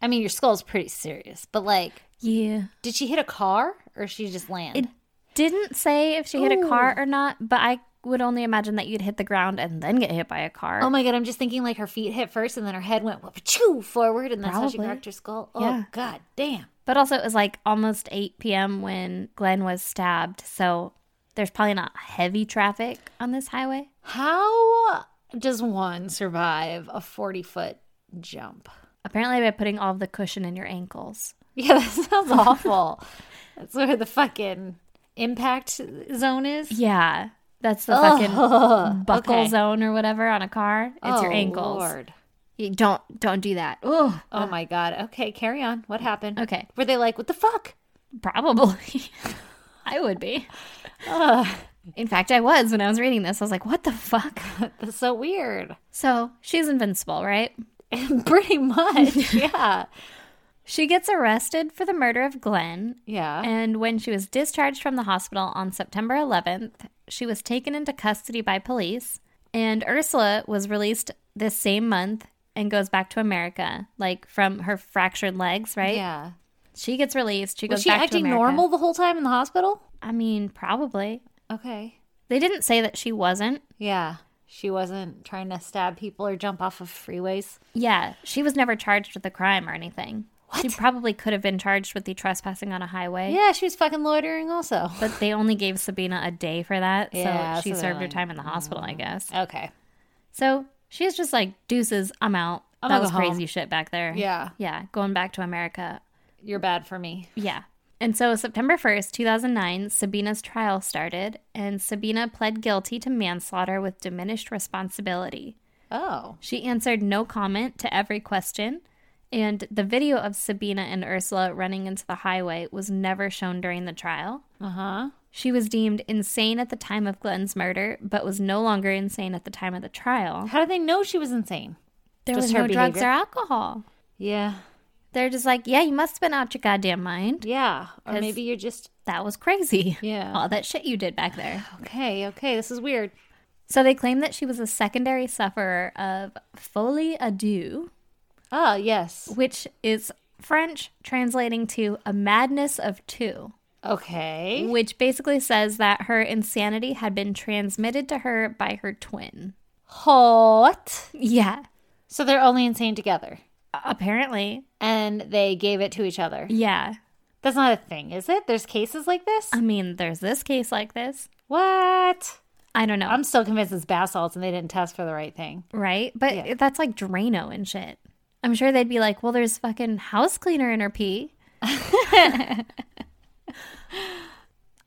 [SPEAKER 2] I mean, your skull's pretty serious, but like,
[SPEAKER 1] Yeah.
[SPEAKER 2] did she hit a car or she just land?
[SPEAKER 1] It didn't say if she hit a
[SPEAKER 2] Oh.
[SPEAKER 1] car or not, but I would only imagine that you'd hit the ground and then get hit by a car.
[SPEAKER 2] Oh my god, I'm just thinking like her feet hit first and then her head went whoop-a-choo forward and that's how she
[SPEAKER 1] Probably.
[SPEAKER 2] cracked her skull. Oh
[SPEAKER 1] Yeah.
[SPEAKER 2] god damn.
[SPEAKER 1] But also, it was like almost 8 p.m. when Glenn was stabbed. So there's probably not heavy traffic on this highway.
[SPEAKER 2] How does one survive a 40 foot jump?
[SPEAKER 1] Apparently, by putting all of the cushion in your ankles.
[SPEAKER 2] Yeah, that sounds awful. That's where the fucking impact zone is.
[SPEAKER 1] Yeah. That's the fucking buckle
[SPEAKER 2] okay.
[SPEAKER 1] zone or whatever on a car. It's your
[SPEAKER 2] Oh,
[SPEAKER 1] ankles.
[SPEAKER 2] Lord.
[SPEAKER 1] You don't don't do that. Ugh.
[SPEAKER 2] Oh my god. Okay, carry on. What happened?
[SPEAKER 1] Okay.
[SPEAKER 2] Were they like, what the fuck?
[SPEAKER 1] Probably. I would be. In fact, I was when I was reading this. I was like, what the fuck?
[SPEAKER 2] That's so weird.
[SPEAKER 1] So she's invincible, right?
[SPEAKER 2] Pretty much. Yeah.
[SPEAKER 1] She gets arrested for the murder of Glenn
[SPEAKER 2] Yeah.
[SPEAKER 1] And when she was discharged from the hospital on September 11th, she was taken into custody by police. And Ursula was released this same month and goes back to America, like from her fractured legs, right?
[SPEAKER 2] Yeah.
[SPEAKER 1] She gets released. She goes
[SPEAKER 2] Was she
[SPEAKER 1] back to
[SPEAKER 2] acting
[SPEAKER 1] America.
[SPEAKER 2] normal the whole time in the hospital?
[SPEAKER 1] I mean, probably.
[SPEAKER 2] Okay.
[SPEAKER 1] They didn't say that she wasn't.
[SPEAKER 2] Yeah. She wasn't trying to stab people or jump off of freeways.
[SPEAKER 1] Yeah, she was never charged with a crime or anything. She probably could have been charged with the trespassing on a highway.
[SPEAKER 2] Yeah, she was fucking loitering also.
[SPEAKER 1] But they only gave Sabina a day for that.
[SPEAKER 2] Yeah,
[SPEAKER 1] so she
[SPEAKER 2] so they're
[SPEAKER 1] served her
[SPEAKER 2] like, mm,
[SPEAKER 1] time in the hospital, I guess.
[SPEAKER 2] Okay.
[SPEAKER 1] So she's just like, deuces, I'm out.
[SPEAKER 2] I'm
[SPEAKER 1] that
[SPEAKER 2] gonna
[SPEAKER 1] was
[SPEAKER 2] go home.
[SPEAKER 1] crazy shit back there.
[SPEAKER 2] Yeah.
[SPEAKER 1] Yeah. Going back to America.
[SPEAKER 2] You're bad for me.
[SPEAKER 1] Yeah. And so September 1st, 2009, Sabina's trial started, and Sabina pled guilty to manslaughter with diminished responsibility.
[SPEAKER 2] Oh.
[SPEAKER 1] She answered no comment to every question, and the video of Sabina and Ursula running into the highway was never shown during the trial.
[SPEAKER 2] Uh huh.
[SPEAKER 1] She was deemed insane at the time of Glenn's murder, but was no longer insane at the time of the trial.
[SPEAKER 2] How do they know she was insane?
[SPEAKER 1] There
[SPEAKER 2] Just
[SPEAKER 1] was
[SPEAKER 2] her
[SPEAKER 1] no drugs or
[SPEAKER 2] behavior.
[SPEAKER 1] alcohol.
[SPEAKER 2] Yeah.
[SPEAKER 1] They're just like, yeah, you must have been out your goddamn mind.
[SPEAKER 2] Yeah. Or
[SPEAKER 1] 'Cause-
[SPEAKER 2] maybe you're just
[SPEAKER 1] That was crazy.
[SPEAKER 2] Yeah.
[SPEAKER 1] All that shit you did back there.
[SPEAKER 2] okay, okay, this is weird.
[SPEAKER 1] So they claim that she was a secondary sufferer of folie à deux,
[SPEAKER 2] Ah, yes.
[SPEAKER 1] which is French translating to a madness of two,
[SPEAKER 2] Okay.
[SPEAKER 1] which basically says that her insanity had been transmitted to her by her twin.
[SPEAKER 2] What?
[SPEAKER 1] Yeah,
[SPEAKER 2] So they're only insane together.
[SPEAKER 1] apparently.
[SPEAKER 2] And they gave it to each other.
[SPEAKER 1] Yeah.
[SPEAKER 2] That's not a thing, is it? There's cases like this?
[SPEAKER 1] I mean, there's this case like this.
[SPEAKER 2] What?
[SPEAKER 1] I don't know,
[SPEAKER 2] I'm still convinced it's bath salts and they didn't test for the right thing.
[SPEAKER 1] right? But
[SPEAKER 2] Yeah.
[SPEAKER 1] that's like Drano and shit. I'm sure they'd be like, well, there's fucking house cleaner in her pee.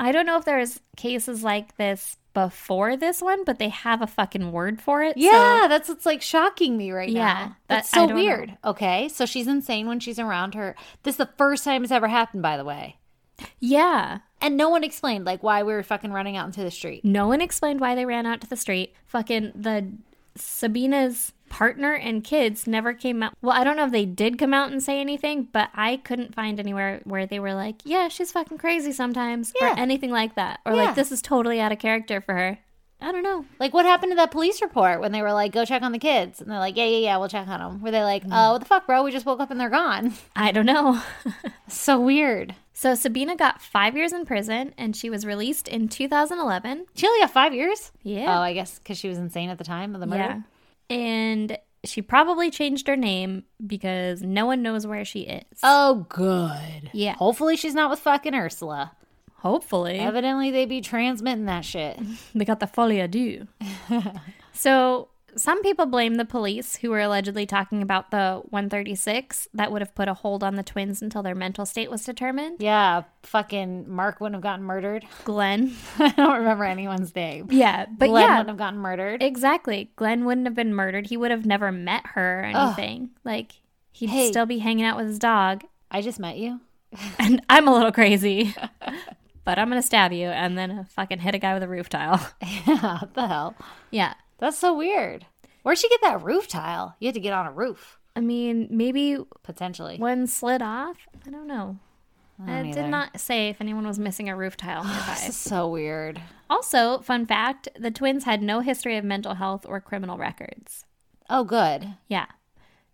[SPEAKER 1] I don't know if there's cases like this before this one, but they have a fucking word for it. so-
[SPEAKER 2] Yeah, that's what's like shocking me right
[SPEAKER 1] Yeah,
[SPEAKER 2] now.
[SPEAKER 1] that-
[SPEAKER 2] That's
[SPEAKER 1] I
[SPEAKER 2] so
[SPEAKER 1] don't
[SPEAKER 2] weird. Okay, so she's insane when she's around her. This is the first time it's ever happened, by the way.
[SPEAKER 1] yeah.
[SPEAKER 2] And no one explained like why we were fucking running out into the street.
[SPEAKER 1] No one explained why they ran out to the street. Fucking the Sabina's partner and kids never came out. Well, I don't know if they did come out and say anything, but I couldn't find anywhere where they were like, "Yeah, she's fucking crazy sometimes,"
[SPEAKER 2] Yeah.
[SPEAKER 1] or anything like that, or
[SPEAKER 2] Yeah.
[SPEAKER 1] like this is totally out of character for her. I don't know.
[SPEAKER 2] Like what happened to that police report when they were like, "Go check on the kids," and they're like, "Yeah, yeah, yeah, we'll check on them." Were they like,
[SPEAKER 1] Mm.
[SPEAKER 2] "Oh, what the fuck, bro? We just woke up and they're gone."
[SPEAKER 1] I don't know.
[SPEAKER 2] so weird.
[SPEAKER 1] so Sabina got five years in prison, and she was released in 2011.
[SPEAKER 2] She only got five years. Oh,
[SPEAKER 1] Yeah,
[SPEAKER 2] I guess because she was insane at the time of the murder.
[SPEAKER 1] yeah. And she probably changed her name because no one knows where she is.
[SPEAKER 2] Oh, good.
[SPEAKER 1] Yeah.
[SPEAKER 2] Hopefully she's not with fucking Ursula.
[SPEAKER 1] Hopefully,
[SPEAKER 2] Evidently, they be transmitting that shit.
[SPEAKER 1] They got the folie à deux. so some people blame the police who were allegedly talking about the 136 that would have put a hold on the twins until their mental state was determined.
[SPEAKER 2] Yeah, fucking Mark wouldn't have gotten murdered.
[SPEAKER 1] Glenn.
[SPEAKER 2] I don't remember anyone's name.
[SPEAKER 1] Yeah, but
[SPEAKER 2] Glenn
[SPEAKER 1] yeah,
[SPEAKER 2] wouldn't have gotten murdered.
[SPEAKER 1] exactly. Glenn wouldn't have been murdered. He would have never met her or anything. Like he'd
[SPEAKER 2] Hey.
[SPEAKER 1] still be hanging out with his dog.
[SPEAKER 2] I just met you.
[SPEAKER 1] And I'm a little crazy. but I'm going to stab you and then fucking hit a guy with a roof tile.
[SPEAKER 2] Yeah, what the hell?
[SPEAKER 1] yeah.
[SPEAKER 2] That's so weird. Where'd she get that roof tile? You had to get on a roof,
[SPEAKER 1] I mean, maybe
[SPEAKER 2] potentially.
[SPEAKER 1] one slid off. I don't know.
[SPEAKER 2] don't
[SPEAKER 1] I
[SPEAKER 2] either.
[SPEAKER 1] did not say if anyone was missing a roof tile nearby.
[SPEAKER 2] This is so weird.
[SPEAKER 1] also, fun fact the twins had no history of mental health or criminal records.
[SPEAKER 2] Oh, good.
[SPEAKER 1] Yeah.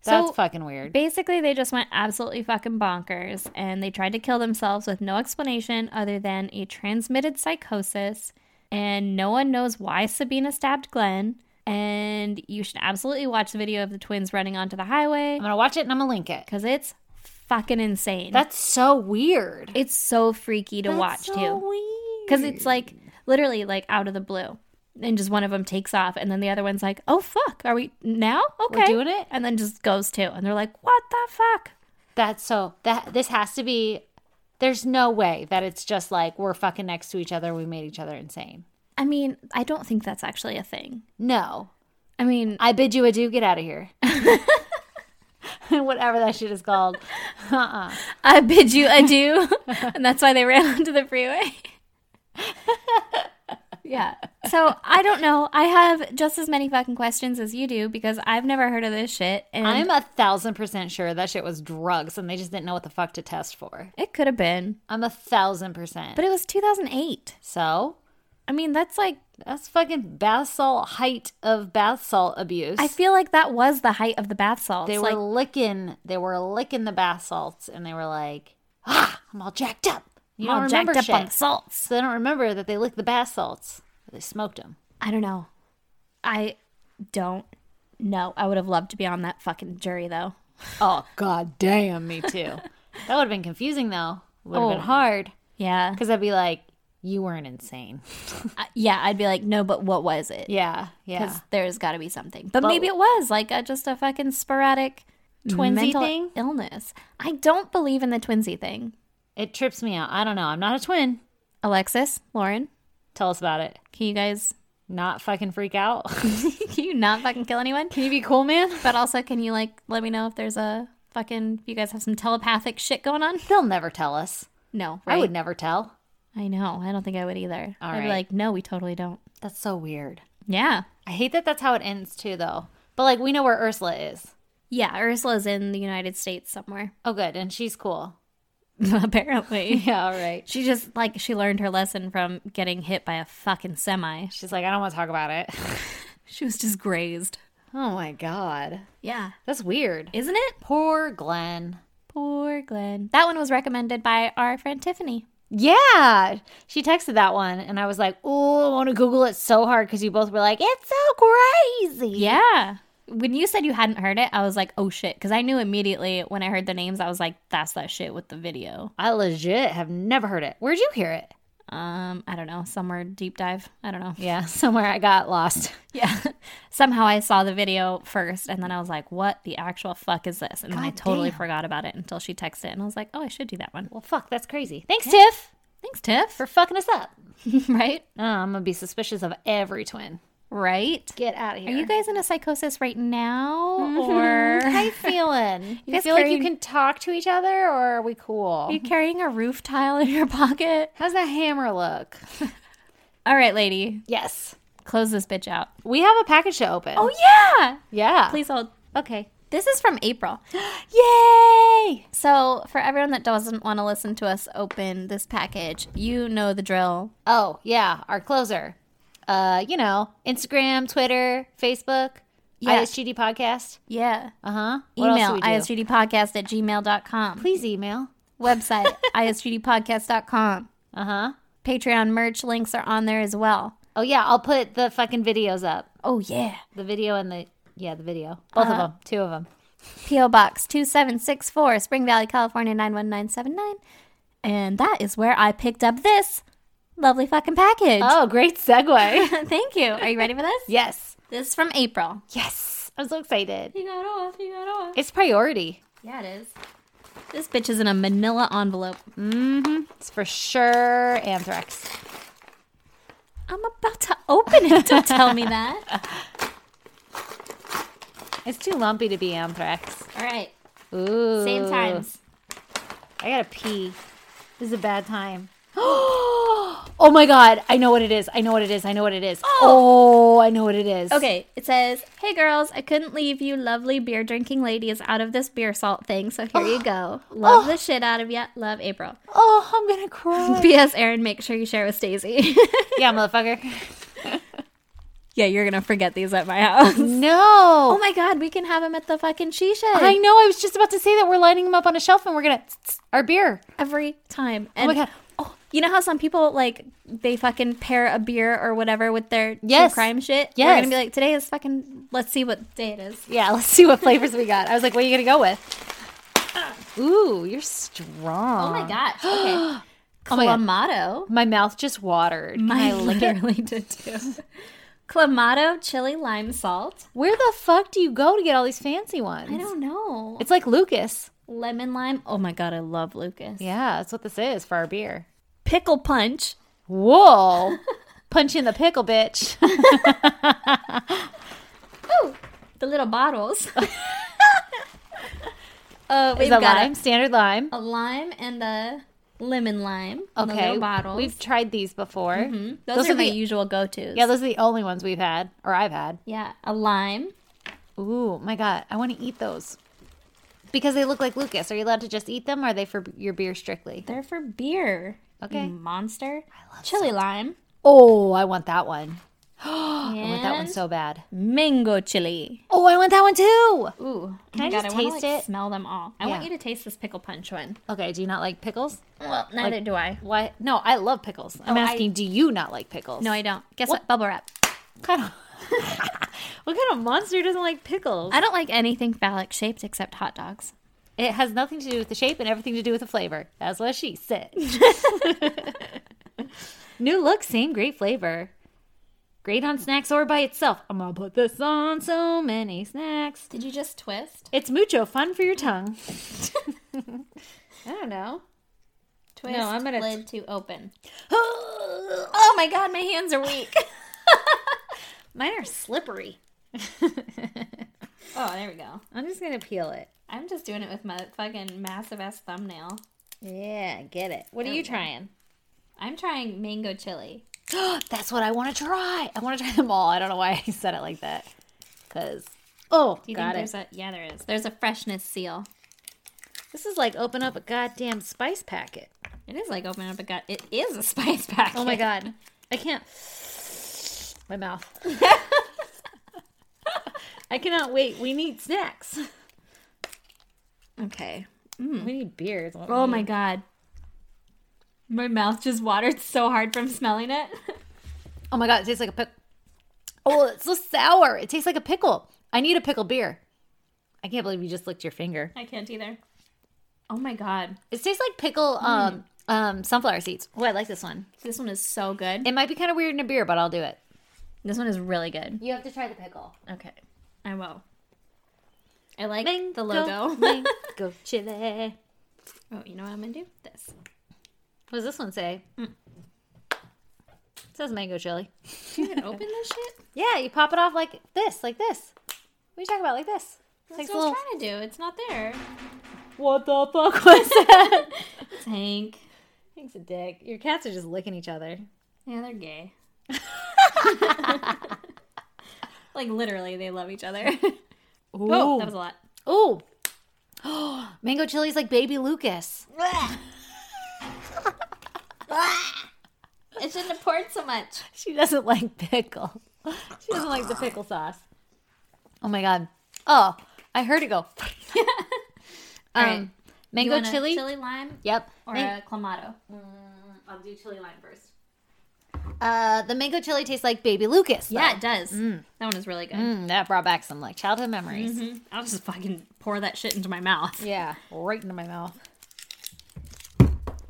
[SPEAKER 2] That's
[SPEAKER 1] so
[SPEAKER 2] fucking weird.
[SPEAKER 1] basically, they just went absolutely fucking bonkers and they tried to kill themselves with no explanation other than a transmitted psychosis. And no one knows why Sabina stabbed Glenn. And you should absolutely watch the video of the twins running onto the highway
[SPEAKER 2] I'm gonna watch it and I'm gonna link it.
[SPEAKER 1] because it's fucking insane.
[SPEAKER 2] That's so weird.
[SPEAKER 1] it's so freaky to
[SPEAKER 2] That's
[SPEAKER 1] watch,
[SPEAKER 2] so
[SPEAKER 1] too.
[SPEAKER 2] weird.
[SPEAKER 1] because it's like literally like out of the blue and just one of them takes off and then the other one's like oh fuck are we now okay
[SPEAKER 2] doing it?
[SPEAKER 1] and then just goes to and they're like what the fuck
[SPEAKER 2] That's so that this has to be. There's no way that it's just like we're fucking next to each other. We made each other insane.
[SPEAKER 1] i mean i don't think that's actually a thing
[SPEAKER 2] No,
[SPEAKER 1] i mean
[SPEAKER 2] I bid you adieu. Get out of here. Whatever that shit is called.
[SPEAKER 1] i bid you adieu and that's why they ran onto the freeway yeah so i don't know i have just as many fucking questions as you do because i've never heard of this shit and
[SPEAKER 2] I'm a thousand percent sure that shit was drugs and they just didn't know what the fuck to test for.
[SPEAKER 1] it could have been
[SPEAKER 2] I'm a thousand percent.
[SPEAKER 1] but it was 2008
[SPEAKER 2] so
[SPEAKER 1] i mean that's like
[SPEAKER 2] that's fucking bath salt height of bath salt abuse.
[SPEAKER 1] i feel like that was the height of the bath salts
[SPEAKER 2] they were
[SPEAKER 1] like
[SPEAKER 2] licking. They were licking the bath salts and they were like, ah, I'm all jacked up. You
[SPEAKER 1] all
[SPEAKER 2] don't
[SPEAKER 1] jacked
[SPEAKER 2] remember
[SPEAKER 1] up
[SPEAKER 2] shit.
[SPEAKER 1] on salts.
[SPEAKER 2] So they don't remember that they licked the bath salts. They smoked them.
[SPEAKER 1] I don't know. I don't know. I would have loved to be on that fucking jury though.
[SPEAKER 2] Oh god damn, me too. that would have been confusing though. Would have
[SPEAKER 1] Oh.
[SPEAKER 2] been hard
[SPEAKER 1] Yeah.
[SPEAKER 2] because I'd be like, you weren't insane.
[SPEAKER 1] I- yeah, I'd be like, no, but what was it?
[SPEAKER 2] Yeah, yeah.
[SPEAKER 1] Because there's got to be something. But, maybe it was like a, just a fucking sporadic
[SPEAKER 2] Twinsy
[SPEAKER 1] mental
[SPEAKER 2] thing?
[SPEAKER 1] illness. I don't believe in the twinsy thing.
[SPEAKER 2] It trips me out. I don't know. I'm not a twin.
[SPEAKER 1] Alexis, Lauren,
[SPEAKER 2] Tell us about it.
[SPEAKER 1] can you guys?
[SPEAKER 2] Not fucking freak out.
[SPEAKER 1] Can you not fucking kill anyone?
[SPEAKER 2] Can you be cool, man?
[SPEAKER 1] But also, can you like let me know if there's a fucking if you guys have some telepathic shit going on?
[SPEAKER 2] They'll never tell us.
[SPEAKER 1] No,
[SPEAKER 2] I would
[SPEAKER 1] right?
[SPEAKER 2] never tell.
[SPEAKER 1] I know. I don't think I would either.
[SPEAKER 2] All
[SPEAKER 1] I'd be
[SPEAKER 2] right.
[SPEAKER 1] like, no, we totally don't.
[SPEAKER 2] That's so weird.
[SPEAKER 1] Yeah.
[SPEAKER 2] I hate that that's how it ends too, though. But like we know where Ursula is.
[SPEAKER 1] Yeah, Ursula's in the United States somewhere.
[SPEAKER 2] Oh, good, and she's cool.
[SPEAKER 1] Apparently.
[SPEAKER 2] Yeah, all right.
[SPEAKER 1] She just like she learned her lesson from getting hit by a fucking semi.
[SPEAKER 2] She's like, I don't want to talk about it.
[SPEAKER 1] She was just grazed.
[SPEAKER 2] oh my god,
[SPEAKER 1] Yeah.
[SPEAKER 2] that's weird.
[SPEAKER 1] Isn't it?
[SPEAKER 2] Poor Glenn.
[SPEAKER 1] Poor Glenn. That one was recommended by our friend Tiffany.
[SPEAKER 2] Yeah, she texted that one, and I was like, "Oh, I want to Google it so hard because you both were like, it's so crazy."
[SPEAKER 1] Yeah. When you said you hadn't heard it, I was like, oh shit. Because I knew immediately when I heard the names, I was like, that's that shit with the video.
[SPEAKER 2] I legit have never heard it. Where'd you hear it?
[SPEAKER 1] Um, I don't know, somewhere deep dive. I don't know.
[SPEAKER 2] Yeah, somewhere I got lost.
[SPEAKER 1] Yeah. Somehow I saw the video first and then I was like, what the actual fuck is this? And then I
[SPEAKER 2] God
[SPEAKER 1] totally
[SPEAKER 2] damn.
[SPEAKER 1] forgot about it until she texted it and I was like, oh, I should do that one.
[SPEAKER 2] Well, fuck, that's crazy. Thanks, Tiff,
[SPEAKER 1] Thanks, Tiff.
[SPEAKER 2] for fucking us up.
[SPEAKER 1] right?
[SPEAKER 2] Oh, I'm gonna be suspicious of every twin.
[SPEAKER 1] Right?
[SPEAKER 2] Get out of
[SPEAKER 1] Are
[SPEAKER 2] here.
[SPEAKER 1] you guys in a psychosis right now?
[SPEAKER 2] Mm-hmm.
[SPEAKER 1] Or
[SPEAKER 2] How you feeling? You
[SPEAKER 1] guys
[SPEAKER 2] feel like you
[SPEAKER 1] carrying-
[SPEAKER 2] can talk to each other, or are we cool?
[SPEAKER 1] are you carrying a roof tile in your pocket?
[SPEAKER 2] How's that hammer look?
[SPEAKER 1] All right, lady,
[SPEAKER 2] yes,
[SPEAKER 1] close this bitch out.
[SPEAKER 2] we have a package to open.
[SPEAKER 1] Oh, yeah.
[SPEAKER 2] yeah.
[SPEAKER 1] Please hold.
[SPEAKER 2] Okay.
[SPEAKER 1] This is from April.
[SPEAKER 2] Yay!
[SPEAKER 1] So, for everyone that doesn't want to listen to us open this package, you know the drill.
[SPEAKER 2] Oh yeah, our closer. Uh, you know, Instagram, Twitter, Facebook,
[SPEAKER 1] Yeah.
[SPEAKER 2] ISGD podcast.
[SPEAKER 1] Yeah.
[SPEAKER 2] Uh huh.
[SPEAKER 1] Email isgdpodcast at gmail.com.
[SPEAKER 2] Please email.
[SPEAKER 1] Website isgdpodcast.com.
[SPEAKER 2] Uh
[SPEAKER 1] Uh-huh.
[SPEAKER 2] huh.
[SPEAKER 1] Patreon merch links are on there as well.
[SPEAKER 2] Oh yeah, I'll put the fucking videos up.
[SPEAKER 1] Oh, yeah.
[SPEAKER 2] The video and the yeah, the video. Both of them. Two of them.
[SPEAKER 1] P.O. Box 2764, Spring Valley, California 91979. And that is where I picked up this lovely fucking package.
[SPEAKER 2] Oh, great segue.
[SPEAKER 1] Thank you. Are you ready for this?
[SPEAKER 2] yes.
[SPEAKER 1] This is from April.
[SPEAKER 2] Yes. I'm so excited.
[SPEAKER 1] You got off. You got off.
[SPEAKER 2] It's priority.
[SPEAKER 1] Yeah, it is. This bitch is in a manila envelope.
[SPEAKER 2] Mm-hmm. It's for sure anthrax.
[SPEAKER 1] I'm about to open it. Don't tell me that.
[SPEAKER 2] It's too lumpy to be anthrax.
[SPEAKER 1] All right.
[SPEAKER 2] Ooh.
[SPEAKER 1] Same times.
[SPEAKER 2] I gotta pee. This is a bad time. oh my god, I know what it is. I know what it is. I know what it is. Oh, I know what it is.
[SPEAKER 1] Okay, it says, Hey girls, I couldn't leave you lovely beer drinking ladies out of this beer salt thing, so here you go. Love the shit out of ya. Love April.
[SPEAKER 2] Oh, I'm gonna cry.
[SPEAKER 1] P.S. Aaron, make sure you share with Stacey.
[SPEAKER 2] yeah, motherfucker.
[SPEAKER 1] yeah, you're gonna forget these at my house. Oh
[SPEAKER 2] No.
[SPEAKER 1] my god, we can have them at the fucking she shed
[SPEAKER 2] I know. I was just about to say that we're lining them up on a shelf and we're gonna our beer.
[SPEAKER 1] every time.
[SPEAKER 2] Oh
[SPEAKER 1] And
[SPEAKER 2] my god. Oh,
[SPEAKER 1] You know how some people like they fucking pair a beer or whatever with their true
[SPEAKER 2] Yes.
[SPEAKER 1] crime shit? We're
[SPEAKER 2] Yes.
[SPEAKER 1] gonna be like, today is fucking let's see what day it is.
[SPEAKER 2] yeah. Let's see what flavors we got. I was like, what are you gonna go with? Ooh, you're strong.
[SPEAKER 1] gosh. Okay.
[SPEAKER 2] Oh my God.
[SPEAKER 1] Clamato.
[SPEAKER 2] My mouth just watered. Can
[SPEAKER 1] I
[SPEAKER 2] I lick it?
[SPEAKER 1] literally did too. Clamato chili lime salt.
[SPEAKER 2] Where the fuck do you go to get all these fancy ones?
[SPEAKER 1] I don't know.
[SPEAKER 2] It's like Lucas.
[SPEAKER 1] Lemon lime. Oh my god, I love Lucas.
[SPEAKER 2] Yeah, that's what this is for our beer.
[SPEAKER 1] Pickle punch.
[SPEAKER 2] Whoa. Punch you in the pickle, bitch.
[SPEAKER 1] Ooh, the little bottles. uh, we've
[SPEAKER 2] Is a
[SPEAKER 1] got
[SPEAKER 2] lime,
[SPEAKER 1] a,
[SPEAKER 2] standard lime.
[SPEAKER 1] a lime and a lemon lime. in the
[SPEAKER 2] Okay.
[SPEAKER 1] little bottles. Mm-hmm.
[SPEAKER 2] We've tried these before.
[SPEAKER 1] Those,
[SPEAKER 2] Those
[SPEAKER 1] are,
[SPEAKER 2] are
[SPEAKER 1] my
[SPEAKER 2] the-
[SPEAKER 1] usual go tos.
[SPEAKER 2] Yeah, those are the only ones we've had, or I've had.
[SPEAKER 1] yeah, a lime.
[SPEAKER 2] Ooh, my God. I want to eat those. Because they look like Lucas. Are you allowed to just eat them? Or are they for your beer strictly?
[SPEAKER 1] They're for beer.
[SPEAKER 2] Okay.
[SPEAKER 1] Monster. Chili lime.
[SPEAKER 2] Oh, I want that one.
[SPEAKER 1] And
[SPEAKER 2] I want that one so bad.
[SPEAKER 1] mango chili.
[SPEAKER 2] Oh, I want that one too.
[SPEAKER 1] Ooh.
[SPEAKER 2] Can I just
[SPEAKER 1] I wanna,
[SPEAKER 2] taste
[SPEAKER 1] like,
[SPEAKER 2] it?
[SPEAKER 1] Smell them all. I want
[SPEAKER 2] Yeah.
[SPEAKER 1] you to taste this pickle punch one.
[SPEAKER 2] Okay, do you not like pickles?
[SPEAKER 1] Well, neither do I.
[SPEAKER 2] Why? No, I love pickles. I'm
[SPEAKER 1] Oh, I-
[SPEAKER 2] asking, do you not like pickles?
[SPEAKER 1] No, I don't. Guess what? Bubble wrap.
[SPEAKER 2] kind of what kind of monster doesn't like pickles?
[SPEAKER 1] I don't like anything phallic shaped except hot dogs.
[SPEAKER 2] It has nothing to do with the shape and everything to do with the flavor. That's what she said. New look, same great flavor. Great on snacks or by itself. I'm gonna put this on so many snacks.
[SPEAKER 1] Did you just twist?
[SPEAKER 2] It's mucho fun for your tongue. I don't know.
[SPEAKER 1] Twist
[SPEAKER 2] I'm gonna-
[SPEAKER 1] lid to open.
[SPEAKER 2] Mine
[SPEAKER 1] Oh my god, my hands are weak.
[SPEAKER 2] are slippery.
[SPEAKER 1] oh, there we go.
[SPEAKER 2] I'm just gonna peel it.
[SPEAKER 1] I'm just doing it with my fucking massive ass thumbnail.
[SPEAKER 2] Yeah, get it. What are you trying?
[SPEAKER 1] I'm trying mango chili.
[SPEAKER 2] That's what I want to try. I want to try them all. I don't know why I said it like that. Cause oh,
[SPEAKER 1] Do you
[SPEAKER 2] got
[SPEAKER 1] think
[SPEAKER 2] it.
[SPEAKER 1] there's a yeah, there is. There's a freshness seal.
[SPEAKER 2] this is like open up a goddamn spice packet.
[SPEAKER 1] It is like opening up a gut. It is a spice pack.
[SPEAKER 2] Oh my god, I can't. My mouth. I cannot wait. We need snacks.
[SPEAKER 1] Okay.
[SPEAKER 2] We need beers.
[SPEAKER 1] Oh
[SPEAKER 2] Mm.
[SPEAKER 1] my god. My mouth just watered so hard from smelling it.
[SPEAKER 2] Oh my god, it tastes like a pickle. Oh, it's so sour. It tastes like a pickle. I need a pickle beer. I can't believe you just licked your finger.
[SPEAKER 1] I can't either. Oh my god.
[SPEAKER 2] It tastes like pickle um um sunflower seeds. Oh, I like this one.
[SPEAKER 1] This one is so good.
[SPEAKER 2] It might be kind of weird in a beer, but I'll do it.
[SPEAKER 1] This one is really good.
[SPEAKER 2] You have to try the pickle.
[SPEAKER 1] Okay. I will. I like the
[SPEAKER 2] Mango,
[SPEAKER 1] logo.
[SPEAKER 2] mango chili.
[SPEAKER 1] oh, you know what I'm gonna do? This.
[SPEAKER 2] What does this one say? It says mango chili.
[SPEAKER 1] You can open this shit?
[SPEAKER 2] Yeah, you pop it off like this, like this. What are you talking about? Like this. It's
[SPEAKER 1] That's
[SPEAKER 2] like
[SPEAKER 1] what I was trying to do. It's not there.
[SPEAKER 2] What the fuck was that?
[SPEAKER 1] Tank.
[SPEAKER 2] Thanks a dick. Your cats are just licking each other.
[SPEAKER 1] Yeah, they're gay. like literally, they love each other.
[SPEAKER 2] Ooh.
[SPEAKER 1] Whoa, that was a lot.
[SPEAKER 2] Ooh. Mango chili's like baby Lucas.
[SPEAKER 1] It shouldn't have poured so much.
[SPEAKER 2] She doesn't like pickle. She doesn't like the pickle sauce. Oh my god. Oh, I heard it go. um,
[SPEAKER 1] right. You You
[SPEAKER 2] mango
[SPEAKER 1] want a
[SPEAKER 2] chili?
[SPEAKER 1] chili lime,
[SPEAKER 2] Yep.
[SPEAKER 1] or
[SPEAKER 2] Man-
[SPEAKER 1] a clamato. Mm, I'll do chili lime first.
[SPEAKER 2] uh, the mango chili tastes like baby Lucas. though.
[SPEAKER 1] Yeah, it does. That one is really good.
[SPEAKER 2] Mm, that brought back some like childhood memories.
[SPEAKER 1] I'll just fucking pour that shit into my mouth.
[SPEAKER 2] Yeah, right into my mouth.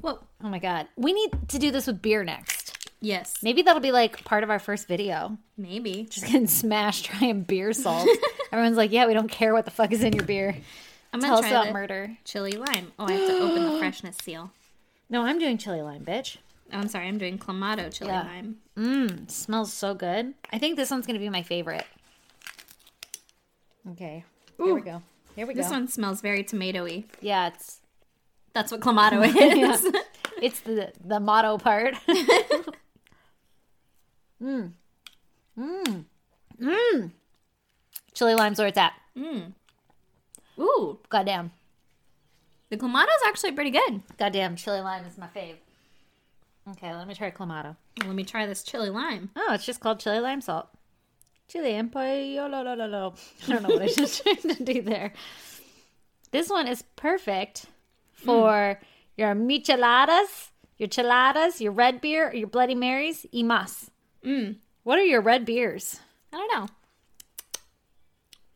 [SPEAKER 2] Whoa. Oh my god. We need to do this with beer next.
[SPEAKER 1] Yes,
[SPEAKER 2] Maybe that'll be like part of our first video.
[SPEAKER 1] maybe.
[SPEAKER 2] Just getting smashed trying beer salt. Everyone's like, yeah, we don't care what the fuck is in your beer.
[SPEAKER 1] I'm
[SPEAKER 2] Tell
[SPEAKER 1] gonna try
[SPEAKER 2] us about
[SPEAKER 1] the
[SPEAKER 2] murder.
[SPEAKER 1] chili lime. Oh, I have to open the freshness seal.
[SPEAKER 2] No, I'm doing chili lime, bitch.
[SPEAKER 1] Oh, I'm sorry, I'm doing clamato chili
[SPEAKER 2] Yeah.
[SPEAKER 1] lime.
[SPEAKER 2] It smells so good. I think this one's gonna be my favorite. Okay. Here we go. Here we
[SPEAKER 1] This
[SPEAKER 2] go.
[SPEAKER 1] one smells very tomatoey.
[SPEAKER 2] yeah, it's
[SPEAKER 1] That's what clamato is.
[SPEAKER 2] it's the the motto part. Mm. Mmm. Mmm. Mmm. Mm. Chili lime's where it's at.
[SPEAKER 1] Ooh,
[SPEAKER 2] Goddamn.
[SPEAKER 1] the clamato's actually pretty good.
[SPEAKER 2] Goddamn, chili lime is my fave. Okay, let me try clamato.
[SPEAKER 1] Let me try this chili lime.
[SPEAKER 2] Oh, it's just called chili lime salt. Chili empire. yo, lo, lo, lo, lo. I don't know what I just tried to do there. This one is perfect for your micheladas, your chiladas, your red beer, or your Bloody Marys, y mas. Mm. What are your red beers?
[SPEAKER 1] I don't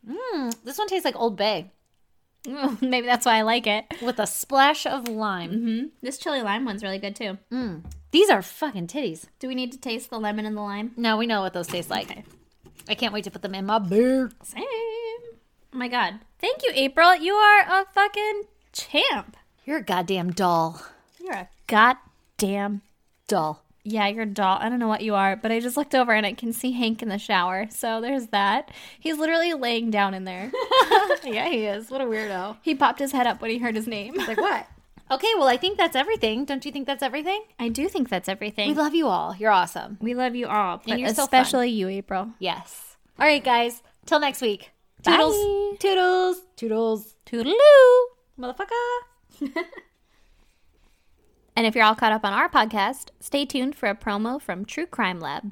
[SPEAKER 1] know.
[SPEAKER 2] This one tastes like Old Bay
[SPEAKER 1] Ooh, Maybe that's why I like it.
[SPEAKER 2] with a splash of lime.
[SPEAKER 1] This chili lime one's really good too. Mm.
[SPEAKER 2] These are fucking titties.
[SPEAKER 1] Do we need to taste the lemon and the lime?
[SPEAKER 2] No, we know what those taste like. I can't wait to put them in my beer.
[SPEAKER 1] Same. Oh my god. Thank you, April. You are a fucking champ.
[SPEAKER 2] You're a goddamn doll.
[SPEAKER 1] You're a goddamn
[SPEAKER 2] Doll.
[SPEAKER 1] yeah, you're a doll. I don't know what you are, but I just looked over and I can see Hank in the shower. So there's that. He's literally laying down in there.
[SPEAKER 2] yeah, he is. What a weirdo.
[SPEAKER 1] he popped his head up when he heard his name.
[SPEAKER 2] Like what? Okay, well, I think that's everything. Don't you think that's everything?
[SPEAKER 1] I do think that's everything.
[SPEAKER 2] We love you all. You're awesome.
[SPEAKER 1] We love you all, but
[SPEAKER 2] you're so
[SPEAKER 1] especially you, April.
[SPEAKER 2] Yes. All right, guys. Till next week. Toodles.
[SPEAKER 1] Bye.
[SPEAKER 2] Toodles. Toodles.
[SPEAKER 1] Toodaloo.
[SPEAKER 2] Motherfucker.
[SPEAKER 1] And if you're all caught up on our podcast, stay tuned for a promo from True Crime Lab.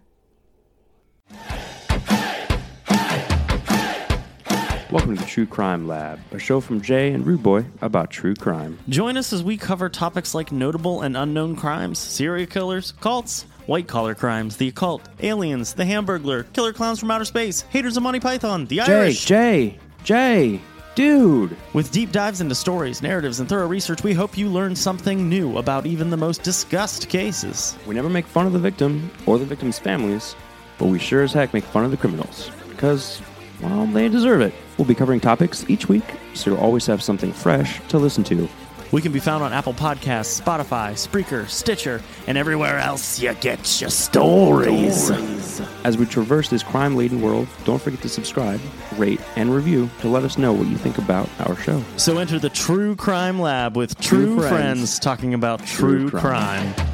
[SPEAKER 3] Welcome to the True Crime Lab, a show from Jay and Rude Boy about true crime.
[SPEAKER 4] Join us as we cover topics like notable and unknown crimes, serial killers, cults, white collar crimes, the occult, aliens, the Hamburglar, killer clowns from outer space, haters of Monty Python, the
[SPEAKER 3] Jay,
[SPEAKER 4] Irish.
[SPEAKER 3] Jay, Jay, dude.
[SPEAKER 4] With deep dives into stories, narratives, and thorough research, we hope you learn something new about even the most discussed cases.
[SPEAKER 3] We never make fun of the victim or the victim's families, but we sure as heck make fun of the criminals. Because, well, they deserve it. We'll be covering topics each week, so you'll always have something fresh to listen to.
[SPEAKER 4] We can be found on Apple Podcasts, Spotify, Spreaker, Stitcher, and everywhere else you get your stories.
[SPEAKER 3] As we traverse this crime laden world, don't forget to subscribe, rate, and review to let us know what you think about our show.
[SPEAKER 4] So enter the True Crime Lab with
[SPEAKER 3] True
[SPEAKER 4] true, friends.
[SPEAKER 3] friends.
[SPEAKER 4] talking about
[SPEAKER 3] True
[SPEAKER 4] true,
[SPEAKER 3] crime.
[SPEAKER 4] crime.